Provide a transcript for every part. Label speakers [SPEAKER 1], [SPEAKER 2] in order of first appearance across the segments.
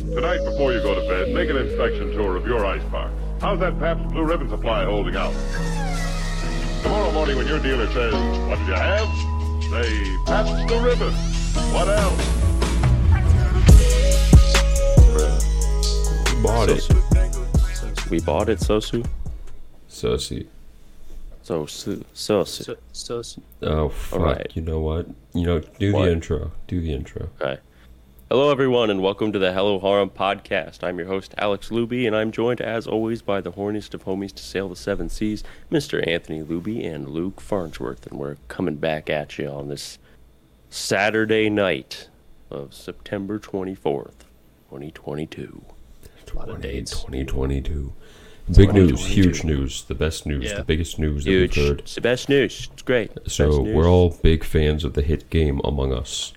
[SPEAKER 1] Tonight, before you go to bed, make an inspection tour of your icebox. How's that Pabst Blue Ribbon supply holding out? Tomorrow morning, when your dealer says, What did you have? Say, Pabst Blue Ribbon. What else?
[SPEAKER 2] Bought it.
[SPEAKER 3] We bought it, Sosu.
[SPEAKER 2] Sussy.
[SPEAKER 3] So, so, so,
[SPEAKER 4] So, so, so-
[SPEAKER 2] Oh fuck!
[SPEAKER 3] right.
[SPEAKER 2] You know what? You know, do
[SPEAKER 3] What?
[SPEAKER 2] the intro. Do the intro.
[SPEAKER 3] okay. Hello, everyone, and welcome to the Hello Harem podcast. I'm your host, Alex Luby, and I'm joined, as always, by the horniest of homies to sail the seven seas, Mr. Anthony Luby and Luke Farnsworth, and we're coming back at you on this Saturday night of September 24th, 2022.
[SPEAKER 4] lot of dates.
[SPEAKER 2] 2022. Big news,
[SPEAKER 4] 2022.
[SPEAKER 2] huge news, the best news,
[SPEAKER 4] Yeah.
[SPEAKER 2] the biggest news that we've
[SPEAKER 3] Huge.
[SPEAKER 2] heard.
[SPEAKER 3] It's the best news. It's great. It's the
[SPEAKER 2] So
[SPEAKER 3] best
[SPEAKER 2] we're
[SPEAKER 3] news.
[SPEAKER 2] all big fans of the hit game Among Us.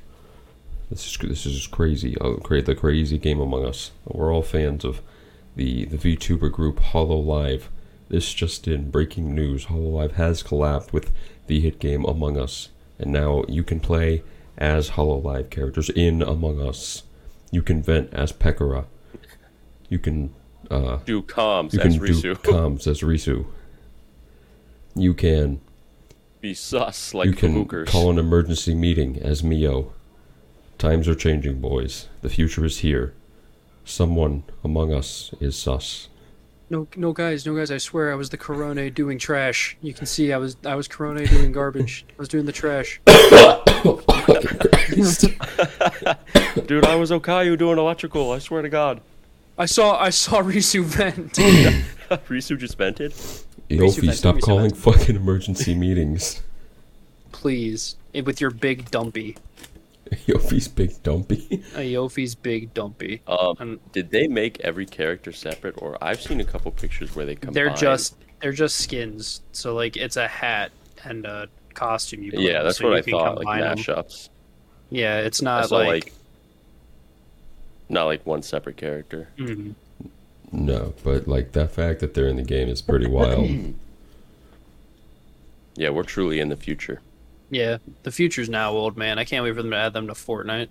[SPEAKER 2] This is this is crazy. Uh, cra- the crazy game Among Us. We're all fans of the the VTuber group Hollow Live. This just in breaking news: Hollow Live has collabed with the hit game Among Us, and now you can play as Hollow Live characters in Among Us. You can vent as Pekora. You can uh,
[SPEAKER 3] do comms
[SPEAKER 2] you
[SPEAKER 3] as
[SPEAKER 2] can do
[SPEAKER 3] Risu.
[SPEAKER 2] comms as Risu. You can
[SPEAKER 3] Be sus like
[SPEAKER 2] you can
[SPEAKER 3] Kalukers.
[SPEAKER 2] call an emergency meeting as Mio. Times are changing, boys. The future is here. Someone among us is sus.
[SPEAKER 4] no, no, guys, no, guys. I swear, I was the Corona doing trash. You can see, I was, I was Corona doing garbage. I was doing the trash.
[SPEAKER 3] Dude, I was Okayu doing electrical, I swear to God.
[SPEAKER 4] I saw, I saw Risu vent.
[SPEAKER 3] Risu just vented?
[SPEAKER 2] Yofi,
[SPEAKER 4] Vento,
[SPEAKER 2] stop
[SPEAKER 4] Risu
[SPEAKER 2] calling
[SPEAKER 4] Vento.
[SPEAKER 2] fucking emergency meetings.
[SPEAKER 4] Please, eh, with your big dumpy,
[SPEAKER 2] Yofi's big dumpy.
[SPEAKER 4] Ayofi's big dumpy.
[SPEAKER 3] Um,
[SPEAKER 4] Um,
[SPEAKER 3] did they make every character separate, or I've seen a couple pictures where they combine?
[SPEAKER 4] They're just, they're just skins. So like, it's a hat and a costume. You put
[SPEAKER 3] yeah,
[SPEAKER 4] on,
[SPEAKER 3] that's
[SPEAKER 4] so
[SPEAKER 3] what
[SPEAKER 4] you
[SPEAKER 3] I
[SPEAKER 4] can
[SPEAKER 3] thought, like
[SPEAKER 4] combine 'em.
[SPEAKER 3] mashups.
[SPEAKER 4] Yeah, it's
[SPEAKER 3] I
[SPEAKER 4] not
[SPEAKER 3] saw
[SPEAKER 4] like,
[SPEAKER 3] like, not like one separate character.
[SPEAKER 4] Mhm.
[SPEAKER 2] No, but like that fact that they're in the game is pretty wild.
[SPEAKER 3] Yeah, we're truly in the future.
[SPEAKER 4] yeah, the future's now, old man. I can't wait for them to add them to Fortnite.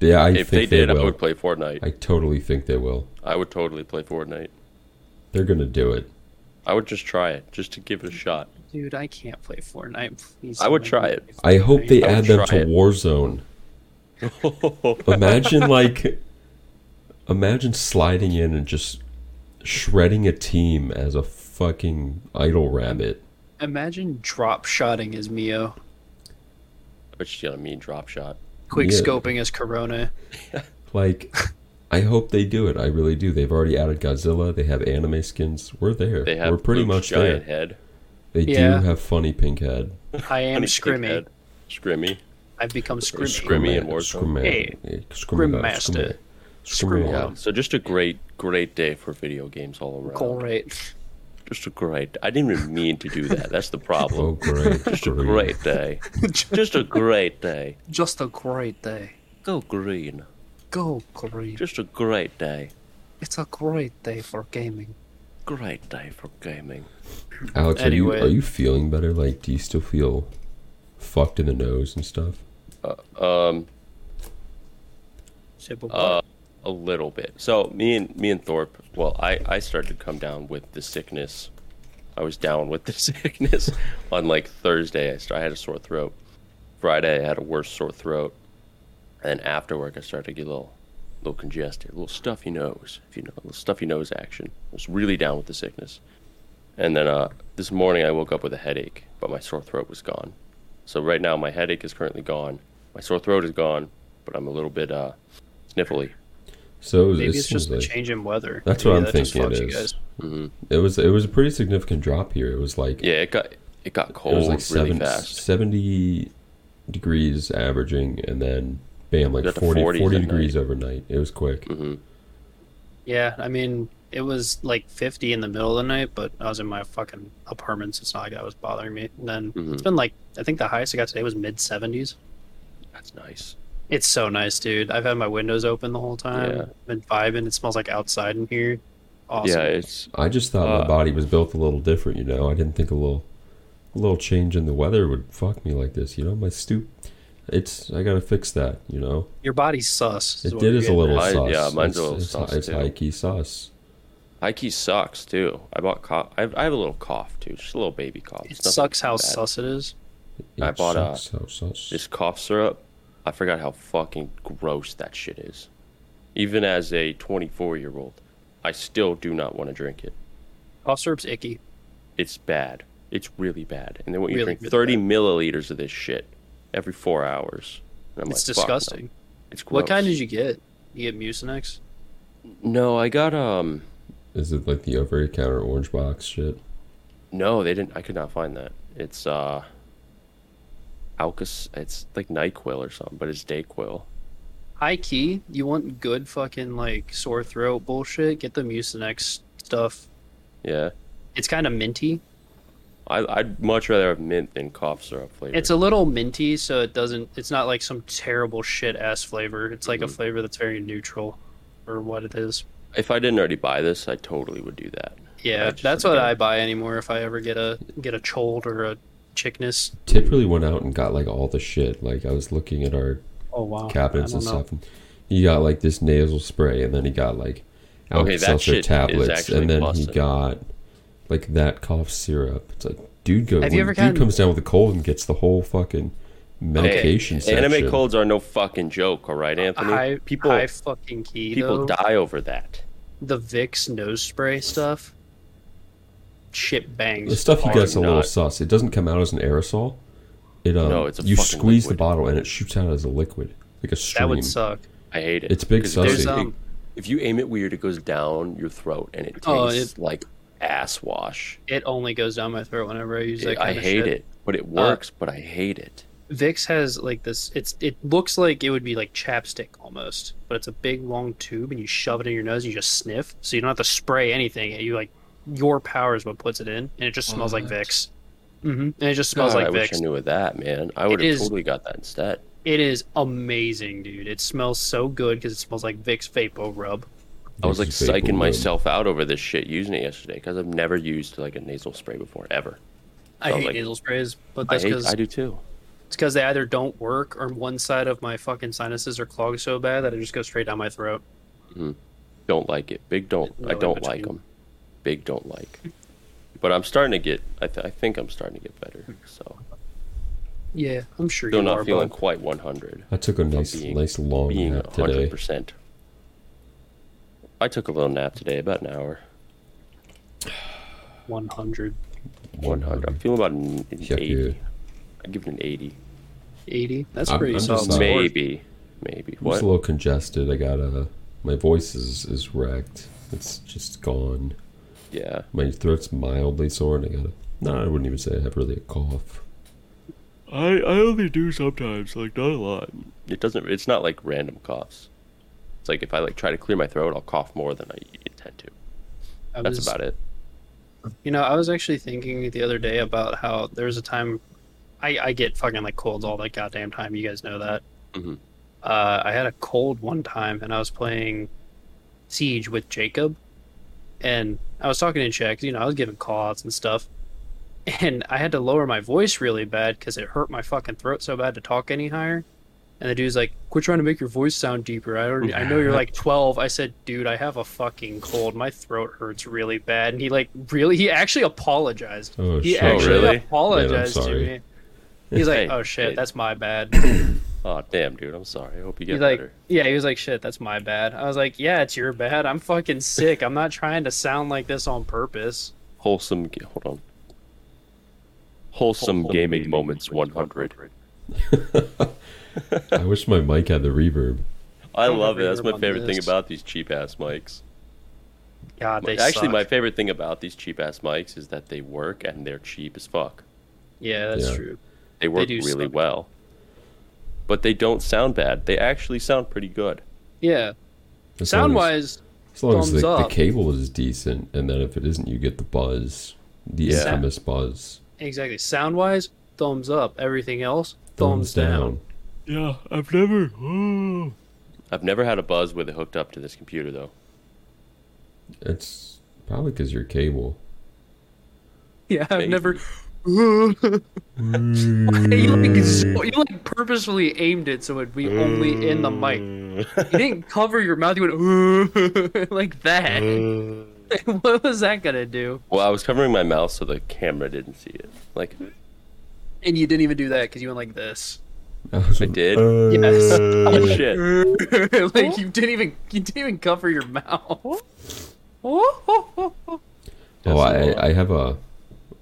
[SPEAKER 2] yeah, I
[SPEAKER 3] if
[SPEAKER 2] think
[SPEAKER 3] they did, I
[SPEAKER 2] will.
[SPEAKER 3] would play Fortnite.
[SPEAKER 2] I totally think they will.
[SPEAKER 3] I would totally play Fortnite.
[SPEAKER 2] They're gonna do it.
[SPEAKER 3] I would just try it, just to give it
[SPEAKER 4] Mm.
[SPEAKER 3] a shot.
[SPEAKER 4] Dude, I can't play Fortnite. Please.
[SPEAKER 3] I would
[SPEAKER 4] don't
[SPEAKER 3] try
[SPEAKER 4] make
[SPEAKER 3] it.
[SPEAKER 4] me play
[SPEAKER 2] I hope
[SPEAKER 4] Fortnite.
[SPEAKER 2] they
[SPEAKER 3] I would
[SPEAKER 2] add
[SPEAKER 3] try
[SPEAKER 2] them to
[SPEAKER 3] it.
[SPEAKER 2] Warzone. Imagine like imagine sliding in and just shredding a team as a fucking idle rabbit.
[SPEAKER 4] Imagine drop shotting as Mio,
[SPEAKER 3] Which you know, mean drop shot.
[SPEAKER 4] quick
[SPEAKER 2] Yeah.
[SPEAKER 4] scoping as Corona.
[SPEAKER 2] Like I hope they do it. I really do. They've already added Godzilla. They have anime skins. We're there.
[SPEAKER 3] They have
[SPEAKER 2] We're pretty
[SPEAKER 3] Luke's
[SPEAKER 2] much
[SPEAKER 3] giant
[SPEAKER 2] there.
[SPEAKER 3] head.
[SPEAKER 2] They
[SPEAKER 4] Yeah.
[SPEAKER 2] do have funny pink head.
[SPEAKER 4] I
[SPEAKER 3] Funny
[SPEAKER 4] am
[SPEAKER 3] pink
[SPEAKER 4] Scrimmy.
[SPEAKER 3] head. Scrimmy.
[SPEAKER 4] I've become Scrimmy.
[SPEAKER 3] Scrim- Scrimmy in Warzone.
[SPEAKER 2] Scrimmy.
[SPEAKER 4] Hey,
[SPEAKER 2] Yeah, Scrimmy.
[SPEAKER 4] Scrim Master.
[SPEAKER 2] Scrimmy.
[SPEAKER 4] Scrim-
[SPEAKER 3] So just a great, great day for video games all around.
[SPEAKER 4] Call rate.
[SPEAKER 3] Just a great. I didn't even mean to do that. That's the problem.
[SPEAKER 2] Oh great.
[SPEAKER 3] Just a
[SPEAKER 2] Green.
[SPEAKER 3] great day. Just a great day.
[SPEAKER 4] Just a great day.
[SPEAKER 3] Go green.
[SPEAKER 4] Go green.
[SPEAKER 3] Just a great day.
[SPEAKER 4] It's a great day for gaming.
[SPEAKER 3] Great day for gaming.
[SPEAKER 2] Alex,
[SPEAKER 4] Anyway.
[SPEAKER 2] are you are you feeling better? Like do you still feel fucked in the nose and stuff?
[SPEAKER 3] Um,
[SPEAKER 4] Simple.
[SPEAKER 2] Uh,
[SPEAKER 3] a little bit. So me and me and Thorpe. Well, I I started to come down with the sickness. I was down with the sickness on like Thursday. I, st- I had a sore throat. Friday I had a worse sore throat, and after work I started to get a little, little congested, a little stuffy nose. If you know, a little stuffy nose action. I was really down with the sickness, and then uh, this morning I woke up with a headache, but my sore throat was gone. So right now my headache is currently gone. My sore throat is gone, but I'm a little bit uh, sniffly.
[SPEAKER 2] So it, was- it
[SPEAKER 4] Maybe it's
[SPEAKER 2] seems
[SPEAKER 4] just
[SPEAKER 2] like
[SPEAKER 4] the change in weather.
[SPEAKER 2] That's what
[SPEAKER 4] Maybe
[SPEAKER 2] I'm
[SPEAKER 4] that just
[SPEAKER 2] thinking. It
[SPEAKER 4] fucks you
[SPEAKER 2] is.
[SPEAKER 4] guys.
[SPEAKER 2] It was it was a pretty significant drop here. It was like
[SPEAKER 3] Yeah, it got it got
[SPEAKER 2] it
[SPEAKER 3] cold
[SPEAKER 2] was like
[SPEAKER 3] really
[SPEAKER 2] seven,
[SPEAKER 3] fast.
[SPEAKER 2] 70 degrees averaging, and then bam, like
[SPEAKER 3] Got to
[SPEAKER 2] 40,
[SPEAKER 3] 40s
[SPEAKER 2] 40
[SPEAKER 3] at Mm-hmm.
[SPEAKER 2] degrees overnight. It was quick.
[SPEAKER 4] Yeah, I mean, it was like 50 in the middle of the night, but I was in my fucking apartment, so it's not like that was bothering me. And then
[SPEAKER 2] Mm-hmm.
[SPEAKER 4] it's been like, I think the highest I got today was mid 70s.
[SPEAKER 3] That's nice.
[SPEAKER 4] It's so nice, dude. I've had my windows open the whole time.
[SPEAKER 3] Yeah.
[SPEAKER 4] Been vibing. It smells like outside in here. Awesome.
[SPEAKER 3] Yeah, it's
[SPEAKER 2] I just thought my
[SPEAKER 3] Uh,
[SPEAKER 2] body was built a little different, you know. I didn't think a little a little change in the weather would fuck me like this, you know. My stoop It's I gotta fix that, you know.
[SPEAKER 4] Your body's sus.
[SPEAKER 2] it did is a little
[SPEAKER 3] I-
[SPEAKER 2] sauce.
[SPEAKER 3] yeah, mine's a little
[SPEAKER 2] it's,
[SPEAKER 3] sus,
[SPEAKER 2] It's,
[SPEAKER 3] too.
[SPEAKER 2] it's high key sauce.
[SPEAKER 3] Ikey sucks too. I bought cough. I have, I have a little cough too, just a little baby cough.
[SPEAKER 4] It
[SPEAKER 3] It's nothing
[SPEAKER 4] sucks how
[SPEAKER 3] bad.
[SPEAKER 4] sus it is.
[SPEAKER 2] It
[SPEAKER 3] I bought a-
[SPEAKER 2] sucks, how sus.
[SPEAKER 3] This cough syrup, I forgot how fucking gross that shit is. Even as a 24 year old, I still do not want to drink it.
[SPEAKER 4] Cough syrup's icky.
[SPEAKER 3] It's bad. It's really bad. And they want you to
[SPEAKER 4] Really,
[SPEAKER 3] drink 30
[SPEAKER 4] really
[SPEAKER 3] milliliters of this shit every four hours. And I'm
[SPEAKER 4] It's
[SPEAKER 3] like, "Fuck no."
[SPEAKER 4] disgusting.
[SPEAKER 3] It's gross.
[SPEAKER 4] What kind did you get? You get Mucinex?
[SPEAKER 3] No, I got um.
[SPEAKER 2] Is it like the over the counter orange box shit?
[SPEAKER 3] No, they didn't. I could not find that. It's uh. Alcus. It's like Nyquil or something, but it's Dayquil.
[SPEAKER 4] High key, you want good fucking like sore throat bullshit? Get the Mucinex stuff.
[SPEAKER 3] Yeah.
[SPEAKER 4] It's kind of minty.
[SPEAKER 3] I, I'd much rather have mint than cough syrup flavor.
[SPEAKER 4] It's a little minty, so it doesn't. It's not like some terrible shit ass flavor. It's like a
[SPEAKER 3] Mm-hmm.
[SPEAKER 4] flavor that's very neutral, or what it is.
[SPEAKER 3] if I didn't already buy this, I totally would do that. I
[SPEAKER 4] Yeah,
[SPEAKER 3] just
[SPEAKER 4] that's what
[SPEAKER 3] forget.
[SPEAKER 4] I buy anymore. If I ever get a get a chold or a chickness.
[SPEAKER 2] Tip really went out and got like all the shit. Like I was looking at our
[SPEAKER 4] Oh wow,
[SPEAKER 2] cabinets
[SPEAKER 4] I
[SPEAKER 2] and
[SPEAKER 4] don't know.
[SPEAKER 2] stuff. And he got like this nasal spray, and then he got like
[SPEAKER 3] Okay,
[SPEAKER 2] Alka
[SPEAKER 3] that
[SPEAKER 2] Seltzer
[SPEAKER 3] shit is
[SPEAKER 2] tablets,
[SPEAKER 3] actually
[SPEAKER 2] and then he
[SPEAKER 3] busted.
[SPEAKER 2] got like that cough syrup. It's like dude goes.
[SPEAKER 4] Have
[SPEAKER 2] When
[SPEAKER 4] you ever
[SPEAKER 2] dude
[SPEAKER 4] gotten-
[SPEAKER 2] comes down with a cold and gets the whole fucking medication
[SPEAKER 3] Hey, anime
[SPEAKER 2] section.
[SPEAKER 3] colds are no fucking joke, all right, Anthony?
[SPEAKER 4] High,
[SPEAKER 3] people
[SPEAKER 4] high fucking key.
[SPEAKER 3] people
[SPEAKER 4] though.
[SPEAKER 3] die over that.
[SPEAKER 4] The Vicks nose spray stuff. Shit bangs.
[SPEAKER 2] The stuff he
[SPEAKER 4] hard.
[SPEAKER 2] gets a little
[SPEAKER 3] not.
[SPEAKER 2] sus. It doesn't come out as an aerosol. It um,
[SPEAKER 3] No, it's a
[SPEAKER 2] you
[SPEAKER 3] fucking
[SPEAKER 2] squeeze the
[SPEAKER 3] liquid.
[SPEAKER 2] bottle and it shoots out as a liquid, like a stream.
[SPEAKER 4] That would suck.
[SPEAKER 3] I hate it.
[SPEAKER 2] It's big
[SPEAKER 3] 'Cause if
[SPEAKER 2] sussy.
[SPEAKER 3] you-
[SPEAKER 4] There's, um,
[SPEAKER 3] if you aim it weird, it goes down your throat, and it tastes
[SPEAKER 4] Oh,
[SPEAKER 3] like ass wash.
[SPEAKER 4] It only goes down my throat whenever I use that.
[SPEAKER 3] It-
[SPEAKER 4] kind
[SPEAKER 3] I
[SPEAKER 4] of
[SPEAKER 3] hate
[SPEAKER 4] shit. Uh,
[SPEAKER 3] it, but it works. but I hate it.
[SPEAKER 4] Vicks has like this. It's it looks like it would be like chapstick almost, but it's a big long tube, and you shove it in your nose, and you just sniff, so you don't have to spray anything. And you like your power is what puts it in, and it just smells like Vicks. hmm And it just smells
[SPEAKER 3] God,
[SPEAKER 4] like
[SPEAKER 3] I wish I
[SPEAKER 4] Vicks.
[SPEAKER 3] knew of that, man. I would have
[SPEAKER 4] is-
[SPEAKER 3] totally got that instead.
[SPEAKER 4] It is amazing, dude. It smells so good because it smells like Vicks Vapo Rub.
[SPEAKER 3] I was like
[SPEAKER 2] This is vapor
[SPEAKER 3] psyching
[SPEAKER 2] rub.
[SPEAKER 3] myself out over this shit using it yesterday because I've never used like a nasal spray before ever.
[SPEAKER 4] I
[SPEAKER 3] Oh,
[SPEAKER 4] hate
[SPEAKER 3] like-
[SPEAKER 4] nasal sprays, but
[SPEAKER 3] I
[SPEAKER 4] that's
[SPEAKER 3] hate.
[SPEAKER 4] because
[SPEAKER 3] I do too.
[SPEAKER 4] it's because they either don't work or one side of my fucking sinuses are clogged so bad that it just goes straight down my throat.
[SPEAKER 3] Don't like it. Big don't.
[SPEAKER 4] No
[SPEAKER 3] I
[SPEAKER 4] in
[SPEAKER 3] don't like
[SPEAKER 4] between.
[SPEAKER 3] them. Big don't like. But I'm starting to get. I, th- I think I'm starting to get better. So
[SPEAKER 4] Yeah, I'm sure
[SPEAKER 3] still
[SPEAKER 4] you
[SPEAKER 3] not
[SPEAKER 4] are.
[SPEAKER 3] feeling
[SPEAKER 4] bud.
[SPEAKER 3] quite 100.
[SPEAKER 2] I took a nice,
[SPEAKER 3] being-
[SPEAKER 2] nice long
[SPEAKER 3] Being
[SPEAKER 2] Oh, nap today.
[SPEAKER 3] 100%. I took a little nap today, about an hour.
[SPEAKER 4] 100,
[SPEAKER 3] 100. I'm feeling about an an
[SPEAKER 2] Yeah,
[SPEAKER 3] 80.
[SPEAKER 2] good.
[SPEAKER 3] I'd give it an 80.
[SPEAKER 4] 80. That's
[SPEAKER 2] I'm-
[SPEAKER 4] pretty
[SPEAKER 2] I'm just
[SPEAKER 4] solid.
[SPEAKER 2] not-
[SPEAKER 4] score.
[SPEAKER 3] Maybe. Maybe.
[SPEAKER 2] I'm just
[SPEAKER 3] What?
[SPEAKER 2] a little congested. I got a. My voice is is wrecked. It's just gone.
[SPEAKER 3] Yeah.
[SPEAKER 2] My throat's mildly sore, and I got a. No, I wouldn't even say I have really a cough.
[SPEAKER 5] I, I only do sometimes, like not a lot.
[SPEAKER 3] It doesn't. It's not like random coughs. It's like if I like try to clear my throat, I'll cough more than I intend to.
[SPEAKER 4] I
[SPEAKER 3] That's
[SPEAKER 4] was-
[SPEAKER 3] about it.
[SPEAKER 4] You know, I was actually thinking the other day about how there was a time I, I get fucking like colds all that goddamn time. You guys know that.
[SPEAKER 3] Mhm.
[SPEAKER 4] Uh, I had a cold one time and I was playing Siege with Jacob. And I was talking to Jack, 'cause, you know, I was giving call outs and stuff. And I had to lower my voice really bad because it hurt my fucking throat so bad to talk any higher. And the dude's like, "Quit trying to make your voice sound deeper." I already, I know you're like 12. I said, "Dude, I have a fucking cold. My throat hurts really bad." And he like really, he actually apologized.
[SPEAKER 2] Oh,
[SPEAKER 4] he
[SPEAKER 2] shit.
[SPEAKER 3] Oh,
[SPEAKER 4] actually
[SPEAKER 3] really?
[SPEAKER 4] apologized
[SPEAKER 2] Man, I'm
[SPEAKER 4] to
[SPEAKER 2] sorry.
[SPEAKER 4] me. He's like,
[SPEAKER 3] Hey,
[SPEAKER 4] "Oh shit,
[SPEAKER 3] hey.
[SPEAKER 4] that's my bad."
[SPEAKER 3] Oh damn, dude. I'm sorry. I hope you get
[SPEAKER 4] He's like,
[SPEAKER 3] better.
[SPEAKER 4] "Yeah." He was like, "Shit, that's my bad." I was like, "Yeah, it's your bad. I'm fucking sick. I'm not trying to sound like this on purpose."
[SPEAKER 3] Wholesome. ga- Hold on. Wholesome, gaming, moments 100.
[SPEAKER 2] I wish my mic had the reverb.
[SPEAKER 3] I
[SPEAKER 4] don't
[SPEAKER 3] love
[SPEAKER 4] have
[SPEAKER 3] it. That's
[SPEAKER 4] reverb
[SPEAKER 3] my
[SPEAKER 4] on
[SPEAKER 3] favorite thing
[SPEAKER 4] this.
[SPEAKER 3] about these cheap ass mics.
[SPEAKER 4] God, they
[SPEAKER 3] Actually, my
[SPEAKER 4] suck.
[SPEAKER 3] favorite thing about these cheap ass mics is that they work and they're cheap as fuck.
[SPEAKER 4] yeah, that's
[SPEAKER 2] Yeah.
[SPEAKER 4] true.
[SPEAKER 3] They work
[SPEAKER 4] do
[SPEAKER 3] really
[SPEAKER 4] suck.
[SPEAKER 3] well. But they don't sound bad. They actually sound pretty good.
[SPEAKER 4] Yeah,
[SPEAKER 2] As
[SPEAKER 4] sound
[SPEAKER 2] long as-
[SPEAKER 4] wise,
[SPEAKER 2] as long as
[SPEAKER 4] thumbs
[SPEAKER 2] the, the
[SPEAKER 4] up.
[SPEAKER 2] cable is decent, and then if it isn't, you get the buzz, the
[SPEAKER 3] Yeah.
[SPEAKER 2] infamous buzz.
[SPEAKER 4] Exactly. Sound wise, thumbs up. Everything else,
[SPEAKER 2] Thumbs, down.
[SPEAKER 5] Yeah, I've never. Oh,
[SPEAKER 3] I've never had a buzz with it hooked up to this computer though.
[SPEAKER 2] It's probably because your cable.
[SPEAKER 4] Yeah, I've
[SPEAKER 3] Maybe.
[SPEAKER 4] never. you, like,
[SPEAKER 2] Mm.
[SPEAKER 4] so- you like purposefully aimed it so it'd be only in the mic.
[SPEAKER 2] Mm.
[SPEAKER 4] You didn't cover your mouth. You went like that.
[SPEAKER 2] Mm.
[SPEAKER 4] what was that gonna do?
[SPEAKER 3] Well, I was covering my mouth so the camera didn't see it. Like
[SPEAKER 4] And you didn't even do that because you went like this.
[SPEAKER 3] I did.
[SPEAKER 4] Yes.
[SPEAKER 3] Oh shit!
[SPEAKER 4] like you didn't even you didn't even cover your mouth.
[SPEAKER 2] Oh,
[SPEAKER 3] Yes, it
[SPEAKER 2] I, I have a,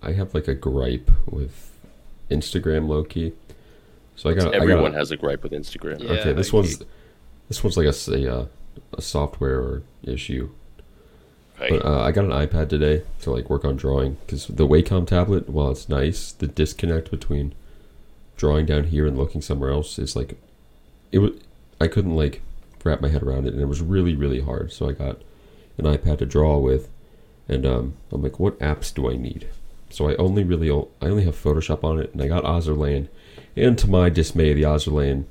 [SPEAKER 2] I have like a gripe with Instagram low key. So I got
[SPEAKER 3] Everyone
[SPEAKER 2] I got,
[SPEAKER 3] has a gripe with Instagram.
[SPEAKER 4] Yeah.
[SPEAKER 2] Okay, this
[SPEAKER 4] I-
[SPEAKER 2] one's this one's like a s- a, uh, a software issue.
[SPEAKER 3] Right?
[SPEAKER 2] But uh, I got an iPad today to like work on drawing because the Wacom tablet, while it's nice, the disconnect between drawing down here and looking somewhere else is like, it was I couldn't like wrap my head around it, and it was really really hard. So I got an iPad to draw with, and um, I'm like, what apps do I need? So I only really o- I only have Photoshop on it, and I got Ozerland, and to my dismay, the Ozerland.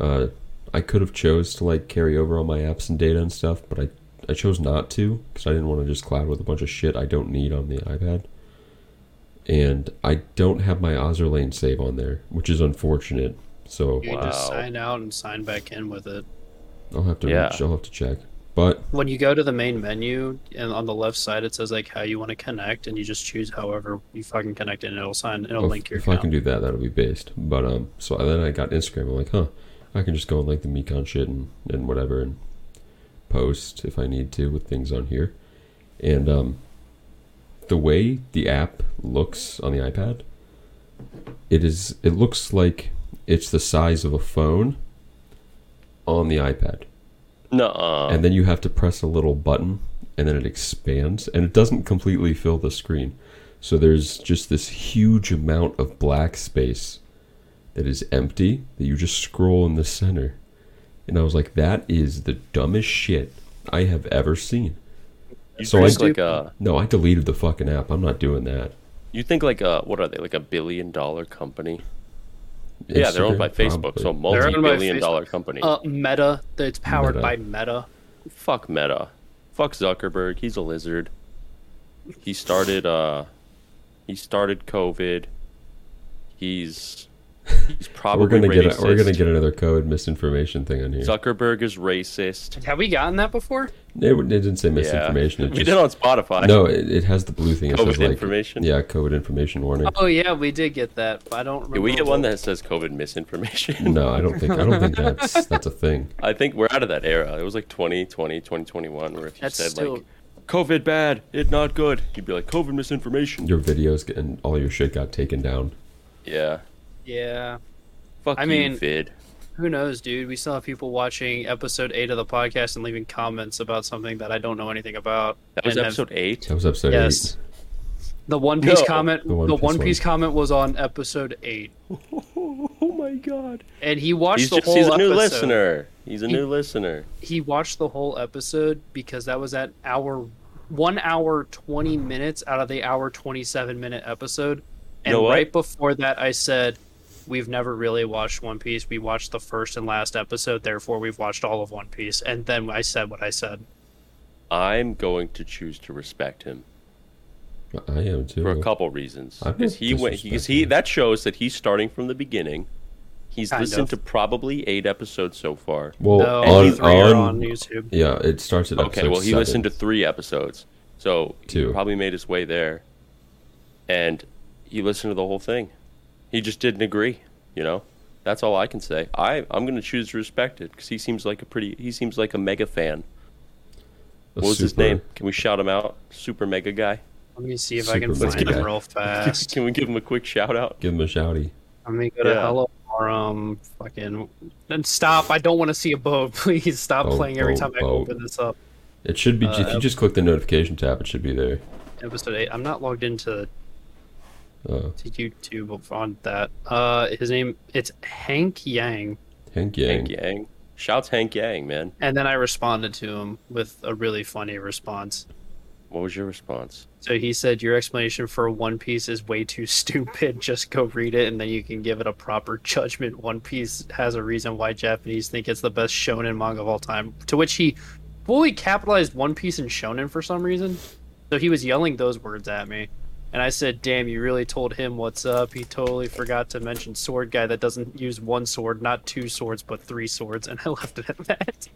[SPEAKER 2] Uh, I could have chose to like carry over all my apps and data and stuff, but I I chose not to because I didn't want to just cloud with a bunch of shit I don't need on the iPad. And I don't have my Ozerlane save on there, which is unfortunate. So
[SPEAKER 4] You can just
[SPEAKER 3] Wow.
[SPEAKER 4] sign out and sign back in with it.
[SPEAKER 2] I'll have to
[SPEAKER 3] Yeah.
[SPEAKER 2] reach, I'll have to check. But
[SPEAKER 4] When you go to the main menu and on the left side it says like how you want to connect and you just choose however you fucking connect it and it'll sign it'll
[SPEAKER 2] if,
[SPEAKER 4] link your
[SPEAKER 2] if I
[SPEAKER 4] account.
[SPEAKER 2] can do that, that'll be based. But um, so then I got Instagram. I'm like, huh, I can just go on like the Mekon shit and and whatever and post if I need to with things on here. And um, the way the app looks on the iPad, it is it looks like it's the size of a phone on the iPad.
[SPEAKER 3] Nuh-uh.
[SPEAKER 2] And then you have to press a little button and then it expands and it doesn't completely fill the screen. So there's just this huge amount of black space that is empty that you just scroll in the center. And I was like, that is the dumbest shit I have ever seen.
[SPEAKER 3] you
[SPEAKER 2] so
[SPEAKER 3] think
[SPEAKER 2] I-
[SPEAKER 3] like a
[SPEAKER 2] No, I deleted the fucking app. I'm not doing that.
[SPEAKER 3] you think like a what are they like a billion dollar company? yeah, they're owned by
[SPEAKER 2] Instagram,
[SPEAKER 3] Facebook, so
[SPEAKER 2] probably.
[SPEAKER 4] by
[SPEAKER 3] multi-billion
[SPEAKER 4] Facebook.
[SPEAKER 3] dollar company.
[SPEAKER 4] uh, Meta that's powered
[SPEAKER 2] Meta.
[SPEAKER 4] by Meta.
[SPEAKER 3] Fuck Meta. Fuck Zuckerberg. He's a lizard. He started uh he started COVID. He's he's probably
[SPEAKER 2] we're gonna get
[SPEAKER 3] racist.
[SPEAKER 2] a, we're gonna get another code misinformation thing on here.
[SPEAKER 3] Zuckerberg is racist.
[SPEAKER 4] Have we gotten that before?
[SPEAKER 2] It, it didn't say
[SPEAKER 3] Yeah.
[SPEAKER 2] misinformation. It
[SPEAKER 3] we
[SPEAKER 2] just,
[SPEAKER 3] did on Spotify.
[SPEAKER 2] no, it, it has the blue thing. It
[SPEAKER 3] COVID
[SPEAKER 2] says like
[SPEAKER 3] information?
[SPEAKER 2] Yeah, COVID information warning.
[SPEAKER 4] Oh yeah, we did get that. but I don't remember.
[SPEAKER 3] Did we get one
[SPEAKER 4] what-
[SPEAKER 3] that says COVID misinformation?
[SPEAKER 2] No, I don't think I don't think that's that's a thing.
[SPEAKER 3] I think we're out of that era. It was like 2020, 2021, where if you
[SPEAKER 4] That's
[SPEAKER 3] said
[SPEAKER 4] still
[SPEAKER 3] like COVID bad, it not good, you'd be like COVID misinformation.
[SPEAKER 2] Your videos get- and all your shit got taken down.
[SPEAKER 3] Yeah.
[SPEAKER 4] yeah.
[SPEAKER 3] Fuck
[SPEAKER 4] I
[SPEAKER 3] you,
[SPEAKER 4] mean-
[SPEAKER 3] vid.
[SPEAKER 4] Who knows, dude? We still have people watching episode eight of the podcast and leaving comments about something that I don't know anything about.
[SPEAKER 3] That was
[SPEAKER 4] And have-
[SPEAKER 3] episode eight.
[SPEAKER 2] That was episode
[SPEAKER 4] Yes.
[SPEAKER 2] eight.
[SPEAKER 4] The One Piece
[SPEAKER 3] No.
[SPEAKER 4] comment. The
[SPEAKER 2] One
[SPEAKER 4] One,
[SPEAKER 2] Piece
[SPEAKER 4] Piece,
[SPEAKER 2] one.
[SPEAKER 4] comment was on episode eight,
[SPEAKER 3] Oh my god.
[SPEAKER 4] and he watched
[SPEAKER 3] He's
[SPEAKER 4] the
[SPEAKER 3] just
[SPEAKER 4] whole.
[SPEAKER 3] he's a new
[SPEAKER 4] episode.
[SPEAKER 3] listener. He's a new listener.
[SPEAKER 4] He watched the whole episode because that was that hour, one hour twenty minutes out of the hour twenty-seven minute episode, and
[SPEAKER 3] know what?
[SPEAKER 4] right before that, I said. We've never really watched One Piece. We watched the first and last episode, therefore we've watched all of One Piece. And then I said what I said.
[SPEAKER 3] I'm going to choose to respect him
[SPEAKER 2] I am too.
[SPEAKER 3] for a couple reasons.
[SPEAKER 2] I'm
[SPEAKER 3] Because
[SPEAKER 2] not
[SPEAKER 3] he went because he
[SPEAKER 2] disrespecting him.
[SPEAKER 3] that shows that he's starting from the beginning. He's
[SPEAKER 4] Kind
[SPEAKER 3] listened
[SPEAKER 4] of.
[SPEAKER 3] to probably eight episodes so far.
[SPEAKER 2] Well,
[SPEAKER 4] No,
[SPEAKER 2] on,
[SPEAKER 4] E3 Oh, are
[SPEAKER 2] on,
[SPEAKER 4] on YouTube.
[SPEAKER 2] yeah, it starts at
[SPEAKER 3] Okay, well, he listened to three episodes, so
[SPEAKER 2] Two.
[SPEAKER 3] he probably made his way there, and he listened to the whole thing. He just didn't agree, you know. That's all I can say. I I'm gonna choose to respect it because he seems like a pretty he seems like a mega fan. What was his name? Can we shout him out? Super mega guy.
[SPEAKER 4] Let me see if I can
[SPEAKER 2] Superman
[SPEAKER 4] find
[SPEAKER 2] guy.
[SPEAKER 4] him real fast.
[SPEAKER 3] Can we give him a quick shout out?
[SPEAKER 2] Give him a shouty.
[SPEAKER 4] Let me go to
[SPEAKER 3] Yeah.
[SPEAKER 4] Hello Forum. Fucking. Then stop. I don't want to see a boat. Please stop
[SPEAKER 2] Boat,
[SPEAKER 4] playing every
[SPEAKER 2] Oh, boat,
[SPEAKER 4] time I
[SPEAKER 2] boat.
[SPEAKER 4] open this up.
[SPEAKER 2] It should be if
[SPEAKER 4] Uh,
[SPEAKER 2] you just click the notification tab, it should be there.
[SPEAKER 4] Episode 8. I'm not logged into
[SPEAKER 2] Uh,
[SPEAKER 4] to YouTube on that. Uh, His name, it's Hank Yang.
[SPEAKER 2] Hank Yang.
[SPEAKER 3] Hank Yang. Shouts Hank Yang, man.
[SPEAKER 4] And then I responded to him with a really funny response.
[SPEAKER 3] What was your response?
[SPEAKER 4] So he said, Your explanation for One Piece is way too stupid. Just go read it and then you can give it a proper judgment. One Piece has a reason why Japanese think it's the best shonen manga of all time. To which he fully capitalized One Piece and shonen for some reason. So he was yelling those words at me. And I said, "Damn, you really told him what's up. He totally forgot to mention sword guy that doesn't use one sword, not two swords, but three swords." And I left it at that.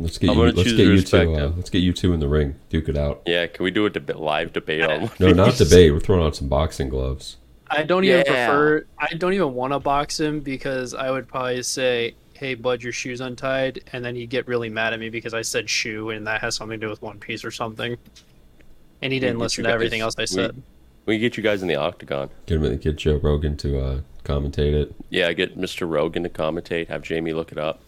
[SPEAKER 2] Let's get
[SPEAKER 3] I'm
[SPEAKER 2] you.
[SPEAKER 3] gonna
[SPEAKER 2] Let's
[SPEAKER 3] choose
[SPEAKER 2] get you
[SPEAKER 3] respect
[SPEAKER 2] two. Uh,
[SPEAKER 3] now.
[SPEAKER 2] let's get you two in the ring. Duke it out.
[SPEAKER 3] Yeah, can we do a deb- live debate on one?
[SPEAKER 2] No, not debate. We're throwing out some boxing gloves.
[SPEAKER 4] I don't even
[SPEAKER 3] Yeah.
[SPEAKER 4] prefer. I don't even want to box him because I would probably say, "Hey, bud, your shoes untied," and then he'd get really mad at me because I said shoe, and that has something to do with One Piece or something. And he didn't
[SPEAKER 3] get
[SPEAKER 4] listen
[SPEAKER 3] you
[SPEAKER 4] to everything
[SPEAKER 3] guys-
[SPEAKER 4] else I
[SPEAKER 3] we-
[SPEAKER 4] said.
[SPEAKER 3] We can get you guys in the octagon.
[SPEAKER 2] Get him, get Joe Rogan to uh, commentate it.
[SPEAKER 3] Yeah, get Mr. Rogan to commentate. Have Jamie look it up.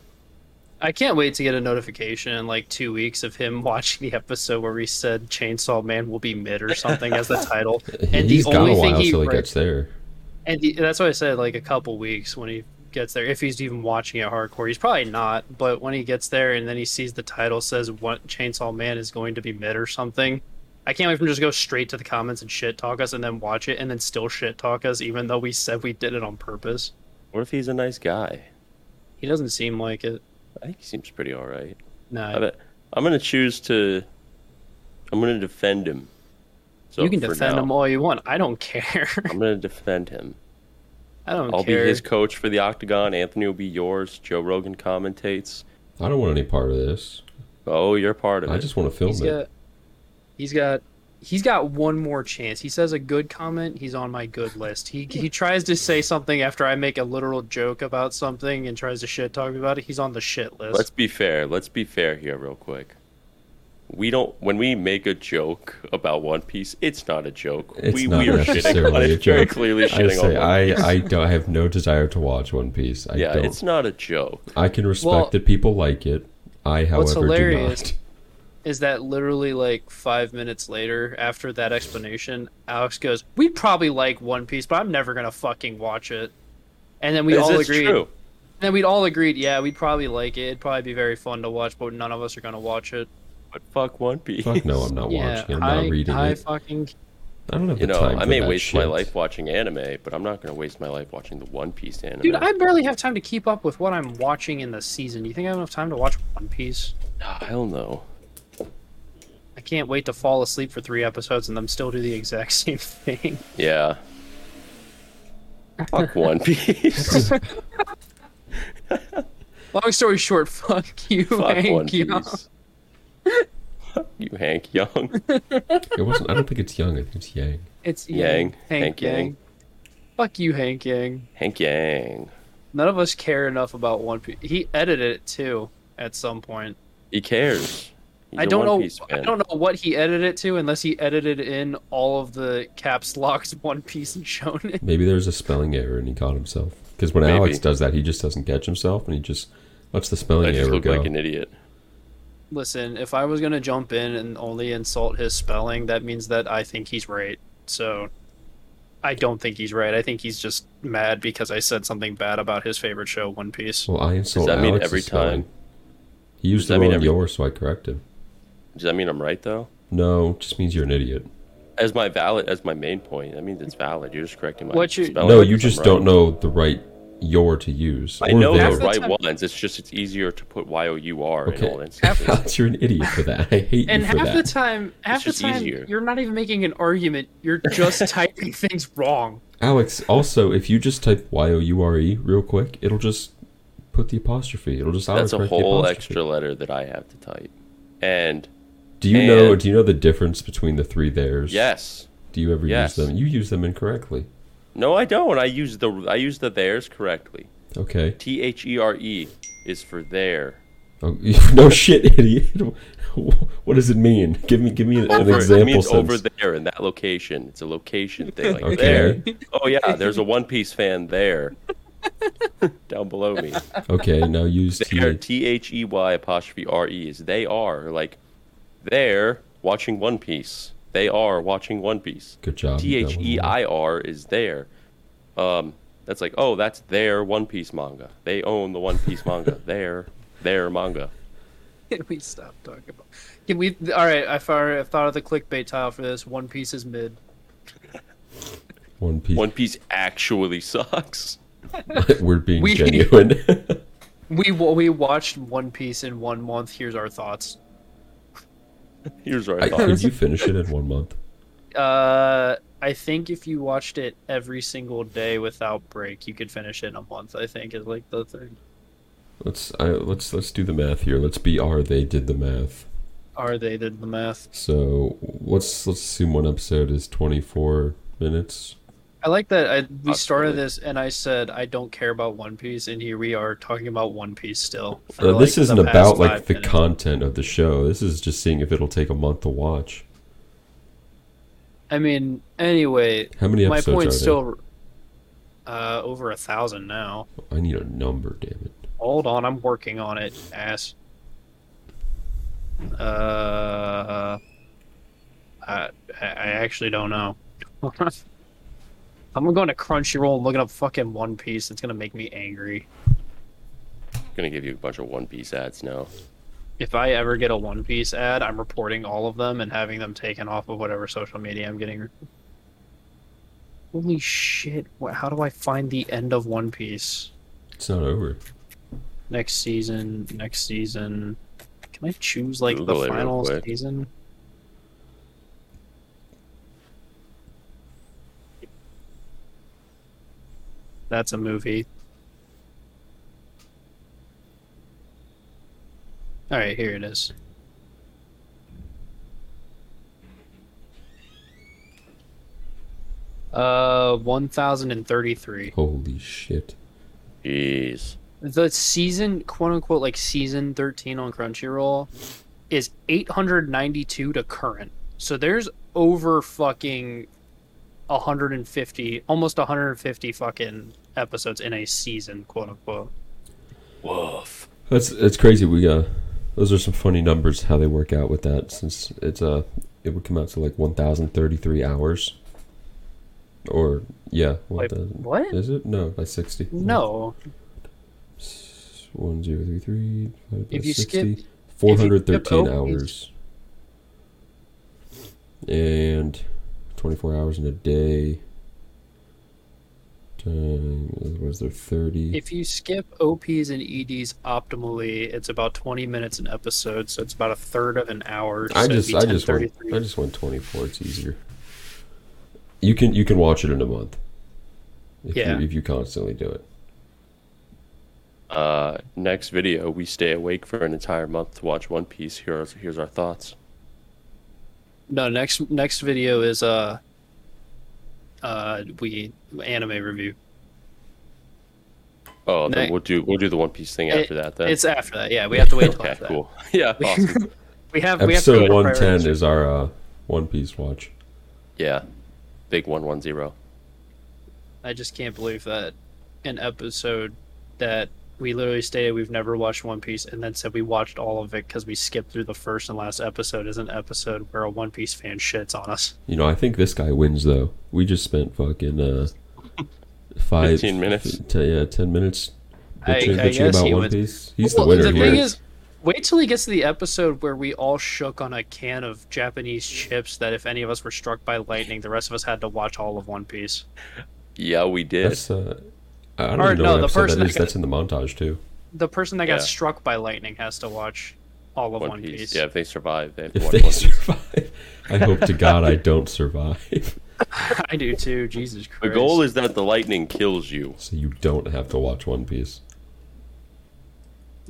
[SPEAKER 4] I can't wait to get a notification in like two weeks of him watching the episode where he said "Chainsaw Man will be mid" or something as the title. And
[SPEAKER 2] He's
[SPEAKER 4] the
[SPEAKER 2] got
[SPEAKER 4] only
[SPEAKER 2] a while
[SPEAKER 4] thing he,
[SPEAKER 2] till he
[SPEAKER 4] re-
[SPEAKER 2] gets there.
[SPEAKER 4] and the, that's why I said like a couple weeks when he gets there, if he's even watching it hardcore, he's probably not. But when he gets there and then he sees the title says "What Chainsaw Man is going to be mid" or something, I can't wait for him to just go straight to the comments and shit talk us, and then watch it and then still shit talk us, even though we said we did it on purpose.
[SPEAKER 3] What if he's a nice guy?
[SPEAKER 4] He doesn't seem like it.
[SPEAKER 3] I think he seems pretty all right. I
[SPEAKER 4] No,
[SPEAKER 3] bet. I'm gonna choose to. I'm gonna defend him. So
[SPEAKER 4] you can
[SPEAKER 3] for
[SPEAKER 4] defend
[SPEAKER 3] now,
[SPEAKER 4] him all you want. I don't care.
[SPEAKER 3] I'm gonna defend him.
[SPEAKER 4] I don't
[SPEAKER 3] I'll
[SPEAKER 4] care.
[SPEAKER 3] be his coach for the octagon. Anthony will be yours. Joe Rogan commentates.
[SPEAKER 2] I don't want any part of this.
[SPEAKER 3] Oh, you're part of
[SPEAKER 2] I
[SPEAKER 3] it.
[SPEAKER 2] just want to film
[SPEAKER 4] He's
[SPEAKER 2] it.
[SPEAKER 4] got, he's got, he's got one more chance. He says a good comment, he's on my good list. He he tries to say something after I make a literal joke about something and tries to shit talk me about it. He's on the shit list.
[SPEAKER 3] Let's be fair. Let's be fair here, real quick. We don't. When we make a joke about One Piece, it's not a joke.
[SPEAKER 2] It's
[SPEAKER 3] we
[SPEAKER 2] not
[SPEAKER 3] we are shitting on
[SPEAKER 2] necessarily a
[SPEAKER 3] it. Very
[SPEAKER 2] joke.
[SPEAKER 3] clearly
[SPEAKER 2] I
[SPEAKER 3] shitting on
[SPEAKER 2] say
[SPEAKER 3] One
[SPEAKER 2] I, I don't I have no desire to watch One Piece. I
[SPEAKER 3] Yeah,
[SPEAKER 2] don't.
[SPEAKER 3] it's not a joke.
[SPEAKER 2] I can respect
[SPEAKER 4] Well-
[SPEAKER 2] that people like it. I,
[SPEAKER 4] What's
[SPEAKER 2] however, do
[SPEAKER 4] hilarious-
[SPEAKER 2] not.
[SPEAKER 4] Is that literally like five minutes later after that explanation? Alex goes, "We probably like One Piece, but I'm never gonna fucking watch it." And then we
[SPEAKER 3] Is
[SPEAKER 4] all
[SPEAKER 3] this
[SPEAKER 4] agreed.
[SPEAKER 3] true?
[SPEAKER 4] Then we'd all agreed, yeah, we'd probably like it. It'd probably be very fun to watch, but none of us are gonna watch it.
[SPEAKER 3] But fuck One Piece.
[SPEAKER 2] Fuck no, I'm not
[SPEAKER 4] yeah,
[SPEAKER 2] watching it. I'm
[SPEAKER 4] I,
[SPEAKER 2] not reading
[SPEAKER 4] I
[SPEAKER 2] it.
[SPEAKER 4] fucking
[SPEAKER 2] I don't have the
[SPEAKER 3] You know,
[SPEAKER 2] time
[SPEAKER 3] I
[SPEAKER 2] for
[SPEAKER 3] may
[SPEAKER 2] that
[SPEAKER 3] waste my
[SPEAKER 2] shit.
[SPEAKER 3] life watching anime, but I'm not going to waste my life watching the One Piece anime.
[SPEAKER 4] Dude, I barely have time to keep up with what I'm watching in the season. Do you think I have enough time to watch One Piece?
[SPEAKER 3] Ah, Hell no.
[SPEAKER 4] I can't wait to fall asleep for three episodes and then still do the exact same thing.
[SPEAKER 3] Yeah. Fuck One Piece.
[SPEAKER 4] Long story short, fuck you,
[SPEAKER 3] Fuck One
[SPEAKER 4] Hank. you know?
[SPEAKER 3] Piece. Fuck you, Hank Young.
[SPEAKER 2] It wasn't. I don't think it's Young. I think it's Yang.
[SPEAKER 4] It's
[SPEAKER 3] Yang.
[SPEAKER 4] Hank,
[SPEAKER 3] Hank
[SPEAKER 4] Yang.
[SPEAKER 3] Yang.
[SPEAKER 4] Fuck you, Hank Yang.
[SPEAKER 3] Hank Yang.
[SPEAKER 4] None of us care enough about One Piece. He edited it too at some point.
[SPEAKER 3] He cares. He's
[SPEAKER 4] I
[SPEAKER 3] a
[SPEAKER 4] don't
[SPEAKER 3] One
[SPEAKER 4] know.
[SPEAKER 3] Piece
[SPEAKER 4] I
[SPEAKER 3] fan.
[SPEAKER 4] don't know what he edited it to, unless he edited in all of the caps locks, One Piece, and Shonen.
[SPEAKER 2] Maybe there's a spelling error and he caught himself. Because when
[SPEAKER 3] Maybe.
[SPEAKER 2] Alex does that, he just doesn't catch himself and he just lets the spelling
[SPEAKER 3] I just
[SPEAKER 2] error
[SPEAKER 3] look
[SPEAKER 2] go.
[SPEAKER 3] like an idiot.
[SPEAKER 4] Listen, if I was gonna jump in and only insult his spelling, that means that I think he's right. So I don't think he's right. I think he's just mad because I said something bad about his favorite show, One Piece.
[SPEAKER 2] well, I insult
[SPEAKER 3] that mean
[SPEAKER 2] Alex's
[SPEAKER 3] every time-
[SPEAKER 2] spelling. He used
[SPEAKER 3] Does
[SPEAKER 2] the
[SPEAKER 3] that mean
[SPEAKER 2] wrong
[SPEAKER 3] every-
[SPEAKER 2] yours, so I correct him.
[SPEAKER 3] Does that mean I'm right though?
[SPEAKER 2] No, just means you're an idiot.
[SPEAKER 3] As my valid, as my main point, that means it's valid. You're just correcting my
[SPEAKER 4] What you-
[SPEAKER 3] spelling
[SPEAKER 2] no, you
[SPEAKER 3] because I'm
[SPEAKER 2] just
[SPEAKER 3] right.
[SPEAKER 2] don't know the right your to use.
[SPEAKER 3] I
[SPEAKER 2] or
[SPEAKER 3] know
[SPEAKER 2] their.
[SPEAKER 3] the
[SPEAKER 4] Half the
[SPEAKER 3] right
[SPEAKER 4] time-
[SPEAKER 3] ones. It's just it's easier to put Y O U R in
[SPEAKER 2] Okay.
[SPEAKER 3] all instances.
[SPEAKER 2] Alex, you're an idiot for that. I hate
[SPEAKER 4] And
[SPEAKER 2] you for
[SPEAKER 4] half
[SPEAKER 2] that.
[SPEAKER 4] the time half the
[SPEAKER 3] just
[SPEAKER 4] time
[SPEAKER 3] easier.
[SPEAKER 4] you're not even making an argument, you're just typing things wrong.
[SPEAKER 2] Alex, also, if you just type Y O U R E real quick, it'll just put the apostrophe. It'll just
[SPEAKER 3] That's a
[SPEAKER 2] autocorrect the
[SPEAKER 3] whole
[SPEAKER 2] apostrophe.
[SPEAKER 3] extra letter that I have to type. And
[SPEAKER 2] Do you know?
[SPEAKER 3] and-
[SPEAKER 2] Do you know the difference between the three theirs?
[SPEAKER 3] yes,
[SPEAKER 2] Do you ever
[SPEAKER 3] Yes.
[SPEAKER 2] use them? You use them incorrectly.
[SPEAKER 3] no, I don't. I use the I use the theirs correctly.
[SPEAKER 2] Okay.
[SPEAKER 3] T H E R E is for there.
[SPEAKER 2] Oh, no shit, idiot. What does it mean? Give me, give me an, an
[SPEAKER 3] Over,
[SPEAKER 2] example.
[SPEAKER 3] it means
[SPEAKER 2] sense.
[SPEAKER 3] over there in that location. It's a location thing. Like
[SPEAKER 2] Okay.
[SPEAKER 3] there. Oh yeah, there's a One Piece fan there. Down below me.
[SPEAKER 2] Okay, now use
[SPEAKER 3] There,
[SPEAKER 2] T.
[SPEAKER 3] T H E Y apostrophe R E is they are like they're watching One Piece. They are watching One Piece.
[SPEAKER 2] Good job.
[SPEAKER 3] T
[SPEAKER 2] you got
[SPEAKER 3] H
[SPEAKER 2] one
[SPEAKER 3] E
[SPEAKER 2] more.
[SPEAKER 3] I R is there. Um, that's like, oh, that's their One Piece manga. They own the One Piece manga. their their manga.
[SPEAKER 4] Can we stop talking about Can we alright, I thought I thought of the clickbait tile for this. One Piece is mid.
[SPEAKER 2] One piece.
[SPEAKER 3] One Piece actually sucks.
[SPEAKER 2] We're being
[SPEAKER 4] We-
[SPEAKER 2] genuine.
[SPEAKER 4] We wa- we watched One Piece in one month. Here's our thoughts.
[SPEAKER 3] Here's our
[SPEAKER 2] I,
[SPEAKER 4] Oh.
[SPEAKER 2] could
[SPEAKER 3] thoughts.
[SPEAKER 2] you finish it in one month?
[SPEAKER 4] Uh, I think if you watched it every single day without break, you could finish it in a month. I think is like the thing.
[SPEAKER 2] Let's I, let's let's do the math here. Let's be are they did the math.
[SPEAKER 4] Are they did the math?
[SPEAKER 2] So let's let's assume one episode is twenty four minutes.
[SPEAKER 4] I like that. I we
[SPEAKER 3] Not
[SPEAKER 4] started
[SPEAKER 3] really.
[SPEAKER 4] this, and I said I don't care about One Piece, and here we are talking about One Piece still. for,
[SPEAKER 2] Uh, this
[SPEAKER 4] like,
[SPEAKER 2] isn't
[SPEAKER 4] the past
[SPEAKER 2] about like
[SPEAKER 4] five
[SPEAKER 2] the
[SPEAKER 4] minutes.
[SPEAKER 2] content of the show. This is just seeing if it'll take a month to watch.
[SPEAKER 4] I mean, anyway,
[SPEAKER 2] How many
[SPEAKER 4] my
[SPEAKER 2] episodes are
[SPEAKER 4] point's
[SPEAKER 2] there?
[SPEAKER 4] still uh, over a thousand now.
[SPEAKER 2] I need a number, damn it.
[SPEAKER 4] Hold on, I'm working on it, ass. Uh, I I actually don't know. I'm going to Crunchyroll and looking up fucking One Piece. It's gonna make me angry.
[SPEAKER 3] gonna give you a bunch of One Piece ads now.
[SPEAKER 4] If I ever get a One Piece ad, I'm reporting all of them and having them taken off of whatever social media I'm getting. Holy shit! wha- How do I find the end of One Piece?
[SPEAKER 2] It's not over.
[SPEAKER 4] Next season. Next season. Can I choose like
[SPEAKER 3] Google it
[SPEAKER 4] the
[SPEAKER 3] real
[SPEAKER 4] final
[SPEAKER 3] quick.
[SPEAKER 4] season? That's a movie. All right, here it is. Uh, one thousand and thirty-three.
[SPEAKER 2] Holy shit.
[SPEAKER 3] Jeez.
[SPEAKER 4] The season, quote unquote, like season 13 on Crunchyroll is 892 to current. So there's over fucking 150, almost 150 fucking episodes in a season, quote unquote.
[SPEAKER 3] Woof.
[SPEAKER 2] That's that's crazy. We uh, those are some funny numbers how they work out with that since it's uh, it would come out to like one thousand thirty three hours. Or yeah, one
[SPEAKER 4] Like,
[SPEAKER 2] thousand.
[SPEAKER 4] what?
[SPEAKER 2] Is it? No, by sixty.
[SPEAKER 4] No.
[SPEAKER 2] One zero three three. divided by
[SPEAKER 4] If you skip-
[SPEAKER 2] 60,
[SPEAKER 4] if you skip
[SPEAKER 2] 413
[SPEAKER 4] open-
[SPEAKER 2] hours. And 24 hours in a day. Time, was there 30?
[SPEAKER 4] If you skip OPs and EDs optimally, it's about 20 minutes an episode. So it's about a third of an hour.
[SPEAKER 2] I
[SPEAKER 4] so it'd
[SPEAKER 2] just
[SPEAKER 4] be
[SPEAKER 2] I just went
[SPEAKER 4] 1033.
[SPEAKER 2] I just went 24. It's easier. You can you can watch it in a month. If
[SPEAKER 4] Yeah.
[SPEAKER 2] You, if you constantly do it.
[SPEAKER 3] Uh, next video, we stay awake for an entire month to watch One Piece. Here's here's our thoughts.
[SPEAKER 4] No, next next video is uh uh we anime review.
[SPEAKER 3] Oh, then
[SPEAKER 4] Ne-
[SPEAKER 3] we'll do we'll do the One Piece thing after
[SPEAKER 4] It-
[SPEAKER 3] that. Then
[SPEAKER 4] It's after that. Yeah, we have to wait until
[SPEAKER 3] okay,
[SPEAKER 4] after that.
[SPEAKER 3] cool. Yeah, awesome.
[SPEAKER 4] We have we have to
[SPEAKER 2] Episode
[SPEAKER 4] go
[SPEAKER 2] 110
[SPEAKER 4] priorities.
[SPEAKER 2] is our uh, One Piece watch.
[SPEAKER 3] yeah, big one one zero.
[SPEAKER 4] I just can't believe that an episode that we literally stated we've never watched One Piece and then said we watched all of it because we skipped through the first and last episode is an episode where a One Piece fan shits on us.
[SPEAKER 2] You know, I think this guy wins though. We just spent fucking uh five
[SPEAKER 3] 15 minutes.
[SPEAKER 2] T- yeah, ten minutes.
[SPEAKER 4] I-
[SPEAKER 2] Bitching,
[SPEAKER 4] I
[SPEAKER 2] bitching
[SPEAKER 4] guess
[SPEAKER 2] about
[SPEAKER 4] he
[SPEAKER 2] One
[SPEAKER 4] wins.
[SPEAKER 2] Piece. He's
[SPEAKER 4] Well,
[SPEAKER 2] the winner here.
[SPEAKER 4] thing is, wait till he gets to the episode where we all shook on a can of Japanese chips that if any of us were struck by lightning, the rest of us had to watch all of One Piece.
[SPEAKER 3] Yeah, we did.
[SPEAKER 2] That's uh, I don't
[SPEAKER 4] Or,
[SPEAKER 2] even know
[SPEAKER 4] no,
[SPEAKER 2] what
[SPEAKER 4] the
[SPEAKER 2] episode
[SPEAKER 4] person
[SPEAKER 2] that
[SPEAKER 4] that
[SPEAKER 2] is.
[SPEAKER 4] got-
[SPEAKER 2] That's in the montage too.
[SPEAKER 4] The person that
[SPEAKER 3] Yeah.
[SPEAKER 4] got struck by lightning has to watch all of
[SPEAKER 3] One,
[SPEAKER 4] One,
[SPEAKER 3] piece.
[SPEAKER 4] Piece.
[SPEAKER 3] Yeah, if they survive, they have
[SPEAKER 2] If
[SPEAKER 3] one,
[SPEAKER 2] they
[SPEAKER 3] One Piece.
[SPEAKER 2] survive, I hope to God I don't survive,
[SPEAKER 4] I do too. Jesus Christ.
[SPEAKER 3] The goal is that the lightning kills you.
[SPEAKER 2] so you don't have to watch One Piece.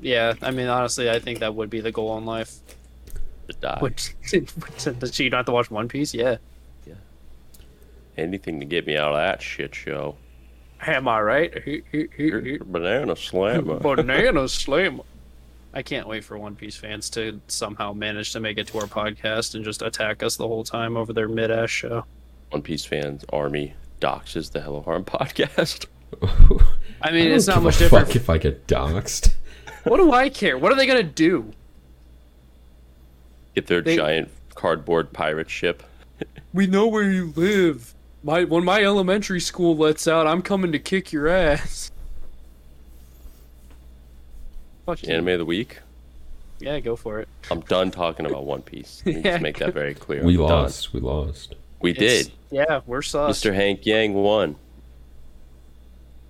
[SPEAKER 4] Yeah, I mean, honestly, I think that would be the goal in life.
[SPEAKER 3] To die.
[SPEAKER 4] Which, that you don't have to watch One Piece? Yeah.
[SPEAKER 3] Anything to get me out of that shit show.
[SPEAKER 4] Am I right?
[SPEAKER 3] Banana slammer.
[SPEAKER 4] Banana slam. I can't wait for One Piece fans to somehow manage to make it to our podcast and just attack us the whole time over their mid ass show.
[SPEAKER 3] One Piece fans, Army, doxes the Hello Harm podcast.
[SPEAKER 4] I mean,
[SPEAKER 2] I
[SPEAKER 4] it's
[SPEAKER 2] don't
[SPEAKER 4] not
[SPEAKER 2] give
[SPEAKER 4] much
[SPEAKER 2] a
[SPEAKER 4] different.
[SPEAKER 2] Fuck if I get doxxed.
[SPEAKER 4] What do I care? What are they going to do?
[SPEAKER 3] Get their
[SPEAKER 4] They-
[SPEAKER 3] giant cardboard pirate ship.
[SPEAKER 4] We know where you live. My When my elementary school lets out, I'm coming to kick your ass. Fuck you.
[SPEAKER 3] Anime of the week.
[SPEAKER 4] Yeah, go for it.
[SPEAKER 3] I'm done talking about One Piece. Let me just make that very clear.
[SPEAKER 2] We
[SPEAKER 3] I'm done.
[SPEAKER 2] lost. We lost.
[SPEAKER 3] We
[SPEAKER 4] It's-
[SPEAKER 3] did.
[SPEAKER 4] Yeah, we're sus.
[SPEAKER 3] Mr. Hank Yang won.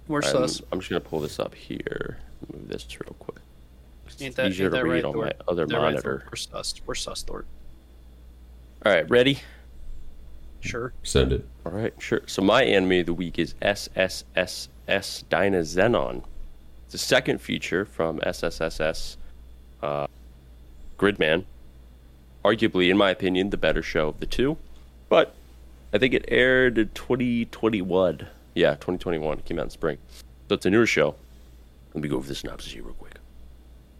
[SPEAKER 4] We're
[SPEAKER 3] I'm,
[SPEAKER 4] sus.
[SPEAKER 3] I'm just gonna pull this up here. Move this real quick.
[SPEAKER 4] Ain't
[SPEAKER 3] easier
[SPEAKER 4] ain't
[SPEAKER 3] to read
[SPEAKER 4] right,
[SPEAKER 3] on
[SPEAKER 4] Thor?
[SPEAKER 3] my other
[SPEAKER 4] Ain't that right,
[SPEAKER 3] monitor.
[SPEAKER 4] Thor? we're sus. We're sus, Thor.
[SPEAKER 3] All right, ready?
[SPEAKER 4] Sure.
[SPEAKER 2] Send it.
[SPEAKER 3] All right, sure. So my anime of the week is SSSS Dyna Xenon. It's the second feature from SSSS uh, Gridman. Arguably, in my opinion, the better show of the two. But I think it aired in 2021. Yeah, 2021. It came out in spring. So it's a newer show. Let me go over the synopsis here real quick.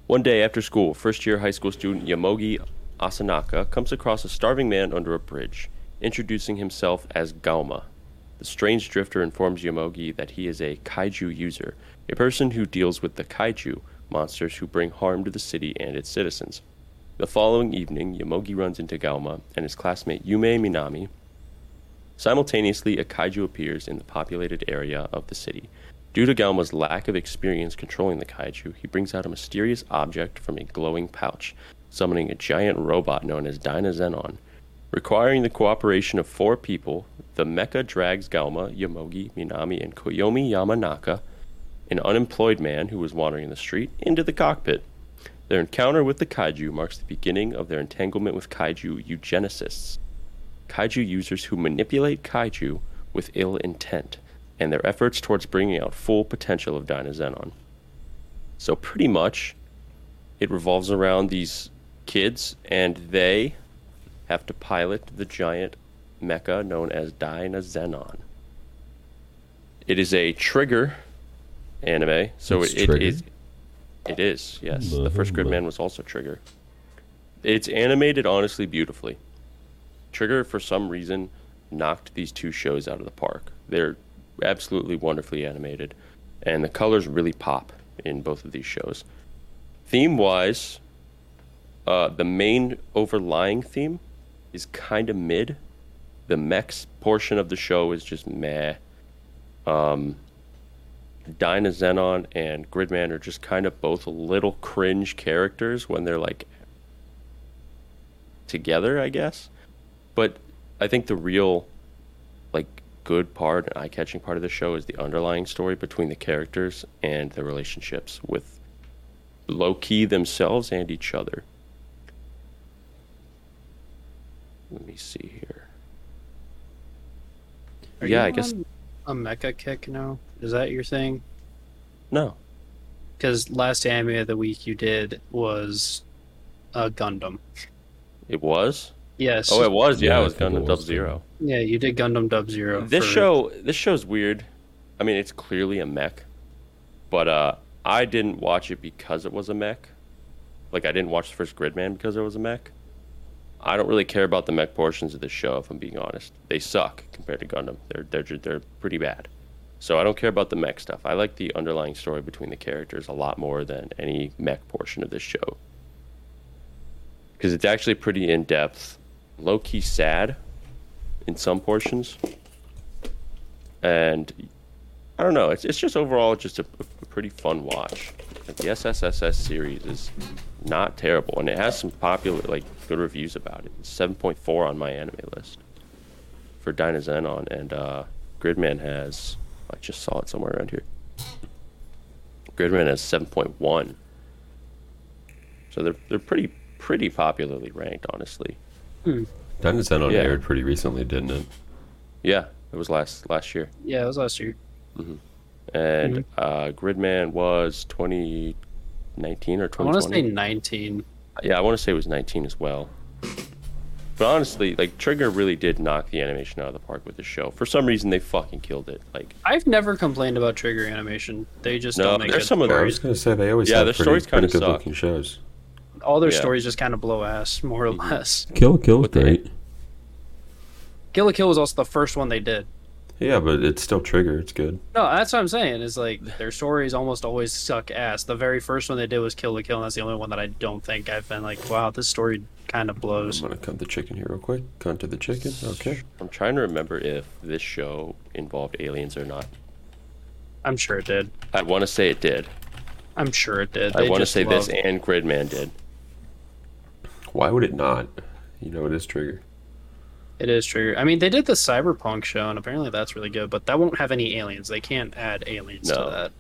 [SPEAKER 3] One day after school, first year high school student Yamogi Asanaka comes across a starving man under a bridge, introducing himself as Gauma. The strange drifter informs Yamogi that he is a kaiju user, a person who deals with the kaiju, monsters who bring harm to the city and its citizens. The following evening, Yamogi runs into Gauma and his classmate Yume Minami. Simultaneously, a kaiju appears in the populated area of the city, Due to Galma's lack of experience controlling the kaiju, he brings out a mysterious object from a glowing pouch, summoning a giant robot known as Dinozenon. Requiring the cooperation of four people, the mecha drags Galma, Yamogi, Minami, and Koyomi Yamanaka, an unemployed man who was wandering the street, into the cockpit. Their encounter with the kaiju marks the beginning of their entanglement with kaiju eugenicists, kaiju users who manipulate kaiju with ill intent and their efforts towards bringing out full potential of Dinozenon. So pretty much, it revolves around these kids, and they have to pilot the giant mecha known as Dinozenon. It is a trigger anime, so
[SPEAKER 2] It's
[SPEAKER 3] it, it
[SPEAKER 2] Trigger?
[SPEAKER 3] is. It is yes. The first
[SPEAKER 2] Mhm.
[SPEAKER 3] Gridman was also Trigger. It's animated honestly beautifully. Trigger, for some reason, knocked these two shows out of the park. They're absolutely wonderfully animated, and the colors really pop in both of these shows. Theme wise, uh, the main overlying theme is kind of mid. The mechs portion of the show is just meh. Dinah Zenon and Gridman are just kind of both little cringe characters when they're like together, I guess. But I think the real like good part and eye-catching part of the show is the underlying story between the characters and their relationships with low-key themselves and each other. Let me see here.
[SPEAKER 4] Are
[SPEAKER 3] yeah,
[SPEAKER 4] you
[SPEAKER 3] I guess
[SPEAKER 4] on a mecha kick now. Is that your thing?
[SPEAKER 3] no.
[SPEAKER 4] Because last anime of the week you did was uh, Gundam.
[SPEAKER 3] It was.
[SPEAKER 4] Yes.
[SPEAKER 3] Oh, it was. Yeah,
[SPEAKER 2] Yeah,
[SPEAKER 3] it
[SPEAKER 2] I
[SPEAKER 3] was
[SPEAKER 2] think it
[SPEAKER 3] Gundam
[SPEAKER 2] was,
[SPEAKER 3] Double
[SPEAKER 2] too.
[SPEAKER 3] Zero.
[SPEAKER 4] yeah, you did Gundam Dub Zero.
[SPEAKER 3] this
[SPEAKER 4] for-
[SPEAKER 3] show this show's weird i mean it's clearly a mech but uh i didn't watch it because it was a mech like i didn't watch the first gridman because it was a mech i don't really care about the mech portions of this show if i'm being honest they suck compared to gundam they're they're ju- they're pretty bad so i don't care about the mech stuff i like the underlying story between the characters a lot more than any mech portion of this show because it's actually pretty in-depth low-key sad in some portions and I don't know. It's, it's just overall just a, a pretty fun watch. Like the SSSS series is not terrible, and it has some popular like good reviews about it. It's Seven point four on my anime list for Dinozenon, and uh, Gridman has. I just saw it somewhere around here. Gridman has seven point one. So they're they're pretty pretty popularly ranked, honestly.
[SPEAKER 2] Dinozenon
[SPEAKER 3] Yeah.
[SPEAKER 2] aired pretty recently, didn't it?
[SPEAKER 3] Yeah, it was last last year.
[SPEAKER 4] Yeah, it was last year.
[SPEAKER 3] and
[SPEAKER 4] Mm-hmm.
[SPEAKER 3] uh, Gridman was 2019 or
[SPEAKER 4] I want to say
[SPEAKER 3] 2020.
[SPEAKER 4] nineteen.
[SPEAKER 3] yeah, I want to say it was 19 as well. But honestly, like Trigger really did knock the animation out of the park with the show. For some reason, they fucking killed it. Like,
[SPEAKER 4] I've never complained about Trigger animation. They just
[SPEAKER 3] no,
[SPEAKER 4] don't make
[SPEAKER 3] there's
[SPEAKER 4] good
[SPEAKER 3] some of
[SPEAKER 2] I
[SPEAKER 3] those.
[SPEAKER 2] was gonna say they always
[SPEAKER 3] Yeah,
[SPEAKER 2] have
[SPEAKER 3] their
[SPEAKER 2] pretty,
[SPEAKER 3] stories kinda
[SPEAKER 2] pretty good
[SPEAKER 3] suck.
[SPEAKER 2] looking shows.
[SPEAKER 4] all their
[SPEAKER 3] Yeah. Mm-hmm.
[SPEAKER 4] stories just kind of blow ass, more or less.
[SPEAKER 2] Kill Kill is
[SPEAKER 3] But they-
[SPEAKER 2] great.
[SPEAKER 4] Kill la Kill was also the first one they did.
[SPEAKER 2] Yeah, but it's still Trigger. It's good.
[SPEAKER 4] No, that's what I'm saying. Is like their stories almost always suck ass. The very first one they did was Kill the Kill, and that's the only one that I don't think I've been like, wow, this story kind of
[SPEAKER 2] I'm
[SPEAKER 4] blows.
[SPEAKER 2] gonna cut the chicken here real quick. Cut to the chicken. Okay.
[SPEAKER 3] I'm trying to remember if this show involved aliens or not.
[SPEAKER 4] I'm sure it did.
[SPEAKER 3] I want to say it did.
[SPEAKER 4] I'm sure it did.
[SPEAKER 3] I
[SPEAKER 4] They
[SPEAKER 3] want to
[SPEAKER 4] just
[SPEAKER 3] say this
[SPEAKER 4] love-
[SPEAKER 3] and Gridman did.
[SPEAKER 2] Why would it not? You know it is Trigger.
[SPEAKER 4] It is true. I mean, they did the cyberpunk show, and apparently that's really good. But that won't have any aliens. They can't add aliens
[SPEAKER 3] No.
[SPEAKER 4] to that.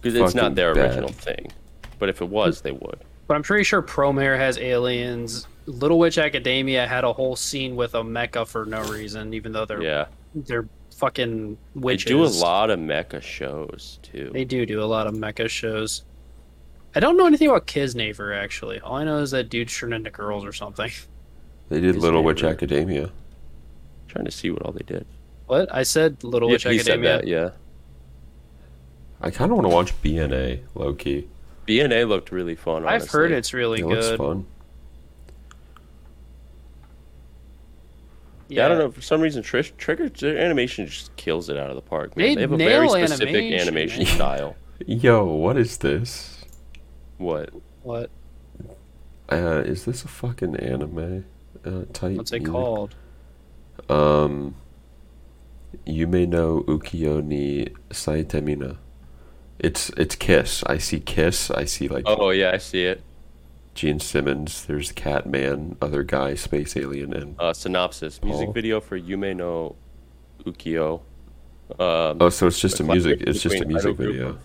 [SPEAKER 3] Because it's
[SPEAKER 2] Fucking
[SPEAKER 3] not their
[SPEAKER 2] bad.
[SPEAKER 3] original thing. But if it was, they would.
[SPEAKER 4] But I'm pretty sure Promare has aliens. Little Witch Academia had a whole scene with a mecha for no reason, even though they're
[SPEAKER 3] yeah,
[SPEAKER 4] they're fucking
[SPEAKER 3] they
[SPEAKER 4] witches.
[SPEAKER 3] do a lot of mecha shows too.
[SPEAKER 4] They do do a lot of mecha shows. I don't know anything about Kisnaver actually. All I know is that dudes turned into girls or something.
[SPEAKER 2] They did
[SPEAKER 3] His
[SPEAKER 2] Little Witch
[SPEAKER 3] favorite.
[SPEAKER 2] Academia.
[SPEAKER 3] trying to see what all they did.
[SPEAKER 4] What I said, Little
[SPEAKER 3] Yeah,
[SPEAKER 4] Witch
[SPEAKER 3] he said
[SPEAKER 4] Academia.
[SPEAKER 3] that, yeah.
[SPEAKER 2] I kind of want to watch BNA low key.
[SPEAKER 3] BNA looked really fun. Honestly.
[SPEAKER 4] I've heard it's really
[SPEAKER 2] It looks
[SPEAKER 4] good.
[SPEAKER 2] fun.
[SPEAKER 3] Yeah, I don't know. For some reason, Trish, Trigger their animation just kills it out of the park. Man.
[SPEAKER 4] They
[SPEAKER 3] They, have a very
[SPEAKER 4] nail
[SPEAKER 3] specific
[SPEAKER 4] animation,
[SPEAKER 3] animation,
[SPEAKER 4] man.
[SPEAKER 3] style.
[SPEAKER 2] Yo, what is this?
[SPEAKER 3] What?
[SPEAKER 4] What
[SPEAKER 2] Uh, is this a fucking anime uh, type?
[SPEAKER 4] what's it
[SPEAKER 2] music?
[SPEAKER 4] called?
[SPEAKER 2] Um, you may know Ukiyo ni Saitemina. It's it's Kiss. I see Kiss. I see like
[SPEAKER 3] Oh yeah, I see it.
[SPEAKER 2] Gene Simmons. There's Catman, other guy, space alien, and
[SPEAKER 3] Uh, synopsis:
[SPEAKER 2] Paul.
[SPEAKER 3] Music video for "You May Know Ukiyo." Um,
[SPEAKER 2] oh, so it's just a
[SPEAKER 3] Like,
[SPEAKER 2] music.
[SPEAKER 3] between
[SPEAKER 2] It's just a
[SPEAKER 3] idol
[SPEAKER 2] music
[SPEAKER 3] group.
[SPEAKER 2] video.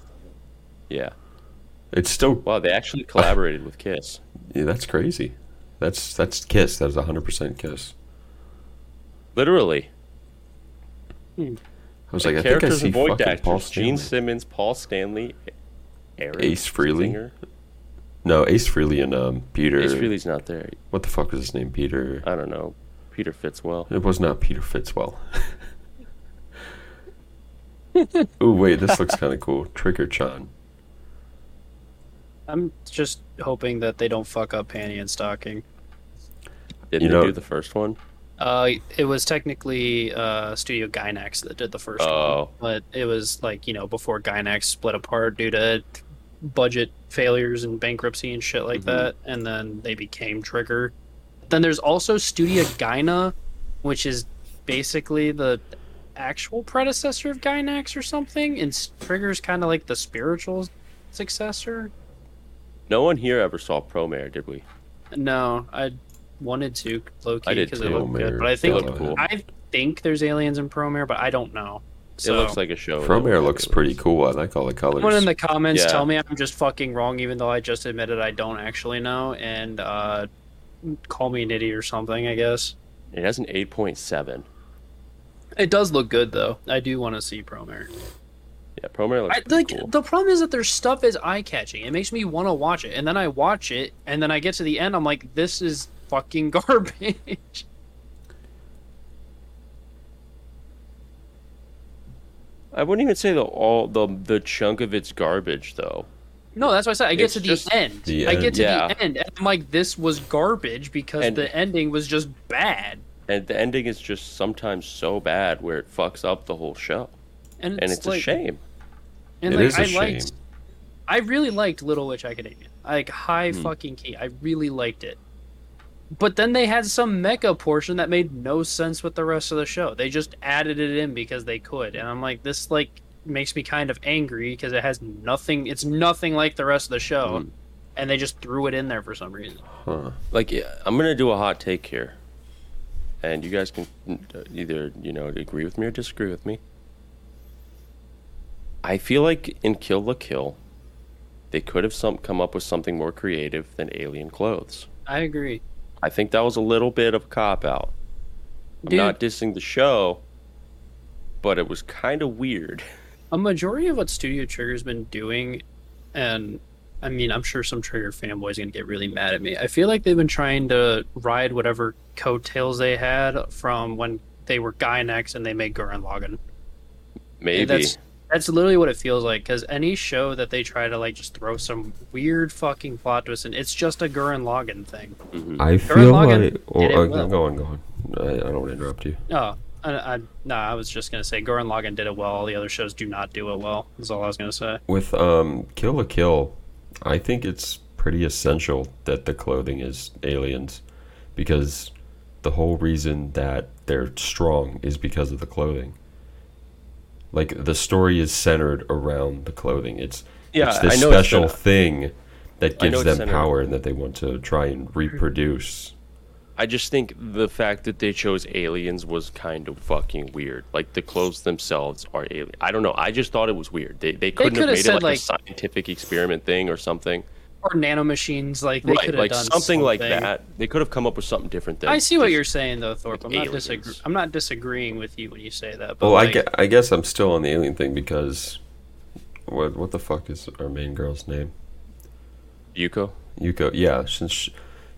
[SPEAKER 3] Yeah.
[SPEAKER 2] It's still
[SPEAKER 3] Wow, they actually collaborated with Kiss.
[SPEAKER 2] yeah, that's crazy. That's that's Kiss. That's hundred percent Kiss.
[SPEAKER 3] Literally.
[SPEAKER 2] I was
[SPEAKER 3] The
[SPEAKER 2] like, I think I
[SPEAKER 3] characters
[SPEAKER 2] see
[SPEAKER 3] and voice
[SPEAKER 2] fucking Paul
[SPEAKER 3] actors: Gene
[SPEAKER 2] Stanley.
[SPEAKER 3] Simmons, Paul Stanley, Eric
[SPEAKER 2] Ace Frehley?
[SPEAKER 3] Singer.
[SPEAKER 2] No, Ace Frehley and um Peter.
[SPEAKER 3] Ace Frehley's not there.
[SPEAKER 2] What the fuck was his name? Peter.
[SPEAKER 3] I don't know. Peter Fitzwell.
[SPEAKER 2] It was not Peter Fitzwell. oh wait, this looks kind of cool. Trigger Chan.
[SPEAKER 4] I'm just hoping that they don't fuck up Panty and Stocking.
[SPEAKER 3] Didn't
[SPEAKER 2] You
[SPEAKER 3] they
[SPEAKER 2] know-
[SPEAKER 3] do the first one?
[SPEAKER 4] Uh, it was technically uh, Studio Gynax that did the first
[SPEAKER 3] Oh.
[SPEAKER 4] one, but it was like you know before Gynax split apart due to budget failures and bankruptcy and shit like that, and then they became Trigger. Then there's also Studio Gyna, which is basically the actual predecessor of Gynax or something, and s- Trigger's kind of like the spiritual successor.
[SPEAKER 3] No one here ever saw Promare, did we?
[SPEAKER 4] No, I wanted to low
[SPEAKER 3] I
[SPEAKER 4] key
[SPEAKER 3] did
[SPEAKER 4] because it
[SPEAKER 3] too.
[SPEAKER 4] looked
[SPEAKER 2] Promare.
[SPEAKER 4] good, but I
[SPEAKER 3] It
[SPEAKER 4] think
[SPEAKER 3] looked cool.
[SPEAKER 4] I think there's aliens in Promare, but I don't know. So,
[SPEAKER 3] it looks like a show.
[SPEAKER 2] Promare Oh, looks pretty cool. I like all the colors.
[SPEAKER 4] someone in the comments
[SPEAKER 3] Yeah.
[SPEAKER 4] tell me I'm just fucking wrong, even though I just admitted I don't actually know, and uh, call me an idiot or something. I guess
[SPEAKER 3] It has an 8.7.
[SPEAKER 4] it does look good though. I do want to see Promare.
[SPEAKER 3] Yeah, Promare looks
[SPEAKER 4] I,
[SPEAKER 3] pretty
[SPEAKER 4] like
[SPEAKER 3] cool.
[SPEAKER 4] the problem is that their stuff is eye catching. It makes me want to watch it, and then I watch it, and then I get to the end, I'm like, this is fucking garbage.
[SPEAKER 3] I wouldn't even say the all the the chunk of it's garbage though.
[SPEAKER 4] No, that's what I said. I get
[SPEAKER 3] It's
[SPEAKER 4] to the
[SPEAKER 3] just
[SPEAKER 4] end.
[SPEAKER 2] the
[SPEAKER 4] I get
[SPEAKER 2] end.
[SPEAKER 4] to
[SPEAKER 3] Yeah.
[SPEAKER 4] the end, and I'm like, this was garbage because
[SPEAKER 3] And-
[SPEAKER 4] the ending was just bad.
[SPEAKER 3] And the ending is just sometimes so bad where it fucks up the whole show.
[SPEAKER 4] And it's,
[SPEAKER 3] And it's
[SPEAKER 4] like,
[SPEAKER 3] a shame.
[SPEAKER 4] And
[SPEAKER 2] It
[SPEAKER 4] like,
[SPEAKER 2] is a
[SPEAKER 4] I liked,
[SPEAKER 2] shame.
[SPEAKER 4] I really liked Little Witch Academia. Like high
[SPEAKER 3] Hmm.
[SPEAKER 4] fucking key. I really liked it. But then they had some mecha portion that made no sense with the rest of the show. They just added it in because they could, and I'm like, this like makes me kind of angry because it has nothing. It's nothing like the rest of the
[SPEAKER 3] Hmm.
[SPEAKER 4] show, and they just threw it in there for some reason.
[SPEAKER 2] huh.
[SPEAKER 3] Like yeah, I'm going to do a hot take here. And you guys can uh, either, you know, agree with me or disagree with me. I feel like in Kill la Kill, they could have some come up with something more creative than alien clothes.
[SPEAKER 4] I agree.
[SPEAKER 3] I think that was a little bit of a cop out. I'm
[SPEAKER 4] Dude.
[SPEAKER 3] not dissing the show, but it was kind of weird.
[SPEAKER 4] a majority of what Studio Trigger's been doing, and I mean, I'm sure some Trigger fanboys gonna get really mad at me. I feel like they've been trying to ride whatever coattails they had from when they were Gynax and they made Gurren Lagann.
[SPEAKER 3] Maybe
[SPEAKER 4] And That's that's literally what it feels like. Because any show that they try to like just throw some weird fucking plot twist in, it's just a Gurren Lagann thing.
[SPEAKER 2] I oh,
[SPEAKER 4] feel Logan like- or- did it uh, well.
[SPEAKER 2] go on, go on. I, I don't want to interrupt you.
[SPEAKER 4] Oh, I, I, no, I was just gonna say Gurren Lagann did it well. All the other shows do not do it well. Is all I was gonna say.
[SPEAKER 2] With um, Kill a Kill, I think it's pretty essential that the clothing is aliens, because the whole reason that they're strong is because of the clothing. Like the story is centered around the clothing. It's
[SPEAKER 3] Yeah,
[SPEAKER 2] it's this
[SPEAKER 3] I know it's
[SPEAKER 2] special
[SPEAKER 3] centered-
[SPEAKER 2] thing that
[SPEAKER 3] I know
[SPEAKER 2] gives
[SPEAKER 3] it's
[SPEAKER 2] them
[SPEAKER 3] centered-
[SPEAKER 2] power and that they want to try and reproduce.
[SPEAKER 3] I just think the fact that they chose aliens was kind of fucking weird. Like the clothes themselves are alien. I don't know. I just thought it was weird. They they couldn't have
[SPEAKER 4] coulda
[SPEAKER 3] made it
[SPEAKER 4] said,
[SPEAKER 3] like,
[SPEAKER 4] like-
[SPEAKER 3] a scientific experiment thing or something.
[SPEAKER 4] or nanomachines. Like they
[SPEAKER 3] right,
[SPEAKER 4] could have
[SPEAKER 3] like
[SPEAKER 4] done
[SPEAKER 3] something, like that. They could have come up with something different. Than
[SPEAKER 4] I see what
[SPEAKER 3] just-
[SPEAKER 4] you're saying, though, Thorpe. I'm
[SPEAKER 3] like
[SPEAKER 4] not
[SPEAKER 3] aliens.
[SPEAKER 4] disagree- I'm not disagreeing with you when you say that. But
[SPEAKER 2] Well, I,
[SPEAKER 4] like,
[SPEAKER 2] gue- I guess I'm still on the alien thing because what what the fuck is our main girl's name?
[SPEAKER 3] Yuko.
[SPEAKER 2] Yuko. Yeah, since sh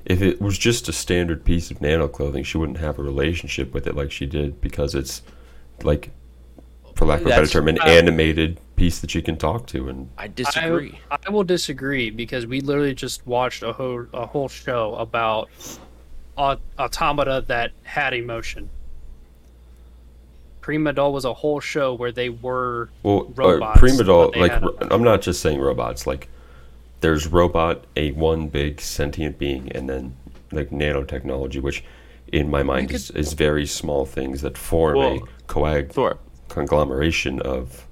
[SPEAKER 2] if it was just a standard piece of nano clothing, she wouldn't have a relationship with it like she did because it's like, for lack of a better
[SPEAKER 3] That's-
[SPEAKER 2] term, an
[SPEAKER 4] uh,
[SPEAKER 2] animated piece that you can talk to and
[SPEAKER 3] I disagree.
[SPEAKER 4] I, I will disagree because we literally just watched a whole a whole show about au- automata that had emotion. Prima Doll was a whole show where they were
[SPEAKER 2] Well,
[SPEAKER 4] robots,
[SPEAKER 2] Prima Doll,
[SPEAKER 4] but they
[SPEAKER 2] like
[SPEAKER 4] had-
[SPEAKER 2] ro- I'm not just saying robots. Like there's robot, a one big sentient being, and then like nanotechnology, which in my mind is, is very small things that form a
[SPEAKER 3] Well,
[SPEAKER 2] coag
[SPEAKER 3] Thor,
[SPEAKER 2] conglomeration of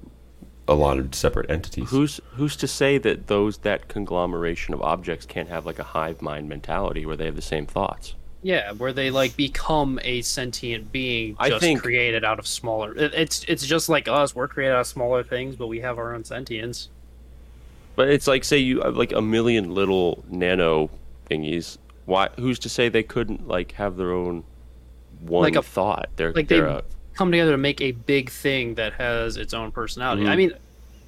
[SPEAKER 2] a lot of separate entities.
[SPEAKER 3] who's who's to say that those that conglomeration of objects can't have like a hive mind mentality where they have the same thoughts?
[SPEAKER 4] yeah, where they like become a sentient being
[SPEAKER 3] I
[SPEAKER 4] just
[SPEAKER 3] think-
[SPEAKER 4] created out of smaller. it- it's it's just like us. We're created out of smaller things, but we have our own sentience.
[SPEAKER 3] But it's like say you have like a million little nano thingies. Why? Who's to say they couldn't like have their own one
[SPEAKER 4] Like a-
[SPEAKER 3] thought? They're
[SPEAKER 4] like they
[SPEAKER 3] they're a,
[SPEAKER 4] come together to make a big thing that has its own personality.
[SPEAKER 2] Mm-hmm.
[SPEAKER 4] I mean,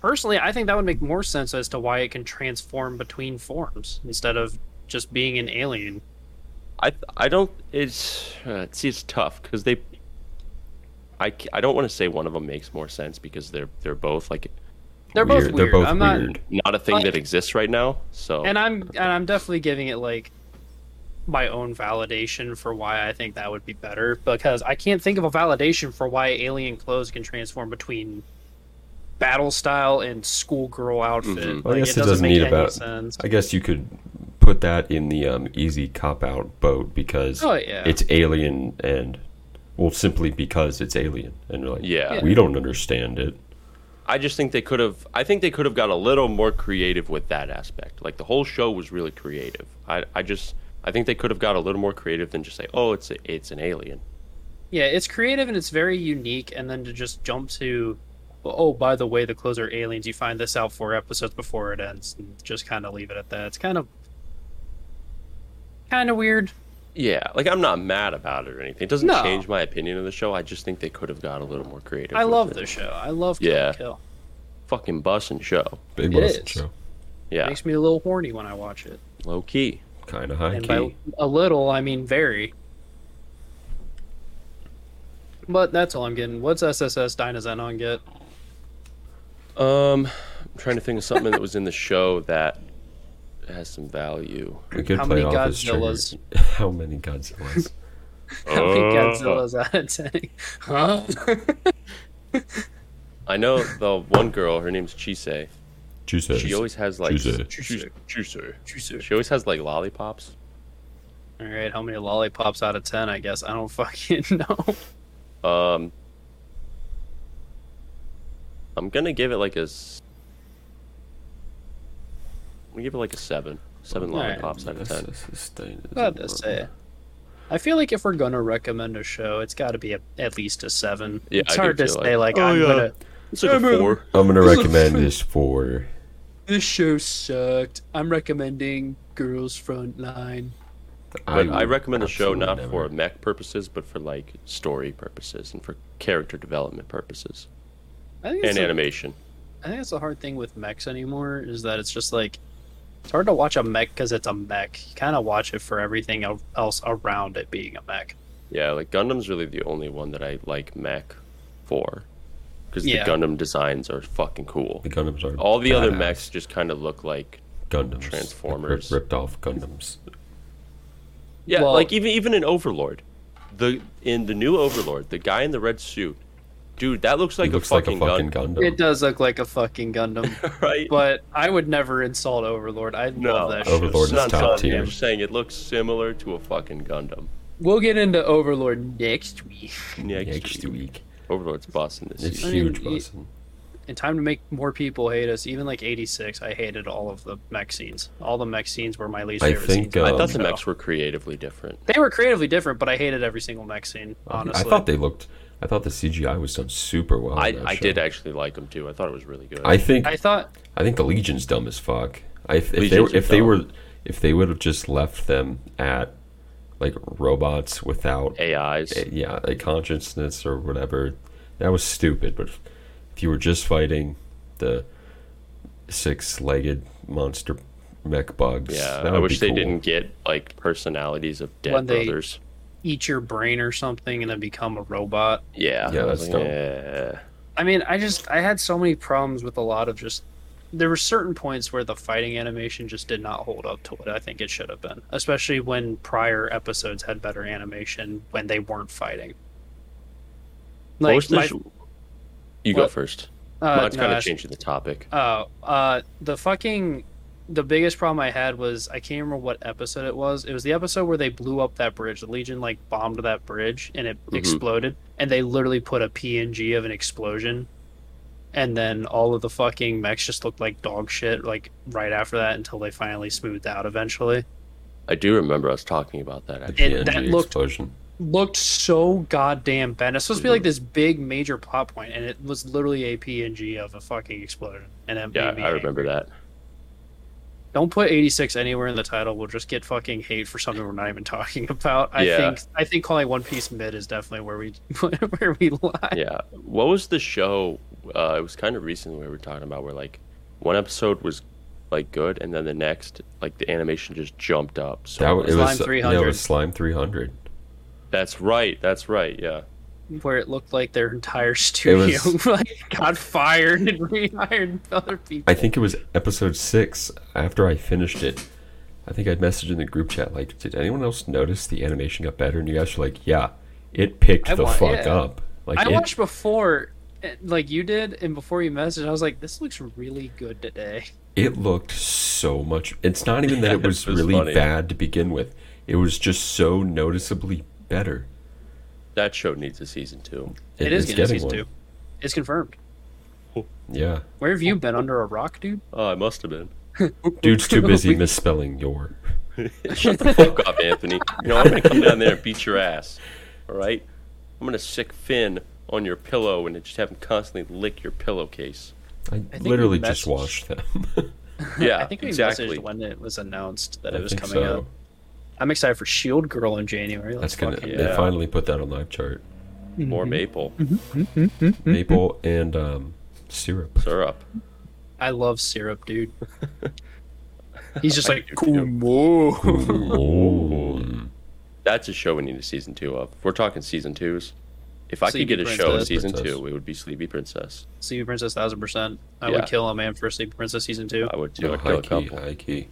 [SPEAKER 4] personally, I think that would make more sense as to why it can transform between forms instead of just being an alien.
[SPEAKER 3] I I don't. It's uh, see, it's tough because they. I, c- I don't want to say one of them makes more sense because they're they're both like
[SPEAKER 4] They're both
[SPEAKER 2] They're
[SPEAKER 4] weird.
[SPEAKER 2] both
[SPEAKER 4] I'm not,
[SPEAKER 2] weird.
[SPEAKER 3] not a thing
[SPEAKER 4] Like-
[SPEAKER 3] that exists right now. So
[SPEAKER 4] and I'm and I'm definitely giving it like my own validation for why I think that would be better because I can't think of a validation for why alien clothes can transform between battle style and schoolgirl outfit.
[SPEAKER 3] Mhm.
[SPEAKER 2] Well, I
[SPEAKER 4] Like,
[SPEAKER 2] guess
[SPEAKER 4] it doesn't, make
[SPEAKER 2] need
[SPEAKER 4] any
[SPEAKER 2] about.
[SPEAKER 4] sense.
[SPEAKER 2] I guess you could put that in the um, easy cop out boat because
[SPEAKER 4] Oh, yeah.
[SPEAKER 2] it's alien and well, simply because it's alien and like
[SPEAKER 3] Yeah.
[SPEAKER 2] we don't understand it.
[SPEAKER 3] I just think they could have. I think they could have got a little more creative with that aspect. Like the whole show was really creative. I I just I think they could have got a little more creative than just say, oh, it's a, it's an alien.
[SPEAKER 4] Yeah, it's creative and it's very unique. And then to just jump to, well, oh, by the way, the clothes are aliens. You find this out four episodes before it ends, and just kind of leave it at that. It's kind of, kind of weird.
[SPEAKER 3] Yeah, like I'm not mad about it or anything. It doesn't
[SPEAKER 4] No.
[SPEAKER 3] change my opinion of the show. I just think they could have got a little more creative.
[SPEAKER 4] I
[SPEAKER 3] with
[SPEAKER 4] love
[SPEAKER 3] it.
[SPEAKER 4] this show. I love Kill
[SPEAKER 3] Yeah.
[SPEAKER 4] yeah. Kill.
[SPEAKER 3] fucking bus and show.
[SPEAKER 2] Big
[SPEAKER 4] It
[SPEAKER 2] Boston
[SPEAKER 4] is.
[SPEAKER 2] show.
[SPEAKER 4] It
[SPEAKER 3] Yeah,
[SPEAKER 4] makes me a little horny when I watch it,
[SPEAKER 3] low key.
[SPEAKER 2] Kind of high
[SPEAKER 4] and
[SPEAKER 2] key.
[SPEAKER 4] by a little, I mean very. But that's all I'm getting. What's SSS Dinozenon get?
[SPEAKER 3] Um, I'm trying to think of something that was in the show that has some value.
[SPEAKER 2] we could
[SPEAKER 4] How
[SPEAKER 2] play
[SPEAKER 4] many
[SPEAKER 2] off as trigger-
[SPEAKER 4] Godzillas?
[SPEAKER 2] How many Godzillas?
[SPEAKER 4] How many
[SPEAKER 3] Oh.
[SPEAKER 1] Uh.
[SPEAKER 4] Godzilla's out of ten? Huh?
[SPEAKER 3] I know the one girl. Her name's Chise.
[SPEAKER 2] Juices.
[SPEAKER 3] She always has like
[SPEAKER 2] Chise.
[SPEAKER 3] Chise. Chise. She always has like lollipops.
[SPEAKER 4] All right, how many lollipops out of ten? I guess I don't fucking know.
[SPEAKER 3] Um, I'm gonna give it like a. s- I'm gonna give it like a seven. Seven
[SPEAKER 4] All right.
[SPEAKER 3] lollipops out of ten.
[SPEAKER 4] About to say. I feel like if we're gonna recommend a show, it's got to be a, at least a seven.
[SPEAKER 3] Yeah,
[SPEAKER 4] it's
[SPEAKER 3] I do
[SPEAKER 4] hard to
[SPEAKER 3] feel
[SPEAKER 4] say like,
[SPEAKER 5] Oh,
[SPEAKER 4] I'm
[SPEAKER 5] yeah.
[SPEAKER 4] gonna.
[SPEAKER 3] It's like a four.
[SPEAKER 2] I'm gonna recommend this for
[SPEAKER 4] This show sucked. I'm recommending Girls Frontline.
[SPEAKER 3] But
[SPEAKER 2] would
[SPEAKER 3] I, recommend the show
[SPEAKER 2] absolutely
[SPEAKER 3] not
[SPEAKER 2] never-
[SPEAKER 3] for mech purposes, but for like story purposes and for character development purposes
[SPEAKER 4] I think
[SPEAKER 3] and
[SPEAKER 4] it's a-
[SPEAKER 3] animation.
[SPEAKER 4] I think that's the hard thing with mechs anymore is that it's just like it's hard to watch a mech because it's a mech. You kind of watch it for everything el- else around it being a mech.
[SPEAKER 3] Yeah, like Gundam's really the only one that I like mech for because
[SPEAKER 4] Yeah.
[SPEAKER 3] the Gundam designs are fucking cool.
[SPEAKER 2] The Gundams are
[SPEAKER 3] All the other
[SPEAKER 2] badass
[SPEAKER 3] mechs just kind of look like
[SPEAKER 2] Gundams like, rip-
[SPEAKER 3] Transformers.
[SPEAKER 2] ripped off Gundams.
[SPEAKER 3] yeah,
[SPEAKER 4] Well-
[SPEAKER 3] like even even in Overlord, the in the new Overlord, the guy in the red suit, dude, that looks like,
[SPEAKER 2] It looks
[SPEAKER 3] a, fucking
[SPEAKER 2] like a fucking
[SPEAKER 3] gun,
[SPEAKER 2] Gundam.
[SPEAKER 4] It does look like a fucking Gundam.
[SPEAKER 3] right?
[SPEAKER 4] but I would never insult Overlord. I
[SPEAKER 3] No.
[SPEAKER 4] love that
[SPEAKER 2] Overlord
[SPEAKER 4] shit.
[SPEAKER 2] is
[SPEAKER 4] so
[SPEAKER 3] Not
[SPEAKER 2] top
[SPEAKER 3] telling you,
[SPEAKER 2] tier.
[SPEAKER 3] I'm saying it looks similar to a fucking Gundam.
[SPEAKER 4] We'll get into Overlord next week.
[SPEAKER 3] Next,
[SPEAKER 2] Next week,
[SPEAKER 3] Overlord's busting this
[SPEAKER 2] it's
[SPEAKER 3] season.
[SPEAKER 4] I mean,
[SPEAKER 2] huge,
[SPEAKER 4] it-
[SPEAKER 2] Boston.
[SPEAKER 4] In time to make more people hate us, even like 86, I hated all of the mech scenes. All the mech scenes were my least
[SPEAKER 2] I
[SPEAKER 4] favorite
[SPEAKER 2] think,
[SPEAKER 4] scenes.
[SPEAKER 2] uh,
[SPEAKER 3] I thought the
[SPEAKER 4] show.
[SPEAKER 3] mechs were creatively different.
[SPEAKER 4] They were creatively different, but I hated every single mech scene, honestly.
[SPEAKER 2] I thought they looked. I thought the CGI was done super well.
[SPEAKER 3] I,
[SPEAKER 2] in that
[SPEAKER 3] I
[SPEAKER 2] show.
[SPEAKER 3] did actually like them too. I thought it was really good.
[SPEAKER 2] Oh, I think
[SPEAKER 4] I thought
[SPEAKER 2] I think the Legion's dumb as fuck. I, if if they
[SPEAKER 3] Legions
[SPEAKER 2] were
[SPEAKER 3] are
[SPEAKER 2] if they
[SPEAKER 3] dumb.
[SPEAKER 2] were if they would have just left them at like robots without
[SPEAKER 3] AIs.
[SPEAKER 2] a- yeah a consciousness or whatever, that was stupid. But if, if you were just fighting the six-legged monster mech bugs,
[SPEAKER 3] yeah,
[SPEAKER 2] that
[SPEAKER 3] I
[SPEAKER 2] would
[SPEAKER 3] wish
[SPEAKER 2] be
[SPEAKER 3] they
[SPEAKER 2] cool.
[SPEAKER 3] didn't get like personalities of dead
[SPEAKER 4] When they-
[SPEAKER 3] brothers.
[SPEAKER 4] eat your brain or something and then become a robot.
[SPEAKER 3] Yeah,
[SPEAKER 2] Yeah,
[SPEAKER 3] I was
[SPEAKER 2] that's
[SPEAKER 3] like,
[SPEAKER 2] dumb.
[SPEAKER 3] "Eh."
[SPEAKER 4] I mean, I just I had so many problems with a lot of just there were certain points where the fighting animation just did not hold up to what I think it should have been, especially when prior episodes had better animation when they weren't fighting.
[SPEAKER 3] what
[SPEAKER 4] Like
[SPEAKER 3] was this?
[SPEAKER 4] my-
[SPEAKER 3] You go
[SPEAKER 4] What?
[SPEAKER 3] first.
[SPEAKER 4] uh,
[SPEAKER 3] Mine's
[SPEAKER 4] no,
[SPEAKER 3] kind of
[SPEAKER 4] that's-
[SPEAKER 3] changing the topic.
[SPEAKER 4] Oh, uh, the fucking the biggest problem I had was I can't remember what episode it was. It was the episode where they blew up that bridge. The Legion like bombed that bridge and it
[SPEAKER 3] Mhm.
[SPEAKER 4] exploded, and they literally put a PNG of an explosion, and then all of the fucking mechs just looked like dog shit. Like right after that, until they finally smoothed out eventually.
[SPEAKER 3] I do remember us talking about that. Actually.
[SPEAKER 4] It-
[SPEAKER 2] Yeah,
[SPEAKER 4] that
[SPEAKER 2] the
[SPEAKER 4] looked-
[SPEAKER 2] explosion.
[SPEAKER 4] Looked so goddamn bad. It's supposed to be like
[SPEAKER 3] Mm-hmm.
[SPEAKER 4] this big major plot point, and it was literally a PNG of a fucking explosion. And it
[SPEAKER 3] Yeah,
[SPEAKER 4] made me
[SPEAKER 3] I
[SPEAKER 4] angry.
[SPEAKER 3] remember that.
[SPEAKER 4] Don't put 86 anywhere in the title. We'll just get fucking hate for something we're not even talking about. I
[SPEAKER 3] Yeah.
[SPEAKER 4] think I think calling One Piece mid is definitely where we where we lie.
[SPEAKER 3] Yeah. What was the show? Uh, it was kind of recently we were talking about where like one episode was like good, and then the next like the animation just jumped up. So
[SPEAKER 2] That was, uh, it
[SPEAKER 4] Slime
[SPEAKER 2] was yeah, it
[SPEAKER 4] 300.
[SPEAKER 2] was slime three hundred.
[SPEAKER 3] that's right. That's right. Yeah.
[SPEAKER 4] Where it looked like their entire studio
[SPEAKER 2] was-
[SPEAKER 4] like got fired and rehired other people.
[SPEAKER 2] I think it was episode six. After I finished it, I think I messaged in the group chat like, "Did anyone else notice the animation got better?" And you guys were like, "Yeah, it picked
[SPEAKER 4] I
[SPEAKER 2] the
[SPEAKER 4] wa-
[SPEAKER 2] fuck
[SPEAKER 4] yeah.
[SPEAKER 2] up." Like,
[SPEAKER 4] I
[SPEAKER 2] it,
[SPEAKER 4] watched before, eh, like you did, and before you messaged, I was like, "This looks really good today."
[SPEAKER 2] it looked so much. It's not even that it
[SPEAKER 3] Yeah,
[SPEAKER 2] was,
[SPEAKER 3] it was
[SPEAKER 2] really
[SPEAKER 3] funny.
[SPEAKER 2] bad to begin with. It was just so noticeably better.
[SPEAKER 3] That show needs a season two.
[SPEAKER 4] it is
[SPEAKER 2] it's
[SPEAKER 4] getting
[SPEAKER 2] getting
[SPEAKER 4] season
[SPEAKER 2] one.
[SPEAKER 4] two. It's confirmed.
[SPEAKER 2] Yeah,
[SPEAKER 4] Where have you been under a rock, dude?
[SPEAKER 3] Oh, I must have been.
[SPEAKER 2] dude's too busy misspelling your.
[SPEAKER 3] Shut the fuck up, Anthony. You know I'm gonna come down there and beat your ass. All right. I'm gonna sick Finn on your pillow and just have him constantly lick your pillowcase.
[SPEAKER 2] I,
[SPEAKER 4] think we
[SPEAKER 2] literally just
[SPEAKER 4] messaged-
[SPEAKER 2] watched them.
[SPEAKER 3] Yeah,
[SPEAKER 4] I think we
[SPEAKER 3] exactly.
[SPEAKER 4] messaged when it was announced that
[SPEAKER 2] Uh, I
[SPEAKER 4] it was
[SPEAKER 2] think
[SPEAKER 4] coming
[SPEAKER 2] so.
[SPEAKER 4] up. I'm excited for Shield Girl in January.
[SPEAKER 2] That's
[SPEAKER 4] Let's
[SPEAKER 2] gonna.
[SPEAKER 4] fucking-
[SPEAKER 2] They
[SPEAKER 3] yeah.
[SPEAKER 2] finally put that on live chart.
[SPEAKER 3] More maple
[SPEAKER 4] Mm-hmm.
[SPEAKER 2] Maple and um, syrup.
[SPEAKER 3] syrup.
[SPEAKER 4] I love syrup, dude. He's just
[SPEAKER 3] I
[SPEAKER 4] like
[SPEAKER 3] do too.
[SPEAKER 4] cool.
[SPEAKER 2] Oh.
[SPEAKER 3] That's a show we need a season two of. If we're talking season twos. If I
[SPEAKER 4] Sleepy
[SPEAKER 3] could get a show
[SPEAKER 4] Princess.
[SPEAKER 3] a season
[SPEAKER 2] Princess.
[SPEAKER 3] two, it would be Sleepy Princess.
[SPEAKER 4] Sleepy Princess, thousand percent. I
[SPEAKER 3] Yeah.
[SPEAKER 4] would kill a man for Sleepy Princess season two.
[SPEAKER 3] I would do
[SPEAKER 2] No,
[SPEAKER 3] I'd kill
[SPEAKER 2] high
[SPEAKER 3] a
[SPEAKER 2] key,
[SPEAKER 3] couple.
[SPEAKER 2] high key.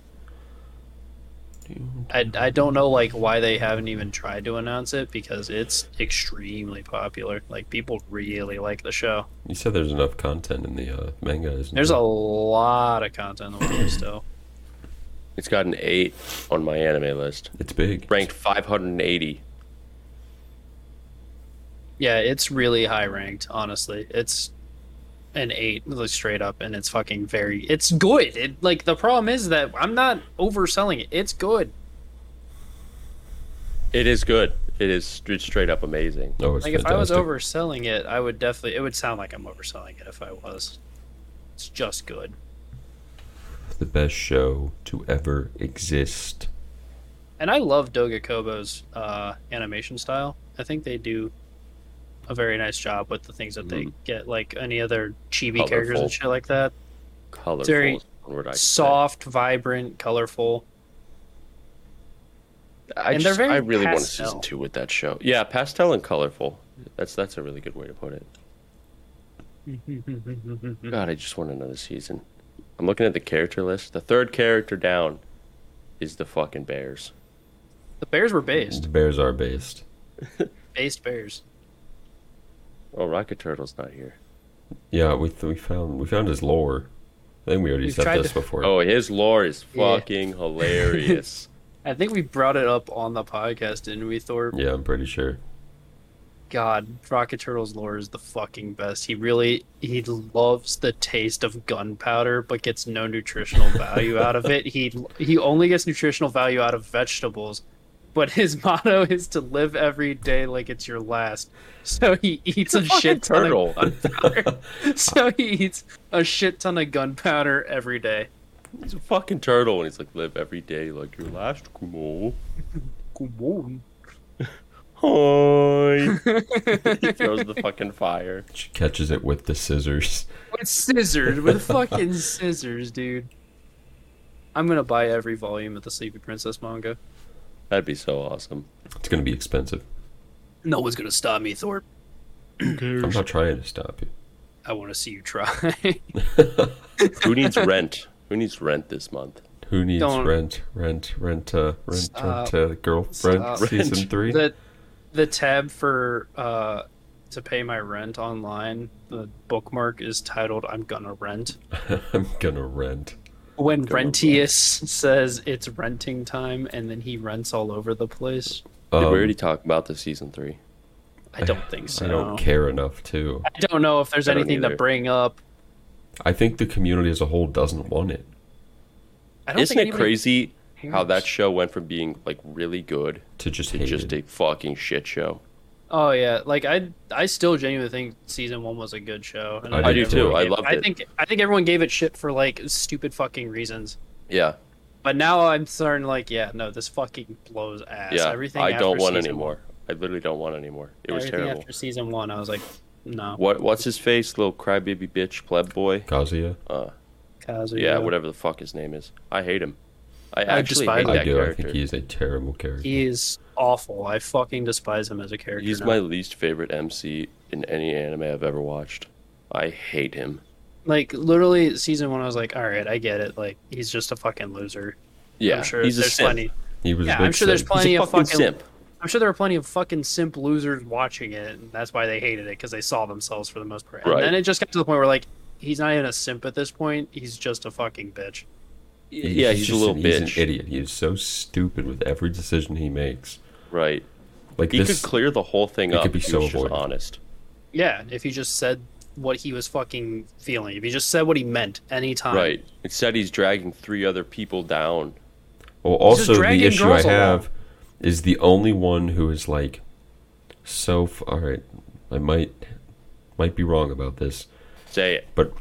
[SPEAKER 4] I, I don't know like why they haven't even tried to announce it because it's extremely popular. Like people really like the show.
[SPEAKER 2] You said there's enough content in the uh, manga, isn't
[SPEAKER 4] There's a
[SPEAKER 2] there?
[SPEAKER 4] lot of content in the world still.
[SPEAKER 3] It's got an eight on my anime list.
[SPEAKER 2] It's big.
[SPEAKER 3] Ranked five hundred and eighty.
[SPEAKER 4] Yeah, it's really high ranked, honestly. It's an eight, like straight up, and it's fucking very it's good. It like the problem is that I'm not overselling it. It's good.
[SPEAKER 3] It is good. It is st- straight up amazing.
[SPEAKER 2] No, Oh, it's
[SPEAKER 4] Like if
[SPEAKER 2] fantastic.
[SPEAKER 4] I was overselling it, I would definitely it would sound like I'm overselling it if I was. It's just good.
[SPEAKER 2] the best show to ever exist.
[SPEAKER 4] And I love Doga Kobo's uh, animation style. I think they do a very nice job with the things that they get, like any other chibi characters
[SPEAKER 3] Colorful.
[SPEAKER 4] and shit like that.
[SPEAKER 3] Colorful
[SPEAKER 4] very
[SPEAKER 3] is one word I could say.
[SPEAKER 4] Soft, vibrant, colorful.
[SPEAKER 3] I,
[SPEAKER 4] and they're
[SPEAKER 3] just-
[SPEAKER 4] very
[SPEAKER 3] I really want a
[SPEAKER 4] pastel.
[SPEAKER 3] season two with that show. Yeah, pastel and colorful. That's that's a really good way to put it. God, I just want another season. I'm looking at the character list. The third character down is the fucking Bears.
[SPEAKER 4] The bears were based.
[SPEAKER 2] The Bears are based.
[SPEAKER 4] Based bears.
[SPEAKER 3] Oh, Rocket Turtle's not here.
[SPEAKER 2] Yeah, we th- we found we found his lore. I think we already
[SPEAKER 4] We've
[SPEAKER 2] said
[SPEAKER 4] tried
[SPEAKER 2] this
[SPEAKER 4] to-
[SPEAKER 2] before.
[SPEAKER 3] Oh, his lore is
[SPEAKER 4] Yeah.
[SPEAKER 3] fucking hilarious.
[SPEAKER 4] I think we brought it up on the podcast, didn't we, Thorpe?
[SPEAKER 2] Yeah, I'm pretty sure.
[SPEAKER 4] God, Rocket Turtle's lore is the fucking best. He really he loves the taste of gunpowder, but gets no nutritional value out of it. He he only gets nutritional value out of vegetables. But his motto is to live every day like it's your last. So he eats a
[SPEAKER 3] fucking
[SPEAKER 4] shit ton
[SPEAKER 3] turtle.
[SPEAKER 4] of gunpowder. so he eats a shit ton of gunpowder every day.
[SPEAKER 3] He's a fucking turtle, and he's like, live every day like your last Kumo. Hi. he throws the fucking fire.
[SPEAKER 2] She catches it with the scissors.
[SPEAKER 4] With scissors, with fucking scissors, dude. I'm gonna buy every volume of the Sleepy Princess manga.
[SPEAKER 3] That'd be so awesome.
[SPEAKER 2] It's gonna be expensive.
[SPEAKER 4] No one's gonna stop me, Thorpe.
[SPEAKER 5] Who
[SPEAKER 2] I'm
[SPEAKER 5] cares?
[SPEAKER 2] not trying to stop you.
[SPEAKER 4] I want to see you try.
[SPEAKER 3] Who needs rent? Who needs rent this month?
[SPEAKER 2] Who needs
[SPEAKER 4] Don't-
[SPEAKER 2] rent, rent, rent, uh, rent,
[SPEAKER 4] Stop.
[SPEAKER 2] rent, uh, girl,
[SPEAKER 4] Stop.
[SPEAKER 2] rent, season
[SPEAKER 3] Rent.
[SPEAKER 2] three?
[SPEAKER 4] the the tab for uh to pay my rent online, the bookmark is titled "I'm gonna rent."
[SPEAKER 2] I'm gonna rent.
[SPEAKER 4] When
[SPEAKER 3] Gonna
[SPEAKER 4] Rentius says it's renting time, and then he rents all over the place.
[SPEAKER 3] Did
[SPEAKER 2] Um,
[SPEAKER 3] we already talk about the season three?
[SPEAKER 4] I don't think so.
[SPEAKER 2] I don't care enough to.
[SPEAKER 4] I don't know if there's
[SPEAKER 3] I don't
[SPEAKER 4] anything to
[SPEAKER 3] either.
[SPEAKER 4] bring up.
[SPEAKER 2] I think the community as a whole doesn't want it.
[SPEAKER 4] I don't
[SPEAKER 3] Isn't
[SPEAKER 4] think
[SPEAKER 3] it
[SPEAKER 4] anybody
[SPEAKER 3] crazy how
[SPEAKER 4] cares.
[SPEAKER 3] that show went from being like really good
[SPEAKER 2] To just
[SPEAKER 3] to
[SPEAKER 2] hate
[SPEAKER 3] just
[SPEAKER 2] it.
[SPEAKER 3] a fucking shit show?
[SPEAKER 4] Oh yeah, like I I still genuinely think season one was a good show. And
[SPEAKER 2] I
[SPEAKER 4] think
[SPEAKER 2] do too.
[SPEAKER 4] everyone
[SPEAKER 3] I
[SPEAKER 4] gave-
[SPEAKER 3] loved
[SPEAKER 4] I
[SPEAKER 3] it.
[SPEAKER 4] think I think everyone gave it shit for like stupid fucking reasons.
[SPEAKER 3] Yeah,
[SPEAKER 4] But now I'm starting like, yeah, no, this fucking blows ass.
[SPEAKER 3] yeah.
[SPEAKER 4] Everything
[SPEAKER 3] I
[SPEAKER 4] after
[SPEAKER 3] don't want
[SPEAKER 4] season
[SPEAKER 3] anymore. I literally don't want anymore. It
[SPEAKER 4] One,
[SPEAKER 3] was
[SPEAKER 4] everything
[SPEAKER 3] terrible.
[SPEAKER 4] after season one, I was like, no.
[SPEAKER 3] What what's his face? Little crybaby bitch, pleb boy.
[SPEAKER 2] Kazuya?
[SPEAKER 3] Uh,
[SPEAKER 4] Kazuya.
[SPEAKER 3] yeah, whatever the fuck his name is. I hate him. I actually
[SPEAKER 4] despise
[SPEAKER 3] hate
[SPEAKER 4] him.
[SPEAKER 3] that
[SPEAKER 2] I do. I
[SPEAKER 3] character.
[SPEAKER 2] think he is a terrible character.
[SPEAKER 4] He is awful. I fucking despise him as a character.
[SPEAKER 3] He's
[SPEAKER 4] now.
[SPEAKER 3] my least favorite MC in any anime I've ever watched. I hate him.
[SPEAKER 4] like literally season one. I was like, all right, I get it. Like he's just a fucking loser.
[SPEAKER 3] Yeah,
[SPEAKER 4] I'm sure
[SPEAKER 3] he's a
[SPEAKER 4] there's
[SPEAKER 3] simp.
[SPEAKER 4] plenty.
[SPEAKER 2] He was. a
[SPEAKER 4] Yeah,
[SPEAKER 2] big
[SPEAKER 4] I'm sure there's
[SPEAKER 2] simp.
[SPEAKER 4] plenty
[SPEAKER 3] He's a
[SPEAKER 4] of
[SPEAKER 3] fucking
[SPEAKER 4] fucking.
[SPEAKER 3] simp.
[SPEAKER 4] I'm sure there were plenty of fucking simp losers watching it, and that's why they hated it because they saw themselves for the most part.
[SPEAKER 3] Right.
[SPEAKER 4] And then it just got to the point where like he's not even a simp at this point. He's just a fucking bitch.
[SPEAKER 3] Yeah, he's, a
[SPEAKER 2] just
[SPEAKER 3] little
[SPEAKER 2] an-
[SPEAKER 3] bitch.
[SPEAKER 2] He's an idiot. He is so stupid with every decision he makes.
[SPEAKER 3] Right.
[SPEAKER 2] Like
[SPEAKER 3] He
[SPEAKER 2] this.
[SPEAKER 3] could clear the whole thing
[SPEAKER 2] it
[SPEAKER 3] up.
[SPEAKER 2] could be
[SPEAKER 3] if he
[SPEAKER 2] so
[SPEAKER 3] was just
[SPEAKER 2] avoided.
[SPEAKER 3] honest.
[SPEAKER 4] Yeah, if he just said what he was fucking feeling, if he just said what he meant anytime.
[SPEAKER 3] Right. Instead, he's dragging three other people down.
[SPEAKER 2] well,
[SPEAKER 4] He's just
[SPEAKER 2] also the
[SPEAKER 4] dragging
[SPEAKER 2] issue I
[SPEAKER 4] girls
[SPEAKER 2] have
[SPEAKER 4] along.
[SPEAKER 2] is the only one who is like so. F- all right, I might might be wrong about this,
[SPEAKER 3] Say it.
[SPEAKER 2] but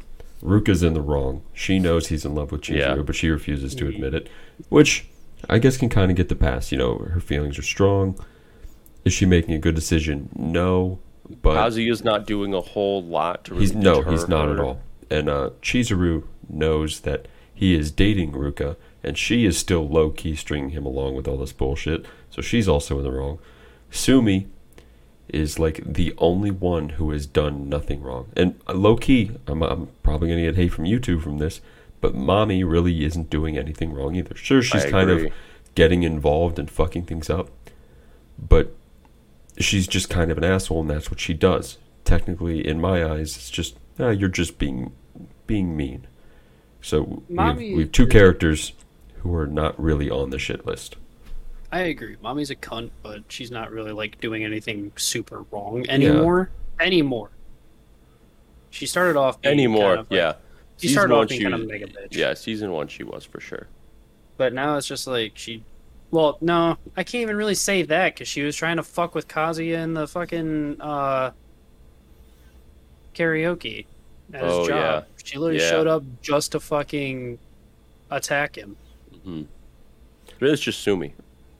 [SPEAKER 2] Ruka's in the wrong. She knows he's in love with Chizuru,
[SPEAKER 3] Yeah.
[SPEAKER 2] but she refuses to admit it, which I guess can kind of get the pass. You know, her feelings are strong. Is she making a good decision? No, but
[SPEAKER 3] Kazuya's not doing a whole lot to really
[SPEAKER 2] He's no,
[SPEAKER 3] deter
[SPEAKER 2] he's not at
[SPEAKER 3] her.
[SPEAKER 2] all. And uh, Chizuru knows that he is dating Ruka, and she is still low key stringing him along with all this bullshit. So she's also in the wrong. Sumi is like the only one who has done nothing wrong. And low key, I'm, I'm probably gonna get hate from you two from this, but mommy really isn't doing anything wrong either. Sure, she's
[SPEAKER 3] I
[SPEAKER 2] kind of
[SPEAKER 3] agree.
[SPEAKER 2] getting involved and fucking things up, but she's just kind of an asshole, and that's what she does. Technically, in my eyes, it's just ah, you're just being being mean. So we have,
[SPEAKER 4] Mommy
[SPEAKER 2] we have two
[SPEAKER 4] is-
[SPEAKER 2] characters who are not really on the shit list.
[SPEAKER 4] I agree. Mommy's a cunt, but she's not really like doing anything super wrong anymore. Anymore. She started off being
[SPEAKER 3] anymore.
[SPEAKER 4] kind of, like-
[SPEAKER 3] yeah.
[SPEAKER 4] She started off
[SPEAKER 3] she
[SPEAKER 4] being kind of
[SPEAKER 3] was-
[SPEAKER 4] mega bitch.
[SPEAKER 3] Yeah, season one she was for sure.
[SPEAKER 4] But now it's just like she. Well, no, I can't even really say that because she was trying to fuck with Kazuya in the fucking uh, karaoke at his
[SPEAKER 3] Oh,
[SPEAKER 4] job. She literally
[SPEAKER 3] Yeah.
[SPEAKER 4] showed up just to fucking attack him.
[SPEAKER 3] It's just Sumi.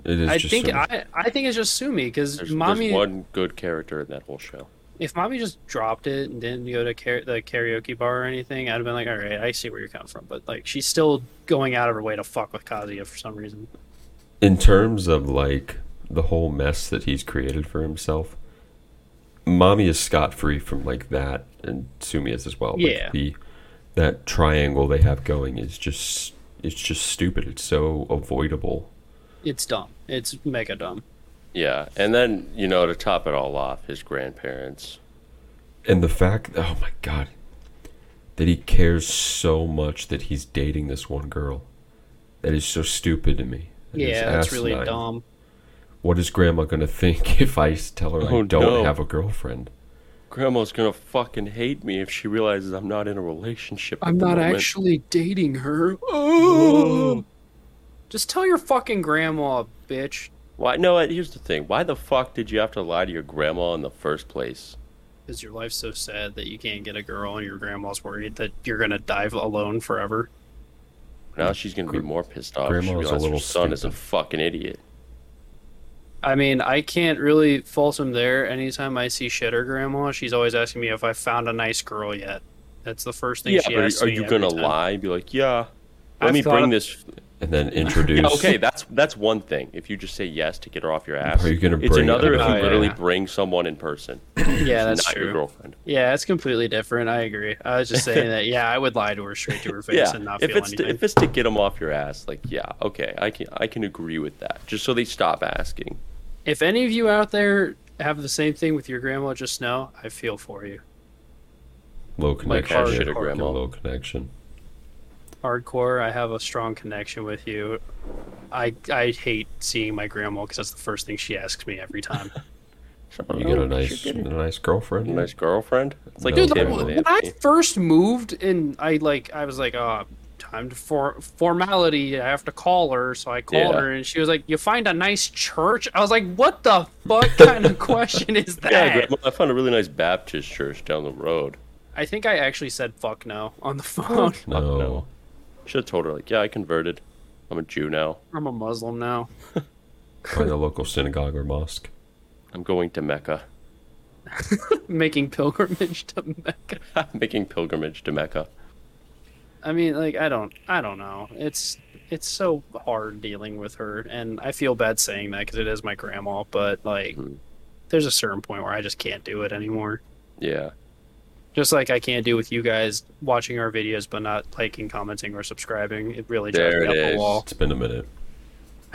[SPEAKER 2] It is
[SPEAKER 4] I
[SPEAKER 2] just
[SPEAKER 4] think
[SPEAKER 2] sort of-
[SPEAKER 4] I, I think it's just Sumi because
[SPEAKER 3] There's,
[SPEAKER 4] mommy.
[SPEAKER 3] there's one good character in that whole show.
[SPEAKER 4] if mommy just dropped it and didn't go to kara- the karaoke bar or anything, I'd have been like, all right, I see where you're coming from. But like, she's still going out of her way to fuck with Kazuya for some reason.
[SPEAKER 2] in terms of like the whole mess that he's created for himself. Mommy is scot free from like that, and Sumi is as well. Like,
[SPEAKER 4] Yeah.
[SPEAKER 2] the that triangle they have going is just it's just stupid. It's so avoidable.
[SPEAKER 4] It's dumb. It's mega dumb.
[SPEAKER 3] Yeah, and then you know to top it all off, his grandparents.
[SPEAKER 2] And the fact, oh my god, that he cares so much that he's dating this one girl, that is so stupid to me. That is
[SPEAKER 4] yeah, that's really
[SPEAKER 2] asinine.
[SPEAKER 4] dumb.
[SPEAKER 2] What is Grandma gonna think if I s- tell her
[SPEAKER 3] Oh,
[SPEAKER 2] I don't
[SPEAKER 3] no.
[SPEAKER 2] have a girlfriend?
[SPEAKER 3] Grandma's gonna fucking hate me if she realizes I'm not in a relationship. at the moment.
[SPEAKER 4] dating her. Oh. Just tell your fucking grandma, bitch.
[SPEAKER 3] Why? No. Here's the thing. Why the fuck did you have to lie to your grandma in the first place?
[SPEAKER 4] Because your life's so sad that you can't get a girl, and your grandma's worried that you're gonna die alone forever.
[SPEAKER 2] Mm.
[SPEAKER 3] Now she's gonna be more pissed off.
[SPEAKER 2] Grandma's
[SPEAKER 3] she
[SPEAKER 2] a
[SPEAKER 3] realizes her
[SPEAKER 2] little
[SPEAKER 3] son is a
[SPEAKER 2] stupid.
[SPEAKER 3] fucking idiot.
[SPEAKER 4] I mean, I can't really fault him there. Anytime I see shit or grandma, she's always asking me if I found a nice girl yet. That's the first thing
[SPEAKER 3] Yeah,
[SPEAKER 4] she
[SPEAKER 3] but
[SPEAKER 4] asks
[SPEAKER 3] are, are
[SPEAKER 4] me
[SPEAKER 3] you
[SPEAKER 4] every
[SPEAKER 3] gonna
[SPEAKER 4] time.
[SPEAKER 3] lie? Be like, yeah. Let
[SPEAKER 4] I've
[SPEAKER 3] me
[SPEAKER 4] thought
[SPEAKER 3] bring
[SPEAKER 4] of-
[SPEAKER 3] this.
[SPEAKER 2] and then introduce.
[SPEAKER 3] Yeah, okay, that's that's one thing. If you just say yes to get her off your ass,
[SPEAKER 2] Are you gonna
[SPEAKER 3] it's
[SPEAKER 2] bring
[SPEAKER 3] another if
[SPEAKER 2] other
[SPEAKER 3] you
[SPEAKER 4] people?
[SPEAKER 3] literally
[SPEAKER 4] Oh, Yeah.
[SPEAKER 3] bring someone in person,
[SPEAKER 4] Yeah, that's
[SPEAKER 3] not your
[SPEAKER 4] true.
[SPEAKER 3] girlfriend.
[SPEAKER 4] Yeah, it's completely different. I agree. I was just saying that. Yeah, I would lie to her straight to her face
[SPEAKER 3] Yeah,
[SPEAKER 4] and not
[SPEAKER 3] if
[SPEAKER 4] feel
[SPEAKER 3] it's to,
[SPEAKER 4] anything.
[SPEAKER 3] if it's to get them off your ass, like yeah, okay, I can I can agree with that. Just so they stop asking.
[SPEAKER 4] if any of you out there have the same thing with your grandma, just know I feel for you.
[SPEAKER 2] Low connection.
[SPEAKER 4] hard
[SPEAKER 2] yeah,
[SPEAKER 4] shit at
[SPEAKER 2] fucking
[SPEAKER 3] grandma.
[SPEAKER 2] Low connection.
[SPEAKER 4] Hardcore, I have a strong connection with you. I I hate seeing my grandma because that's the first thing she asks me every time.
[SPEAKER 2] You get a nice, a nice girlfriend.
[SPEAKER 3] A nice girlfriend. It's like
[SPEAKER 2] No.
[SPEAKER 4] Dude,
[SPEAKER 2] Okay,
[SPEAKER 4] like,
[SPEAKER 3] Tim
[SPEAKER 2] well,
[SPEAKER 3] and
[SPEAKER 4] when I
[SPEAKER 3] Anthony.
[SPEAKER 4] first moved and I like I was like, oh, time to for formality. I have to call her, so I called
[SPEAKER 3] Yeah.
[SPEAKER 4] her, and she was like, "You find a nice church?" I was like, "What the fuck kind of question is that?"
[SPEAKER 3] Yeah, grandma, I found a really nice Baptist church down the road.
[SPEAKER 4] I think I actually said "fuck no" on the phone.
[SPEAKER 2] No.
[SPEAKER 3] no. Should have told her like, yeah, I converted. I'm a Jew now.
[SPEAKER 4] I'm a Muslim now.
[SPEAKER 2] Find a local synagogue or mosque.
[SPEAKER 3] I'm going to Mecca.
[SPEAKER 4] Making pilgrimage to Mecca.
[SPEAKER 3] making pilgrimage to Mecca.
[SPEAKER 4] I mean, like I don't, I don't know. It's it's so hard dealing with her, and I feel bad saying that because it is my grandma. But like,
[SPEAKER 3] Hmm.
[SPEAKER 4] there's a certain point where I just can't do it anymore.
[SPEAKER 3] Yeah.
[SPEAKER 4] Just like I can't do with you guys watching our videos but not liking, commenting, or subscribing. It really drives
[SPEAKER 3] There
[SPEAKER 4] me
[SPEAKER 3] it
[SPEAKER 4] up
[SPEAKER 3] is.
[SPEAKER 4] the wall.
[SPEAKER 2] It's been a minute.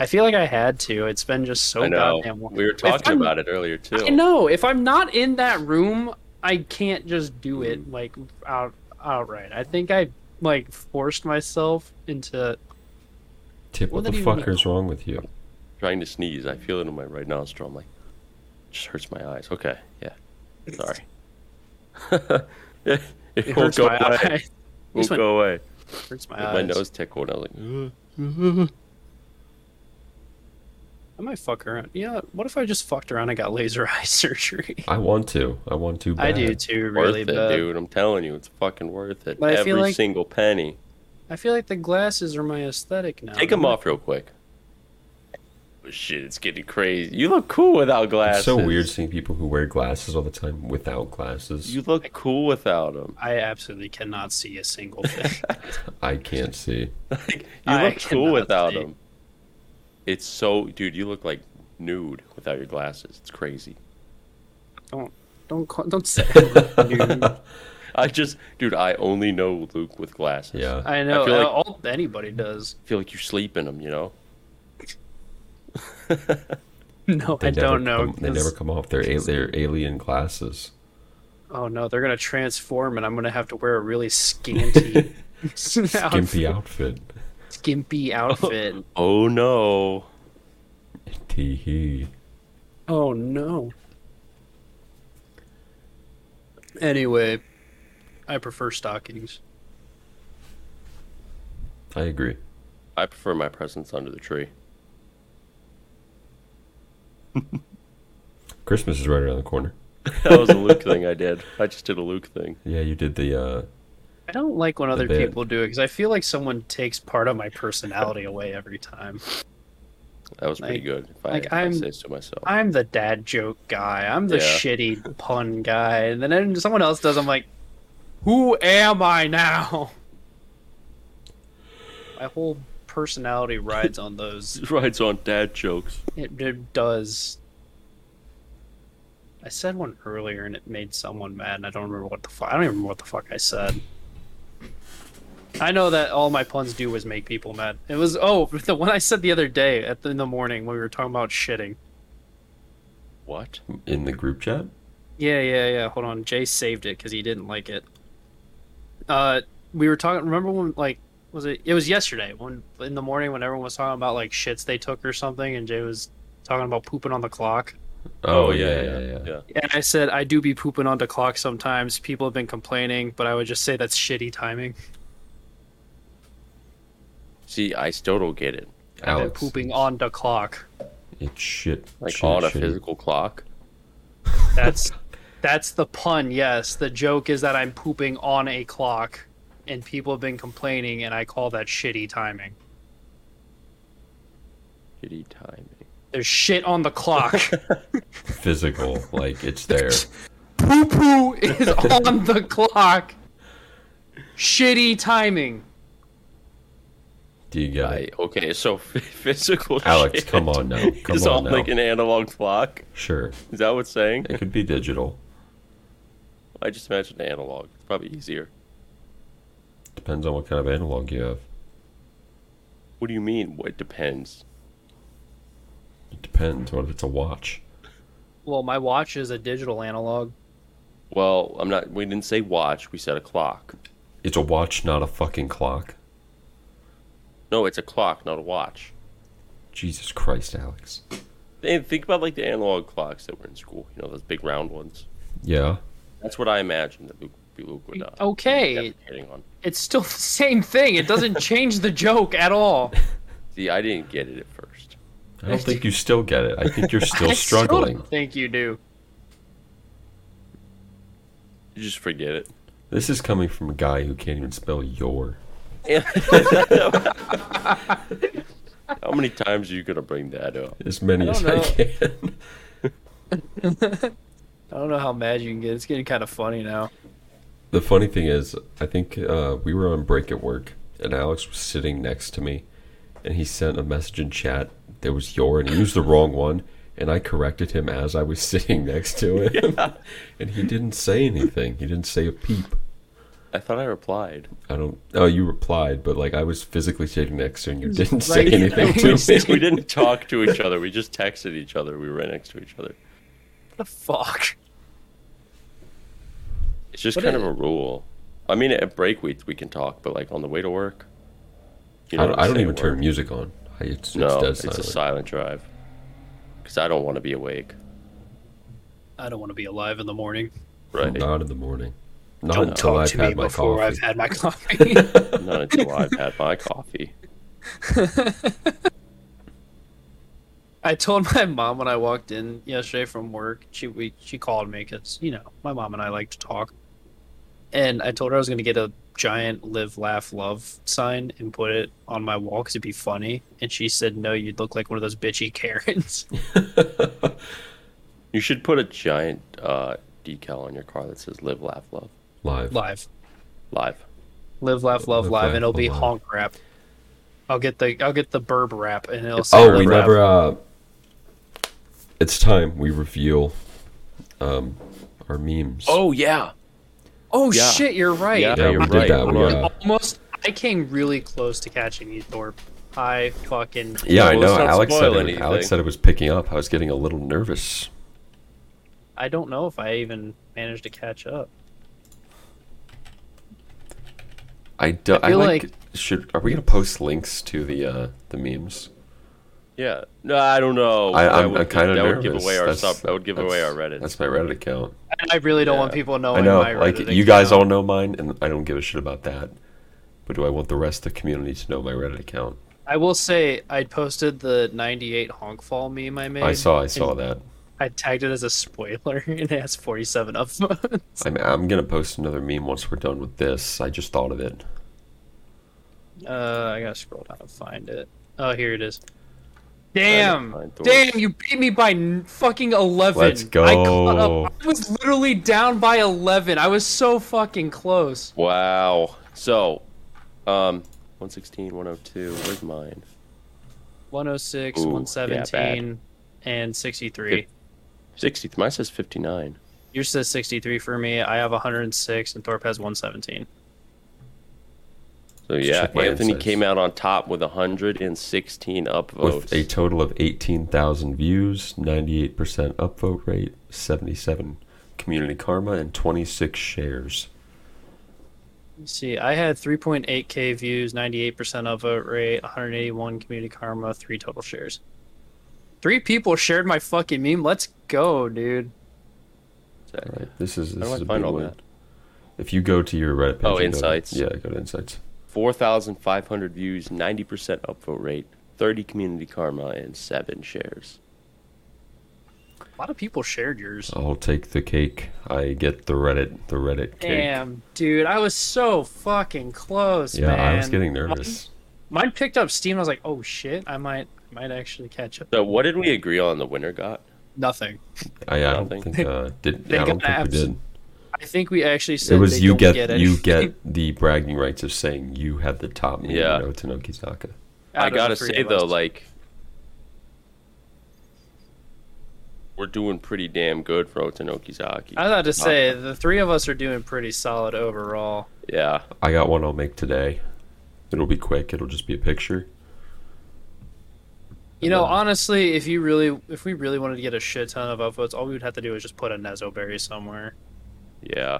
[SPEAKER 4] I feel like I had to. It's been just so
[SPEAKER 3] I know.
[SPEAKER 4] Oh, goddamn.
[SPEAKER 3] We were talking about it earlier too.
[SPEAKER 4] I know. If I'm not in that room, I can't just do it like out outright. I think I like forced myself into
[SPEAKER 2] Tip, what,
[SPEAKER 4] What did
[SPEAKER 2] the
[SPEAKER 4] he
[SPEAKER 2] fuck
[SPEAKER 4] wanna-
[SPEAKER 2] is wrong with you?
[SPEAKER 3] Trying to sneeze. I feel it in my right nostril. I'm like, just hurts my eyes. Okay. Yeah. Sorry. it,
[SPEAKER 4] it
[SPEAKER 3] won't
[SPEAKER 4] hurts
[SPEAKER 3] go
[SPEAKER 4] my
[SPEAKER 3] away.
[SPEAKER 4] eye.
[SPEAKER 3] Won't
[SPEAKER 4] This one-
[SPEAKER 3] go away.
[SPEAKER 4] hurts my
[SPEAKER 3] Made
[SPEAKER 4] eyes.
[SPEAKER 3] My nose tickle, and I was like,
[SPEAKER 4] I might fuck around. Yeah. What if I just fucked around and got laser eye surgery?
[SPEAKER 2] I want to. I want to. Bad.
[SPEAKER 4] I do too,
[SPEAKER 3] worth
[SPEAKER 4] really.
[SPEAKER 3] it,
[SPEAKER 4] But
[SPEAKER 3] dude. I'm telling you, it's fucking worth it.
[SPEAKER 4] But I
[SPEAKER 3] Every
[SPEAKER 4] feel like-
[SPEAKER 3] single penny.
[SPEAKER 4] I feel like the glasses are my aesthetic now.
[SPEAKER 3] Take them off real quick. Oh, Shit, it's getting crazy. You look cool without glasses.
[SPEAKER 2] It's so weird seeing people who wear glasses all the time without glasses.
[SPEAKER 3] You look cool without them.
[SPEAKER 4] I absolutely cannot see a single thing.
[SPEAKER 2] I can't see.
[SPEAKER 3] Like, you
[SPEAKER 4] I
[SPEAKER 3] look cool
[SPEAKER 4] cannot
[SPEAKER 3] without
[SPEAKER 4] see.
[SPEAKER 3] them. It's so, dude. You look like nude without your glasses. It's crazy.
[SPEAKER 4] don't don't call, don't say. Dude,
[SPEAKER 3] I just, dude. I only know Luke with glasses.
[SPEAKER 2] Yeah.
[SPEAKER 4] I know.
[SPEAKER 3] I feel like-
[SPEAKER 4] all anybody does.
[SPEAKER 3] I feel like you sleep in them. You know.
[SPEAKER 4] No, I
[SPEAKER 2] never
[SPEAKER 4] don't know.
[SPEAKER 2] come- they
[SPEAKER 4] 'cause-
[SPEAKER 2] never come off. They're, a- they're alien glasses.
[SPEAKER 4] Oh no, they're gonna transform, and I'm gonna have to wear a really scanty,
[SPEAKER 2] Gimpy outfit.
[SPEAKER 4] skimpy outfit.
[SPEAKER 3] Oh no.
[SPEAKER 2] Tee hee.
[SPEAKER 4] Oh no. Anyway, I prefer stockings.
[SPEAKER 2] I agree.
[SPEAKER 3] I prefer my presents under the tree.
[SPEAKER 2] Christmas is right around the corner.
[SPEAKER 3] That was a Luke thing I did. I just did a Luke thing.
[SPEAKER 2] Yeah, you did the. uh
[SPEAKER 4] I don't like when other
[SPEAKER 2] bit.
[SPEAKER 4] people do it because I feel like someone takes part of my personality away every time.
[SPEAKER 3] That was pretty
[SPEAKER 4] Like-
[SPEAKER 3] good. If I,
[SPEAKER 4] like,
[SPEAKER 3] if I
[SPEAKER 4] I'm-
[SPEAKER 3] say so myself.
[SPEAKER 4] I'm the dad joke guy. I'm the
[SPEAKER 3] Yeah.
[SPEAKER 4] shitty pun guy. And then when someone else does, I'm like, who am I now? My whole personality rides on those.
[SPEAKER 3] rides on dad jokes.
[SPEAKER 4] It, it does. I said one earlier and it made someone mad, and I don't remember what the fuck. I don't even remember what the fuck I said. I know that all my puns do was make people mad. It was oh the one I said the other day at the, in the morning when we were talking about shitting.
[SPEAKER 3] What?
[SPEAKER 2] in the group chat.
[SPEAKER 4] Yeah, yeah, yeah. Hold on. Jay saved it because he didn't like it. Uh, we were talking. Remember when, like, was it? It was yesterday when in the morning when everyone was talking about like shits they took or something, and Jay was talking about pooping on the clock.
[SPEAKER 2] Oh, yeah, yeah, yeah,
[SPEAKER 4] And I said I do be pooping on the clock sometimes. People have been complaining, but I would just say that's shitty timing.
[SPEAKER 3] See, I still don't get it.
[SPEAKER 4] I've been
[SPEAKER 2] Alex,
[SPEAKER 4] pooping on the clock.
[SPEAKER 2] It's shit.
[SPEAKER 3] Like
[SPEAKER 2] shit,
[SPEAKER 3] on a
[SPEAKER 2] shit.
[SPEAKER 3] physical clock.
[SPEAKER 4] That's that's the pun. Yes, the joke is that I'm pooping on a clock. and people have been complaining, and I call that shitty timing.
[SPEAKER 3] Shitty timing.
[SPEAKER 4] There's shit on the clock.
[SPEAKER 2] Physical, like it's there.
[SPEAKER 4] Poo poo is on the clock. Shitty timing.
[SPEAKER 2] Do you get
[SPEAKER 3] I,
[SPEAKER 2] it?
[SPEAKER 3] okay, so f- physical.
[SPEAKER 2] Alex,
[SPEAKER 3] shit
[SPEAKER 2] come on now. Come
[SPEAKER 3] is
[SPEAKER 2] on
[SPEAKER 3] on
[SPEAKER 2] now.
[SPEAKER 3] like an analog clock.
[SPEAKER 2] Sure.
[SPEAKER 3] Is that what's saying?
[SPEAKER 2] It could be digital.
[SPEAKER 3] I just imagined analog. It's probably easier.
[SPEAKER 2] Depends on what kind of analog you have.
[SPEAKER 3] What do you mean? What depends?
[SPEAKER 2] It depends. What if it's a watch?
[SPEAKER 4] Well, my watch is a digital analog.
[SPEAKER 3] Well, I'm not. We didn't say watch. We said a clock.
[SPEAKER 2] It's a watch, not a fucking clock.
[SPEAKER 3] No, it's a clock, not a watch.
[SPEAKER 2] Jesus Christ, Alex.
[SPEAKER 3] And think about like the analog clocks that were in school. You know those big round ones.
[SPEAKER 2] Yeah.
[SPEAKER 3] That's what I imagined that Luke, Luke would. Uh,
[SPEAKER 4] Oh, Okay,
[SPEAKER 3] defecating on.
[SPEAKER 4] it's still the same thing. It doesn't change the joke at all.
[SPEAKER 3] See, I didn't get it at first.
[SPEAKER 2] I don't think you still get it. I think you're still
[SPEAKER 4] I
[SPEAKER 2] struggling.
[SPEAKER 4] don't think you do.
[SPEAKER 3] You just forget it.
[SPEAKER 2] This is coming from a guy who can't even spell your.
[SPEAKER 3] How many times are you gonna bring that up?
[SPEAKER 2] As many
[SPEAKER 4] I
[SPEAKER 2] as
[SPEAKER 4] don't
[SPEAKER 2] I can.
[SPEAKER 4] I don't know how mad you can get. It's getting kind of funny now.
[SPEAKER 2] The funny thing is, I think uh, we were on break at work, and Alex was sitting next to me, and he sent a message in chat. There was your, and he used the wrong one, and I corrected him as I was sitting next to him, and he didn't say anything. He didn't say a peep.
[SPEAKER 3] I thought I replied.
[SPEAKER 2] I don't. Oh, you replied, but like I was physically sitting next to you, and you didn't say
[SPEAKER 4] Right.
[SPEAKER 2] anything to me.
[SPEAKER 3] we didn't talk to each other. We just texted each other. We were right next to each other.
[SPEAKER 4] the fuck?
[SPEAKER 3] It's just
[SPEAKER 4] What
[SPEAKER 3] kind
[SPEAKER 4] is
[SPEAKER 3] of a rule. I mean, at break we we can talk, but like on the way to work, you
[SPEAKER 2] I don't,
[SPEAKER 3] we
[SPEAKER 2] I don't
[SPEAKER 3] say
[SPEAKER 2] even
[SPEAKER 3] at
[SPEAKER 2] turn
[SPEAKER 3] work.
[SPEAKER 2] music on. I- It's,
[SPEAKER 3] No,
[SPEAKER 2] it's dead
[SPEAKER 3] it's, a
[SPEAKER 2] silent.
[SPEAKER 3] silent drive because I don't want to be awake.
[SPEAKER 4] I don't want to be alive in the morning.
[SPEAKER 3] Right?
[SPEAKER 2] Not in the morning. Not
[SPEAKER 4] Don't
[SPEAKER 2] until
[SPEAKER 4] talk
[SPEAKER 2] I've
[SPEAKER 4] to
[SPEAKER 2] had
[SPEAKER 4] me
[SPEAKER 2] my
[SPEAKER 4] before
[SPEAKER 2] coffee.
[SPEAKER 4] I've had my coffee.
[SPEAKER 3] Not until I've had my coffee.
[SPEAKER 4] I told my mom when I walked in yesterday from work. She we, she called me because you know my mom and I like to talk, and I told her I was going to get a giant "Live, Laugh, Love" sign and put it on my wall because it'd be funny. And she said, "No, you'd look like one of those bitchy Karens."
[SPEAKER 3] You should put a giant uh, decal on your car that says "Live, Laugh, Love."
[SPEAKER 2] Live.
[SPEAKER 4] live,
[SPEAKER 3] Live.
[SPEAKER 4] live, laugh,
[SPEAKER 2] Live,
[SPEAKER 4] love, live,
[SPEAKER 2] laugh,
[SPEAKER 4] and it'll be
[SPEAKER 2] love.
[SPEAKER 4] honk rap. I'll get the I'll get the burb rap, and it'll. say
[SPEAKER 2] Oh, we
[SPEAKER 4] live, laugh,
[SPEAKER 2] never. Uh, it's time we reveal um, our memes.
[SPEAKER 3] Oh yeah.
[SPEAKER 4] Oh
[SPEAKER 3] Yeah.
[SPEAKER 4] shit, you're right.
[SPEAKER 3] Yeah,
[SPEAKER 2] yeah,
[SPEAKER 3] you're
[SPEAKER 2] we did
[SPEAKER 3] right.
[SPEAKER 2] that. We,
[SPEAKER 3] Hold on.
[SPEAKER 2] uh,
[SPEAKER 4] Almost I came really close to catching you, Thorpe. I fucking
[SPEAKER 2] yeah, I
[SPEAKER 3] Well, let's
[SPEAKER 2] know.
[SPEAKER 3] not
[SPEAKER 2] Alex said,
[SPEAKER 3] spoil
[SPEAKER 2] it,
[SPEAKER 3] anything.
[SPEAKER 2] Alex said it was picking up. I was getting a little nervous.
[SPEAKER 4] I don't know if I even managed to catch up.
[SPEAKER 2] I, do, I,
[SPEAKER 4] feel
[SPEAKER 2] like,
[SPEAKER 4] like-
[SPEAKER 2] Should are we gonna post links to the uh, the memes?
[SPEAKER 3] Yeah. No, I don't know.
[SPEAKER 2] I,
[SPEAKER 3] That
[SPEAKER 2] I'm,
[SPEAKER 3] would-
[SPEAKER 2] I'm kind of
[SPEAKER 3] That
[SPEAKER 2] nervous.
[SPEAKER 3] would give away our
[SPEAKER 2] That's-
[SPEAKER 3] sub. That would give away our
[SPEAKER 2] that's-
[SPEAKER 3] Reddit.
[SPEAKER 2] That's my Reddit account.
[SPEAKER 4] I really don't
[SPEAKER 3] Yeah.
[SPEAKER 4] want people knowing
[SPEAKER 2] I know,
[SPEAKER 4] my
[SPEAKER 2] like
[SPEAKER 4] Reddit
[SPEAKER 2] you guys
[SPEAKER 4] account.
[SPEAKER 2] all know mine, and I don't give a shit about that. But do I want the rest of the community to know my Reddit account?
[SPEAKER 4] I will say I posted the '98 honk fall meme I made.
[SPEAKER 2] I saw, I saw
[SPEAKER 4] and
[SPEAKER 2] that.
[SPEAKER 4] I tagged it as a spoiler, and it has 47 upvotes.
[SPEAKER 2] I'm, I'm gonna post another meme once we're done with this. I just thought of it.
[SPEAKER 4] Uh, I gotta scroll down and find it. Oh, here it is.
[SPEAKER 3] I
[SPEAKER 4] Damn!
[SPEAKER 3] don't find Thorpe's.
[SPEAKER 4] Damn! You beat me by n- fucking 11.
[SPEAKER 2] Let's
[SPEAKER 4] I, caught
[SPEAKER 2] go.
[SPEAKER 4] up. I was literally down by 11. I was so fucking close.
[SPEAKER 3] Wow. So, um, 116, 102. Where's mine?
[SPEAKER 4] 106,
[SPEAKER 3] Ooh, yeah,
[SPEAKER 4] 117, and 63.
[SPEAKER 3] 60. Mine says 59.
[SPEAKER 4] Yours says 63 for me. I have 106, and Thorpe has 117.
[SPEAKER 3] So
[SPEAKER 2] Let's
[SPEAKER 3] yeah,
[SPEAKER 2] check my
[SPEAKER 3] Anthony
[SPEAKER 2] insights.
[SPEAKER 3] came out on top with 116 upvotes.
[SPEAKER 2] With a total of 18,000 views, 98% upvote rate, 77 community karma, and 26 shares.
[SPEAKER 4] Let's see, I had 3.8k views, 98% upvote rate, 181 community karma, three total shares. Three people shared my fucking meme. Let's go, dude.
[SPEAKER 2] All right, this is this
[SPEAKER 3] do I
[SPEAKER 2] is a
[SPEAKER 3] find
[SPEAKER 2] big
[SPEAKER 3] all
[SPEAKER 2] one.
[SPEAKER 3] that?
[SPEAKER 2] If you go to your Reddit page,
[SPEAKER 3] Oh,
[SPEAKER 2] and go to-
[SPEAKER 3] insights.
[SPEAKER 2] yeah, go to insights.
[SPEAKER 3] 4,500 views, 90% upvote rate, 30 community karma, and seven shares.
[SPEAKER 4] A lot of people shared yours.
[SPEAKER 2] I'll take the cake. I get the Reddit, the Reddit cake.
[SPEAKER 4] Damn, dude, I was so fucking close,
[SPEAKER 2] yeah,
[SPEAKER 4] man.
[SPEAKER 2] I was getting nervous.
[SPEAKER 4] Mine, mine picked up steam. I was like, oh shit, I might, I might actually catch up.
[SPEAKER 3] So what did we agree on the winner got?
[SPEAKER 4] Nothing.
[SPEAKER 2] I, I don't
[SPEAKER 3] Nothing.
[SPEAKER 2] think uh, did.
[SPEAKER 4] They
[SPEAKER 2] I don't
[SPEAKER 4] got
[SPEAKER 2] think we
[SPEAKER 4] abs-
[SPEAKER 2] did.
[SPEAKER 4] I think we actually said
[SPEAKER 2] It was
[SPEAKER 4] they
[SPEAKER 2] you
[SPEAKER 4] don't
[SPEAKER 2] get, you
[SPEAKER 4] anything
[SPEAKER 2] get the bragging rights of saying you had the top meat
[SPEAKER 3] Yeah.
[SPEAKER 2] in Otonoki Saka.
[SPEAKER 4] out
[SPEAKER 3] I
[SPEAKER 4] of the
[SPEAKER 3] gotta
[SPEAKER 4] three
[SPEAKER 3] say
[SPEAKER 4] of
[SPEAKER 3] though,
[SPEAKER 4] us.
[SPEAKER 3] like we're doing pretty damn good for Otanokizaki.
[SPEAKER 4] I was about to say the three of us are doing pretty solid overall.
[SPEAKER 3] yeah,
[SPEAKER 2] I got one I'll make today. It'll be quick. It'll just be a picture.
[SPEAKER 4] You know, honestly, if you really, if we really wanted to get a shit ton of upvotes, all we would have to do is just put a Nezo berry somewhere.
[SPEAKER 3] yeah.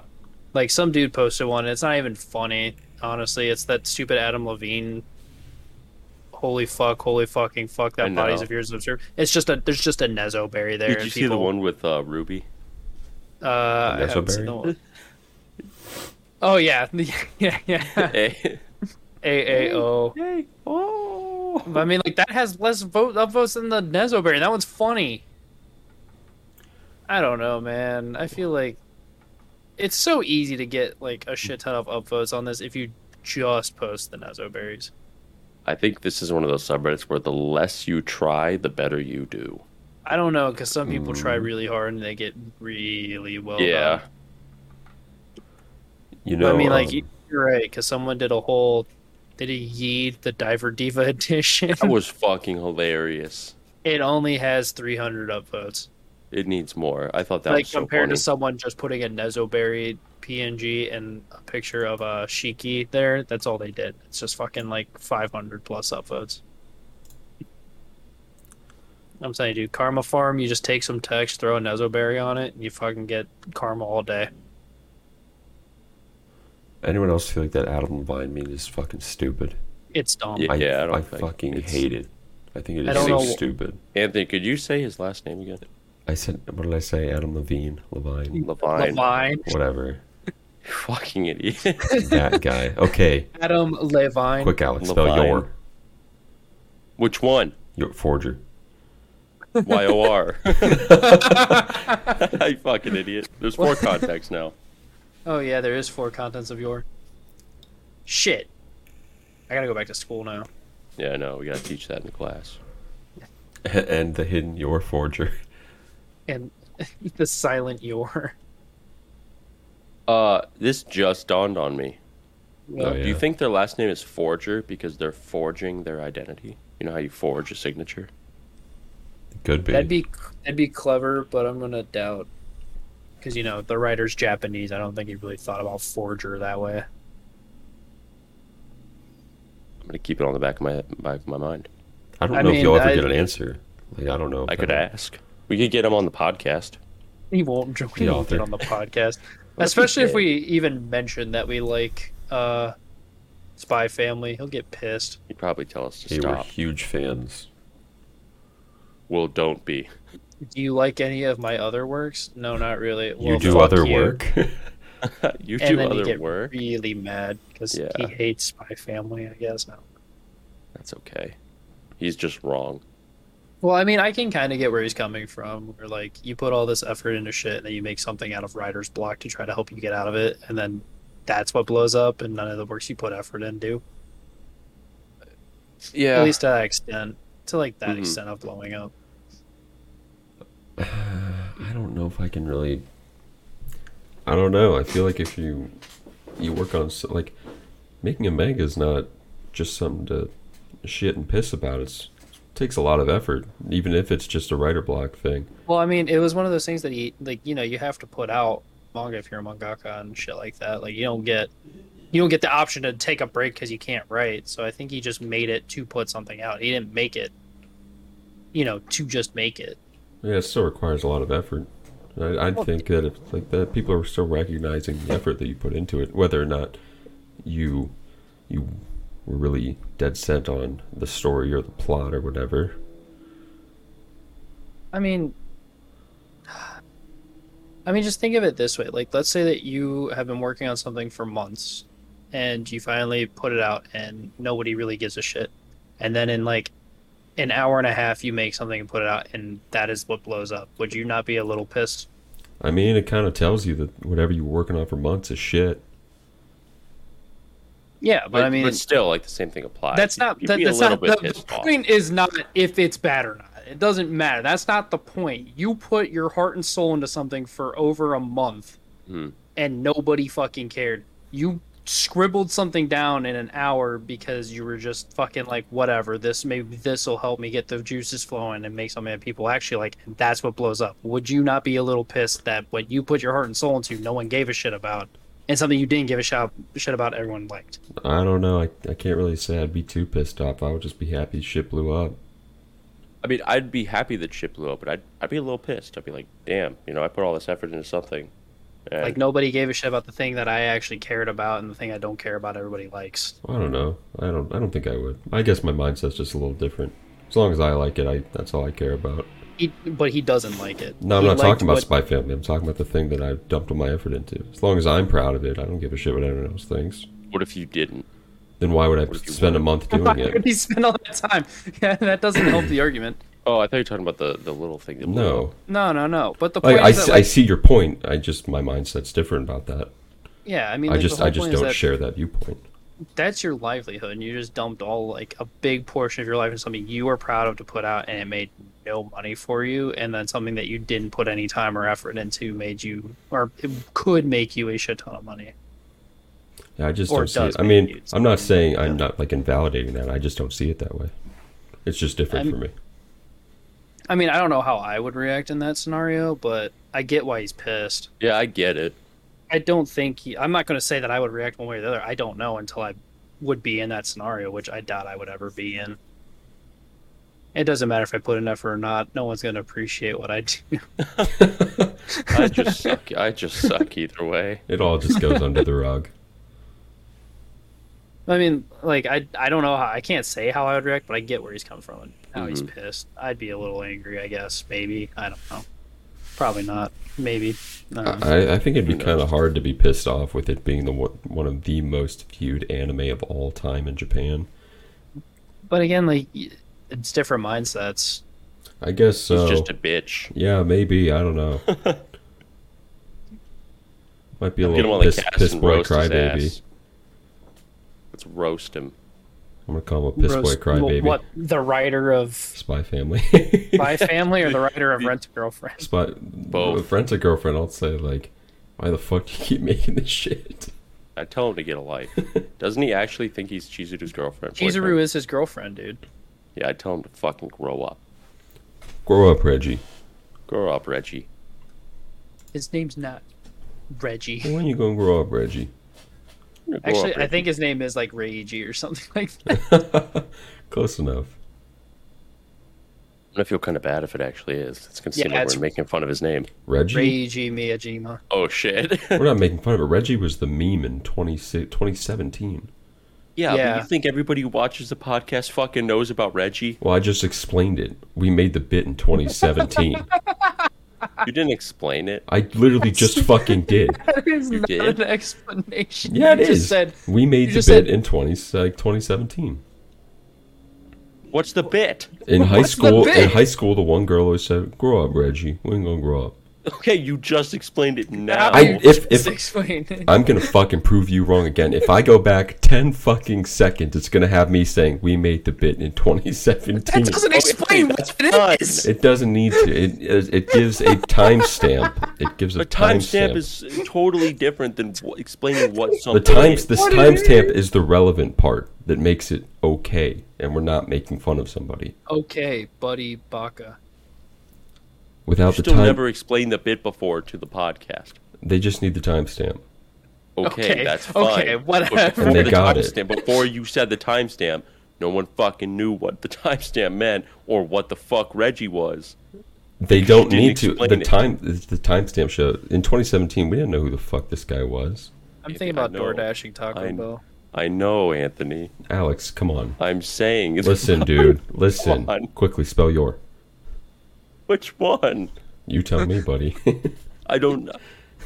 [SPEAKER 4] Like some dude posted one. and It's not even funny, honestly. It's that stupid Adam Levine. Holy fuck! Holy fucking fuck!
[SPEAKER 3] I
[SPEAKER 4] That
[SPEAKER 3] know.
[SPEAKER 4] bodies of yours observed. It's just a there's just a Nezo berry there.
[SPEAKER 3] Did
[SPEAKER 4] and
[SPEAKER 3] you see the
[SPEAKER 4] people-
[SPEAKER 3] one with uh, Ruby?
[SPEAKER 4] Uh, I
[SPEAKER 2] Nezo
[SPEAKER 4] haven't seen
[SPEAKER 2] berry?
[SPEAKER 4] the one. Oh yeah, yeah, yeah.
[SPEAKER 3] Eh?
[SPEAKER 4] A A O.
[SPEAKER 3] oh,
[SPEAKER 4] I mean, like that has less vote upvotes than the Nezo Berry. That one's funny. I don't know, man. I feel like it's so easy to get like a shit ton of upvotes on this if you just post the Nezo Berries.
[SPEAKER 3] I think this is one of those subreddits where the less you try, the better you do.
[SPEAKER 4] I don't know because some people try really hard and they get really well.
[SPEAKER 3] yeah,
[SPEAKER 4] done.
[SPEAKER 2] You
[SPEAKER 4] But
[SPEAKER 2] know,
[SPEAKER 4] I mean, like
[SPEAKER 2] um,
[SPEAKER 4] you're right because someone did a whole did a Yeet the Diver Diva edition.
[SPEAKER 3] that was fucking hilarious.
[SPEAKER 4] it only has 300 upvotes.
[SPEAKER 3] It needs more. I thought that
[SPEAKER 4] like
[SPEAKER 3] was so
[SPEAKER 4] compared
[SPEAKER 3] funny.
[SPEAKER 4] to someone just putting a Nezoberry PNG and a picture of a Shiki there, that's all they did. It's just fucking like 500 plus upvotes. I'm saying, dude, Karma Farm, you just take some text, throw a Nezoberry on it, and you fucking get Karma all day.
[SPEAKER 2] anyone else feel like that Adam Vine meme is fucking stupid?
[SPEAKER 4] It's dumb.
[SPEAKER 3] Yeah.
[SPEAKER 2] I,
[SPEAKER 3] I don't
[SPEAKER 2] I
[SPEAKER 3] think
[SPEAKER 2] fucking
[SPEAKER 3] it's-
[SPEAKER 2] hate it. I think it
[SPEAKER 4] I
[SPEAKER 2] is
[SPEAKER 4] don't
[SPEAKER 2] so
[SPEAKER 4] know-
[SPEAKER 2] stupid.
[SPEAKER 3] Anthony, could you say his last name again?
[SPEAKER 2] I said, what did I say? Adam Levine, Levine,
[SPEAKER 3] Levine.
[SPEAKER 4] Levine.
[SPEAKER 2] whatever.
[SPEAKER 3] Fucking idiot.
[SPEAKER 2] that guy. Okay,
[SPEAKER 4] Adam Levine.
[SPEAKER 2] quick, Alex, spell
[SPEAKER 3] Levine.
[SPEAKER 2] your,
[SPEAKER 3] Which one?
[SPEAKER 2] your forger.
[SPEAKER 3] Y O R. You fucking idiot. There's four contexts now.
[SPEAKER 4] Oh, yeah, there is four contents of your. Shit. I gotta go back to school now.
[SPEAKER 3] Yeah, no, we gotta teach that in class.
[SPEAKER 2] and the hidden your forger.
[SPEAKER 4] And the silent your.
[SPEAKER 3] Uh, this just dawned on me.
[SPEAKER 2] Oh,
[SPEAKER 3] Do you
[SPEAKER 2] yeah.
[SPEAKER 3] think their last name is Forger because they're forging their identity? You know how you forge a signature?
[SPEAKER 2] Could be.
[SPEAKER 4] That'd be that'd be clever, but I'm gonna doubt because you know the writer's Japanese. I don't think he really thought about forger that way.
[SPEAKER 3] I'm gonna keep it on the back of my back of my mind.
[SPEAKER 2] I don't
[SPEAKER 4] I
[SPEAKER 2] know if
[SPEAKER 4] mean,
[SPEAKER 2] you'll ever
[SPEAKER 4] I-
[SPEAKER 2] get an answer. Like I don't know. if
[SPEAKER 3] I could
[SPEAKER 2] that'll-
[SPEAKER 3] ask. We could get him on the podcast.
[SPEAKER 4] He won't join
[SPEAKER 2] The
[SPEAKER 4] get
[SPEAKER 2] author.
[SPEAKER 4] on the podcast,
[SPEAKER 3] he
[SPEAKER 4] especially if
[SPEAKER 3] did?
[SPEAKER 4] we even mention that we like uh, Spy Family. He'll get pissed.
[SPEAKER 3] He'd probably tell us to
[SPEAKER 2] They were
[SPEAKER 3] stop.
[SPEAKER 2] huge fans.
[SPEAKER 3] Well, don't be.
[SPEAKER 4] Do you like any of my other works? No, not really. Well,
[SPEAKER 2] you do
[SPEAKER 4] fuck
[SPEAKER 2] other
[SPEAKER 4] you.
[SPEAKER 2] work.
[SPEAKER 3] you
[SPEAKER 4] and
[SPEAKER 3] do
[SPEAKER 4] then you
[SPEAKER 3] other
[SPEAKER 4] get
[SPEAKER 3] work.
[SPEAKER 4] really mad because
[SPEAKER 3] Yeah.
[SPEAKER 4] he hates Spy Family. I guess. No.
[SPEAKER 3] That's okay. He's just wrong.
[SPEAKER 4] Well, I mean, I can kind of get where he's coming from. Where like you put all this effort into shit, and then you make something out of writer's block to try to help you get out of it, and then that's what blows up, and none of the works you put effort in do.
[SPEAKER 3] Yeah.
[SPEAKER 4] At least to that extent, to like that
[SPEAKER 3] Mhm.
[SPEAKER 4] extent of blowing up.
[SPEAKER 2] I don't know if I can really. I don't know. I feel like if you you work on so, like making a mega is not just something to shit and piss about. It's, it takes a lot of effort, even if it's just a writer block thing.
[SPEAKER 4] Well, I mean, it was one of those things that he like you know you have to put out manga if you're a mangaka and shit like that. Like you don't get you don't get the option to take a break because you can't write. So I think he just made it to put something out. He didn't make it, you know, to just make it.
[SPEAKER 2] Yeah, it still requires a lot of effort. I, I think that if, like that people are still recognizing the effort that you put into it, whether or not you you were really dead set on the story or the plot or whatever.
[SPEAKER 4] I mean, I mean, just think of it this way. Like, let's say that you have been working on something for months and you finally put it out and nobody really gives a shit. And then in like an hour and a half you make something and put it out and that is what blows up would you not be a little pissed
[SPEAKER 2] I mean, it kind of tells you that whatever you were working on for months is shit.
[SPEAKER 4] yeah but, i mean
[SPEAKER 3] but still, like the same thing applies.
[SPEAKER 4] that's not
[SPEAKER 3] You'd
[SPEAKER 4] that,
[SPEAKER 3] be a
[SPEAKER 4] that's
[SPEAKER 3] little
[SPEAKER 4] not
[SPEAKER 3] bit
[SPEAKER 4] the, the
[SPEAKER 3] pissed off.
[SPEAKER 4] point is not if it's bad or not it doesn't matter that's not the point you put your heart and soul into something for over a month
[SPEAKER 3] Hmm.
[SPEAKER 4] and nobody fucking cared you scribbled something down in an hour because you were just fucking like whatever this maybe this will help me get the juices flowing and make something that people actually like and that's what blows up would you not be a little pissed that what you put your heart and soul into no one gave a shit about and something you didn't give a shit shit about everyone liked
[SPEAKER 2] I don't know. I, I can't really say I'd be too pissed off. I would just be happy shit blew up.
[SPEAKER 3] I mean, I'd be happy that shit blew up, but I'd I'd be a little pissed. I'd be like, damn, you know, I put all this effort into something. And
[SPEAKER 4] Like nobody gave a shit about the thing that I actually cared about and the thing I don't care about everybody likes.
[SPEAKER 2] I don't know. I don't. I don't think I would. I guess my mindset's just a little different. As long as I like it, I that's all I care about.
[SPEAKER 4] He, but he doesn't like it.
[SPEAKER 2] No, I'm
[SPEAKER 4] He
[SPEAKER 2] not
[SPEAKER 4] liked
[SPEAKER 2] talking about
[SPEAKER 4] what-
[SPEAKER 2] Spy Family. I'm talking about the thing that I dumped all my effort into. As long as I'm proud of it, I don't give a shit what anyone else thinks.
[SPEAKER 3] what if you didn't?
[SPEAKER 2] Then why would I
[SPEAKER 3] if you
[SPEAKER 2] spend a month
[SPEAKER 4] Why
[SPEAKER 2] doing
[SPEAKER 4] would
[SPEAKER 2] it?
[SPEAKER 4] he spend all that time? Yeah, that doesn't help the argument.
[SPEAKER 3] Oh, I thought you were talking about the, the little thing that blew up.
[SPEAKER 2] No,
[SPEAKER 4] No, no, no. But the
[SPEAKER 2] I,
[SPEAKER 4] point
[SPEAKER 2] I,
[SPEAKER 4] is
[SPEAKER 2] s-
[SPEAKER 4] that,
[SPEAKER 2] I
[SPEAKER 4] like,
[SPEAKER 2] see your point. I just my mindset's different about that.
[SPEAKER 4] yeah, I mean,
[SPEAKER 2] I
[SPEAKER 4] like, the
[SPEAKER 2] just
[SPEAKER 4] whole
[SPEAKER 2] I just
[SPEAKER 4] point is
[SPEAKER 2] don't
[SPEAKER 4] that
[SPEAKER 2] share that viewpoint.
[SPEAKER 4] That's your livelihood, and you just dumped all like a big portion of your life into something you were proud of to put out, and it made no money for you, and then something that you didn't put any time or effort into made you, or it could make you a shit ton of money.
[SPEAKER 2] Yeah, I just
[SPEAKER 4] Or
[SPEAKER 2] don't
[SPEAKER 4] it
[SPEAKER 2] see it.
[SPEAKER 4] does
[SPEAKER 2] I
[SPEAKER 4] make
[SPEAKER 2] mean,
[SPEAKER 4] you-
[SPEAKER 2] I'm not saying I'm not like invalidating that. I just don't see it that way. It's just different
[SPEAKER 4] I'm-
[SPEAKER 2] for me.
[SPEAKER 4] I mean, I don't know how I would react in that scenario, but I get why he's pissed.
[SPEAKER 3] Yeah, I get it.
[SPEAKER 4] I don't think he, I'm not going to say that I would react one way or the other. I don't know until I would be in that scenario, which I doubt I would ever be in. It doesn't matter if I put in effort or not. No one's going to appreciate what I do.
[SPEAKER 3] I just suck. I just suck either way.
[SPEAKER 2] It all just goes under the rug.
[SPEAKER 4] I mean, like I, I don't know how I can't say how I would react, but I get where he's coming from. and How he's pissed. I'd be a little angry, I guess. Maybe I don't know. Probably not. Maybe. I don't know.
[SPEAKER 2] I, I think it'd be
[SPEAKER 3] Who
[SPEAKER 2] kind of hard to be pissed off with it being the one one of the most viewed anime of all time in Japan.
[SPEAKER 4] but again, like y- it's different mindsets.
[SPEAKER 2] I guess
[SPEAKER 3] He's
[SPEAKER 2] so.
[SPEAKER 3] just a bitch.
[SPEAKER 2] yeah, maybe. I don't know. Might be a
[SPEAKER 3] Get him
[SPEAKER 2] little
[SPEAKER 3] on the
[SPEAKER 2] piss,
[SPEAKER 3] cast
[SPEAKER 2] piss
[SPEAKER 3] and
[SPEAKER 2] boy
[SPEAKER 3] roast his
[SPEAKER 2] crybaby.
[SPEAKER 3] ass. Let's roast him.
[SPEAKER 2] I'm gonna call him a piss
[SPEAKER 4] Roast-
[SPEAKER 2] boy crybaby.
[SPEAKER 4] What the writer of
[SPEAKER 2] Spy Family.
[SPEAKER 4] My Family or the writer of Rent a Girlfriend?
[SPEAKER 2] Spy.
[SPEAKER 3] Both.
[SPEAKER 2] Friends or girlfriend? I'll say like, why the fuck do you keep making this shit?
[SPEAKER 3] I tell him to get a life. Doesn't he actually think he's Chizuru's girlfriend?
[SPEAKER 4] Chizuru
[SPEAKER 3] boyfriend?
[SPEAKER 4] is his girlfriend, dude.
[SPEAKER 3] Yeah, I tell him to fucking grow up.
[SPEAKER 2] Grow up, Reggie.
[SPEAKER 3] Grow up, Reggie.
[SPEAKER 4] His name's not Reggie.
[SPEAKER 2] When you gonna grow up, Reggie?
[SPEAKER 3] Grow up,
[SPEAKER 4] Actually, I
[SPEAKER 3] Reggie.
[SPEAKER 4] think his name is like Reiji or something like that.
[SPEAKER 2] Close enough.
[SPEAKER 3] I feel kind of bad if it actually is. It's
[SPEAKER 4] Yeah,
[SPEAKER 3] considered
[SPEAKER 4] it's-
[SPEAKER 3] we're making fun of his name.
[SPEAKER 2] Reggie.
[SPEAKER 4] Reiji Miyajima.
[SPEAKER 3] Oh shit.
[SPEAKER 2] We're not making fun of it. Reggie was the meme in 20, 2017.
[SPEAKER 3] Yeah,
[SPEAKER 4] Yeah.
[SPEAKER 3] but you think everybody who watches the podcast fucking knows about Reggie?
[SPEAKER 2] Well, I just explained it. We made the bit in 2017.
[SPEAKER 3] You didn't explain it.
[SPEAKER 2] I literally just fucking did.
[SPEAKER 4] That is not
[SPEAKER 3] did?
[SPEAKER 4] an explanation.
[SPEAKER 2] Yeah, it
[SPEAKER 4] You
[SPEAKER 2] is.
[SPEAKER 4] just said
[SPEAKER 2] we made the bit
[SPEAKER 4] just said-
[SPEAKER 2] in uh, 20, like 2017.
[SPEAKER 3] What's the bit?
[SPEAKER 2] In high
[SPEAKER 4] What's the
[SPEAKER 2] school, in
[SPEAKER 4] bit?
[SPEAKER 2] high school, the one girl always said, "Grow up, Reggie. We ain't gonna grow up."
[SPEAKER 3] Okay, you just explained it now.
[SPEAKER 4] Oh,
[SPEAKER 2] I if if
[SPEAKER 4] just explain it.
[SPEAKER 2] I'm gonna fucking prove you wrong again. If I go back ten fucking seconds, it's gonna have me saying we made the bit in 2017.
[SPEAKER 4] That doesn't explain what it is.
[SPEAKER 2] It doesn't need to. It it- it gives a timestamp. It gives a
[SPEAKER 3] The timestamp
[SPEAKER 2] timestamp.
[SPEAKER 3] is totally different than w- explaining what
[SPEAKER 2] the
[SPEAKER 3] something
[SPEAKER 2] times
[SPEAKER 3] is.
[SPEAKER 2] this timestamp is the relevant part that makes it okay, and we're not making fun of somebody
[SPEAKER 4] Okay, buddy Baka.
[SPEAKER 2] without the
[SPEAKER 3] Still
[SPEAKER 2] time.
[SPEAKER 3] never explained the bit before to the podcast.
[SPEAKER 2] They just need the timestamp.
[SPEAKER 3] Okay,
[SPEAKER 4] Okay,
[SPEAKER 3] that's fine.
[SPEAKER 4] okay,
[SPEAKER 3] But
[SPEAKER 4] whatever.
[SPEAKER 3] before
[SPEAKER 2] And they
[SPEAKER 3] the
[SPEAKER 2] got it.
[SPEAKER 3] timestamp- Before you said the timestamp, no one fucking knew what the timestamp meant or what the fuck Reggie was.
[SPEAKER 2] They don't
[SPEAKER 3] didn't
[SPEAKER 2] need to.
[SPEAKER 3] explain
[SPEAKER 2] The
[SPEAKER 3] it.
[SPEAKER 2] time the timestamp show in 2017. We didn't know who the fuck this guy was.
[SPEAKER 4] I'm thinking
[SPEAKER 3] I
[SPEAKER 4] about
[SPEAKER 3] know.
[SPEAKER 4] door dashing Taco
[SPEAKER 3] I-
[SPEAKER 4] Bell.
[SPEAKER 3] I know, Anthony.
[SPEAKER 2] Alex, come on,
[SPEAKER 3] I'm saying. It's
[SPEAKER 2] listen, dude, listen.
[SPEAKER 3] Come on.
[SPEAKER 2] Quickly spell your.
[SPEAKER 3] Which one?
[SPEAKER 2] You tell me, buddy.
[SPEAKER 3] I don't.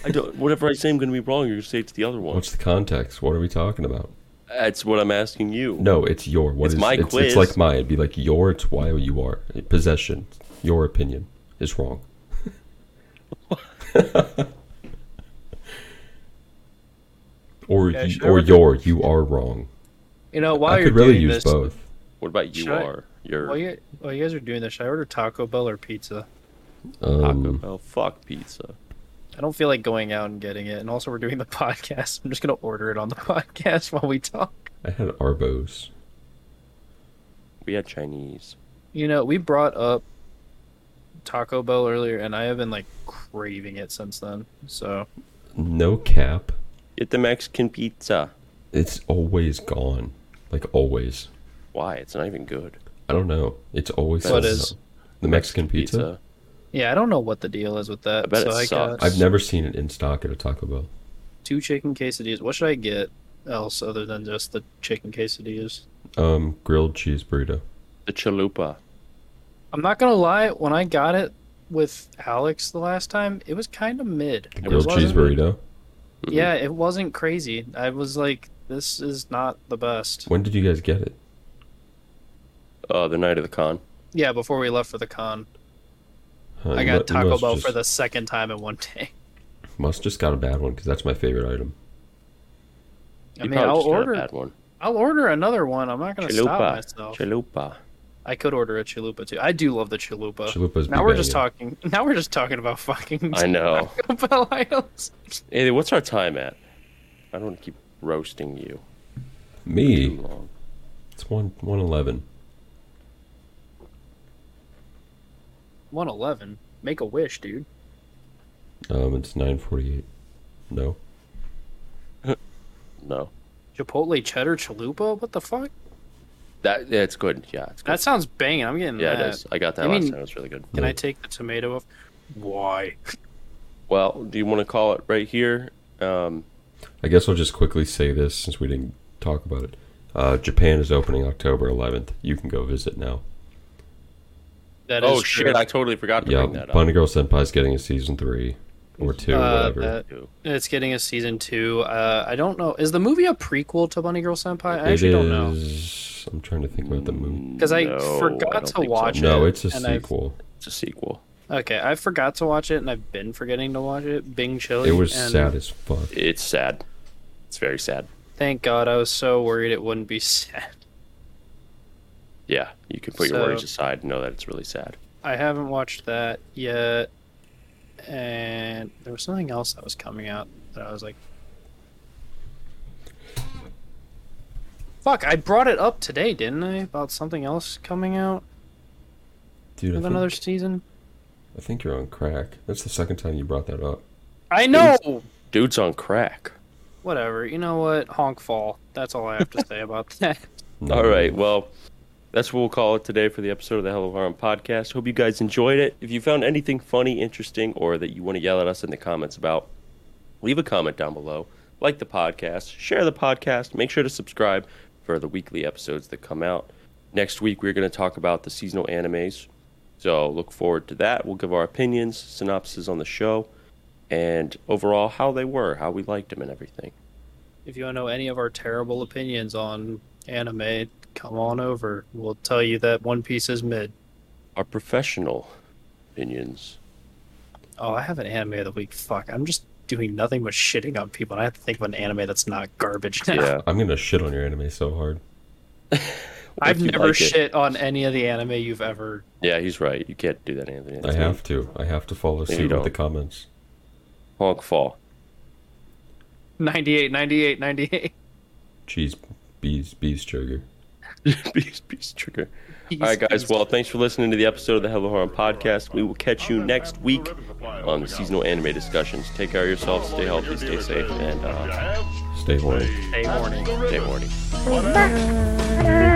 [SPEAKER 3] I don't. Whatever I say, I'm going to be wrong. You're going to say it's the other one.
[SPEAKER 2] What's the context? What are we talking about?
[SPEAKER 3] That's what I'm asking you.
[SPEAKER 2] No, it's your. What
[SPEAKER 3] It's
[SPEAKER 2] is-
[SPEAKER 3] my
[SPEAKER 2] it's,
[SPEAKER 3] quiz.
[SPEAKER 2] It's like mine. It'd be like your. It's why you are possession. Your opinion is wrong. or
[SPEAKER 4] Yeah,
[SPEAKER 2] you-
[SPEAKER 4] should I
[SPEAKER 2] or
[SPEAKER 4] rep-
[SPEAKER 2] your. You are wrong.
[SPEAKER 4] You know, while
[SPEAKER 2] I
[SPEAKER 4] you're
[SPEAKER 2] could really
[SPEAKER 4] doing
[SPEAKER 2] use
[SPEAKER 4] this,
[SPEAKER 2] both.
[SPEAKER 3] What about you
[SPEAKER 4] Should I-
[SPEAKER 3] are? Your
[SPEAKER 4] While you, while you guys are doing this, should I order Taco Bell or pizza?
[SPEAKER 3] Taco
[SPEAKER 2] Um,
[SPEAKER 3] Bell. Fuck pizza.
[SPEAKER 4] I don't feel like going out and getting it. And also, we're doing the podcast. I'm just gonna order it on the podcast while we talk.
[SPEAKER 2] I had Arbos.
[SPEAKER 3] We had Chinese.
[SPEAKER 4] You know, we brought up Taco Bell earlier, and I have been like craving it since then. So
[SPEAKER 2] No cap.
[SPEAKER 3] Get the Mexican pizza.
[SPEAKER 2] It's always gone. Like always.
[SPEAKER 3] Why? It's not even good.
[SPEAKER 2] I don't know. It's always
[SPEAKER 4] What
[SPEAKER 2] gone.
[SPEAKER 4] is?
[SPEAKER 2] the Mexican pizza.
[SPEAKER 4] yeah, I don't know what the deal is with that.
[SPEAKER 3] I bet
[SPEAKER 4] so
[SPEAKER 3] it
[SPEAKER 4] I
[SPEAKER 3] sucks.
[SPEAKER 4] got
[SPEAKER 2] I've never seen it in stock at a Taco Bell.
[SPEAKER 4] two chicken quesadillas. What should I get else other than just the chicken quesadillas?
[SPEAKER 2] Um, grilled cheese burrito.
[SPEAKER 3] The chalupa.
[SPEAKER 4] I'm not gonna lie, when I got it with Alex the last time, it was kind of mid. It
[SPEAKER 2] Grilled
[SPEAKER 4] wasn't-
[SPEAKER 2] cheese burrito.
[SPEAKER 3] Mm-hmm.
[SPEAKER 4] Yeah, it wasn't crazy. I was like, this is not the best.
[SPEAKER 2] When did you guys get it?
[SPEAKER 3] Uh, the night of the con.
[SPEAKER 4] Yeah, before we left for the con,
[SPEAKER 2] Huh,
[SPEAKER 4] I
[SPEAKER 2] you
[SPEAKER 4] got
[SPEAKER 2] mu- you
[SPEAKER 4] Taco
[SPEAKER 2] must
[SPEAKER 4] Bell
[SPEAKER 2] just-
[SPEAKER 4] for the second time in one day.
[SPEAKER 2] Must just got a bad one because that's my favorite item.
[SPEAKER 4] I
[SPEAKER 3] You
[SPEAKER 4] mean,
[SPEAKER 3] probably
[SPEAKER 4] I'll
[SPEAKER 3] just got a
[SPEAKER 4] order,
[SPEAKER 3] bad one.
[SPEAKER 4] I'll order another one. I'm not gonna stop
[SPEAKER 3] Chalupa.
[SPEAKER 4] myself.
[SPEAKER 3] Chalupa.
[SPEAKER 4] I could order a chalupa too. I do love the chalupa.
[SPEAKER 2] Chalupas.
[SPEAKER 4] Uh, now we're just talking. Now we're just talking about fucking
[SPEAKER 3] I know.
[SPEAKER 4] Taco Bell items.
[SPEAKER 3] Hey, what's our time at? I don't want to keep roasting you too
[SPEAKER 2] Me.
[SPEAKER 3] long.
[SPEAKER 2] It's one one eleven.
[SPEAKER 4] One eleven. Make a wish, dude.
[SPEAKER 2] Um, it's nine forty eight. No.
[SPEAKER 3] No.
[SPEAKER 4] Chipotle cheddar chalupa. What the fuck?
[SPEAKER 3] That that's good. Yeah, it's good.
[SPEAKER 4] That sounds banging. I'm getting
[SPEAKER 3] yeah,
[SPEAKER 4] that.
[SPEAKER 3] it is. Mm. I got that
[SPEAKER 4] You
[SPEAKER 3] last
[SPEAKER 4] Uh, mean-
[SPEAKER 3] time. It was really good.
[SPEAKER 4] Can I take the tomato off? Why?
[SPEAKER 3] Well, do you want to call it right here? Um,
[SPEAKER 2] I guess I'll just quickly say this since we didn't talk about it. Uh, Japan is opening October eleventh. You can go visit now.
[SPEAKER 4] That is
[SPEAKER 3] oh shit!
[SPEAKER 4] true.
[SPEAKER 3] I totally forgot to
[SPEAKER 2] Yeah,
[SPEAKER 3] bring that up.
[SPEAKER 2] Bunny Girl Senpai's getting a season three or two,
[SPEAKER 4] Uh,
[SPEAKER 2] whatever.
[SPEAKER 4] that- It's getting a season two. Uh, I don't know. Is the movie a prequel to Bunny Girl Senpai? I
[SPEAKER 2] It
[SPEAKER 4] actually don't know
[SPEAKER 2] is- I'm trying to think about the movie.
[SPEAKER 4] because I
[SPEAKER 3] No,
[SPEAKER 4] forgot
[SPEAKER 3] I don't
[SPEAKER 4] to
[SPEAKER 3] think so.
[SPEAKER 4] watch it.
[SPEAKER 2] No, it's a
[SPEAKER 4] Mm, and I've-
[SPEAKER 2] sequel.
[SPEAKER 3] It's a sequel.
[SPEAKER 4] okay, I forgot to watch it, and I've been forgetting to watch it. Bing Chili.
[SPEAKER 2] It was
[SPEAKER 4] and
[SPEAKER 2] sad as fuck.
[SPEAKER 3] It's sad. It's very sad.
[SPEAKER 4] Thank God, I was so worried it wouldn't be sad.
[SPEAKER 3] Yeah, you can put your
[SPEAKER 4] So-
[SPEAKER 3] worries aside and know that it's really sad.
[SPEAKER 4] I haven't watched that yet, and there was something else that was coming out that I was like, "Fuck!" I brought it up today, didn't I? About something else coming out
[SPEAKER 2] Dude, I
[SPEAKER 4] with
[SPEAKER 2] think,
[SPEAKER 4] another season.
[SPEAKER 2] I think you're on crack. That's the second time you brought that up.
[SPEAKER 4] I know.
[SPEAKER 3] Dude's on crack.
[SPEAKER 4] Whatever. You know what? Honk fall. That's all I have to say about that.
[SPEAKER 2] No.
[SPEAKER 3] All right, well, that's what we'll call it today for the episode of the Hell of Harm podcast. Hope you guys enjoyed it. If you found anything funny, interesting, or that you want to yell at us in the comments about, leave a comment down below. Like the podcast, share the podcast, make sure to subscribe for the weekly episodes that come out. Next week, we're going to talk about the seasonal animes. So look forward to that. We'll give our opinions, synopses on the show, and overall how they were, how we liked them, and everything.
[SPEAKER 4] If you want to know any of our terrible opinions on anime, come on over. We'll tell you that One Piece is mid.
[SPEAKER 3] Our professional opinions.
[SPEAKER 4] Oh, I have an anime of the week. Fuck, I'm just doing nothing but shitting on people, and I have to think of an anime that's not garbage. Now.
[SPEAKER 3] Yeah.
[SPEAKER 2] I'm gonna shit on your anime so hard.
[SPEAKER 4] I've
[SPEAKER 3] If you
[SPEAKER 4] never
[SPEAKER 3] like it.
[SPEAKER 4] shit on any of the anime you've ever.
[SPEAKER 3] Yeah, he's right. You can't do that, Anthony.
[SPEAKER 2] I
[SPEAKER 3] That's
[SPEAKER 2] have to. I have to follow
[SPEAKER 3] you
[SPEAKER 2] suit
[SPEAKER 3] don't.
[SPEAKER 2] with the comments.
[SPEAKER 3] Honk fall.
[SPEAKER 4] 98, 98, 98.
[SPEAKER 2] Cheese, bees, bees trigger.
[SPEAKER 3] beast, beast trigger. All right, guys. Well, thanks for listening to the episode of the Hello Harm podcast. We will catch you next week on the seasonal anime discussions. Take care of yourselves. Stay healthy. Stay safe. And uh,
[SPEAKER 2] Stay horny.
[SPEAKER 4] Stay horny.
[SPEAKER 3] stay horny.
[SPEAKER 1] What else?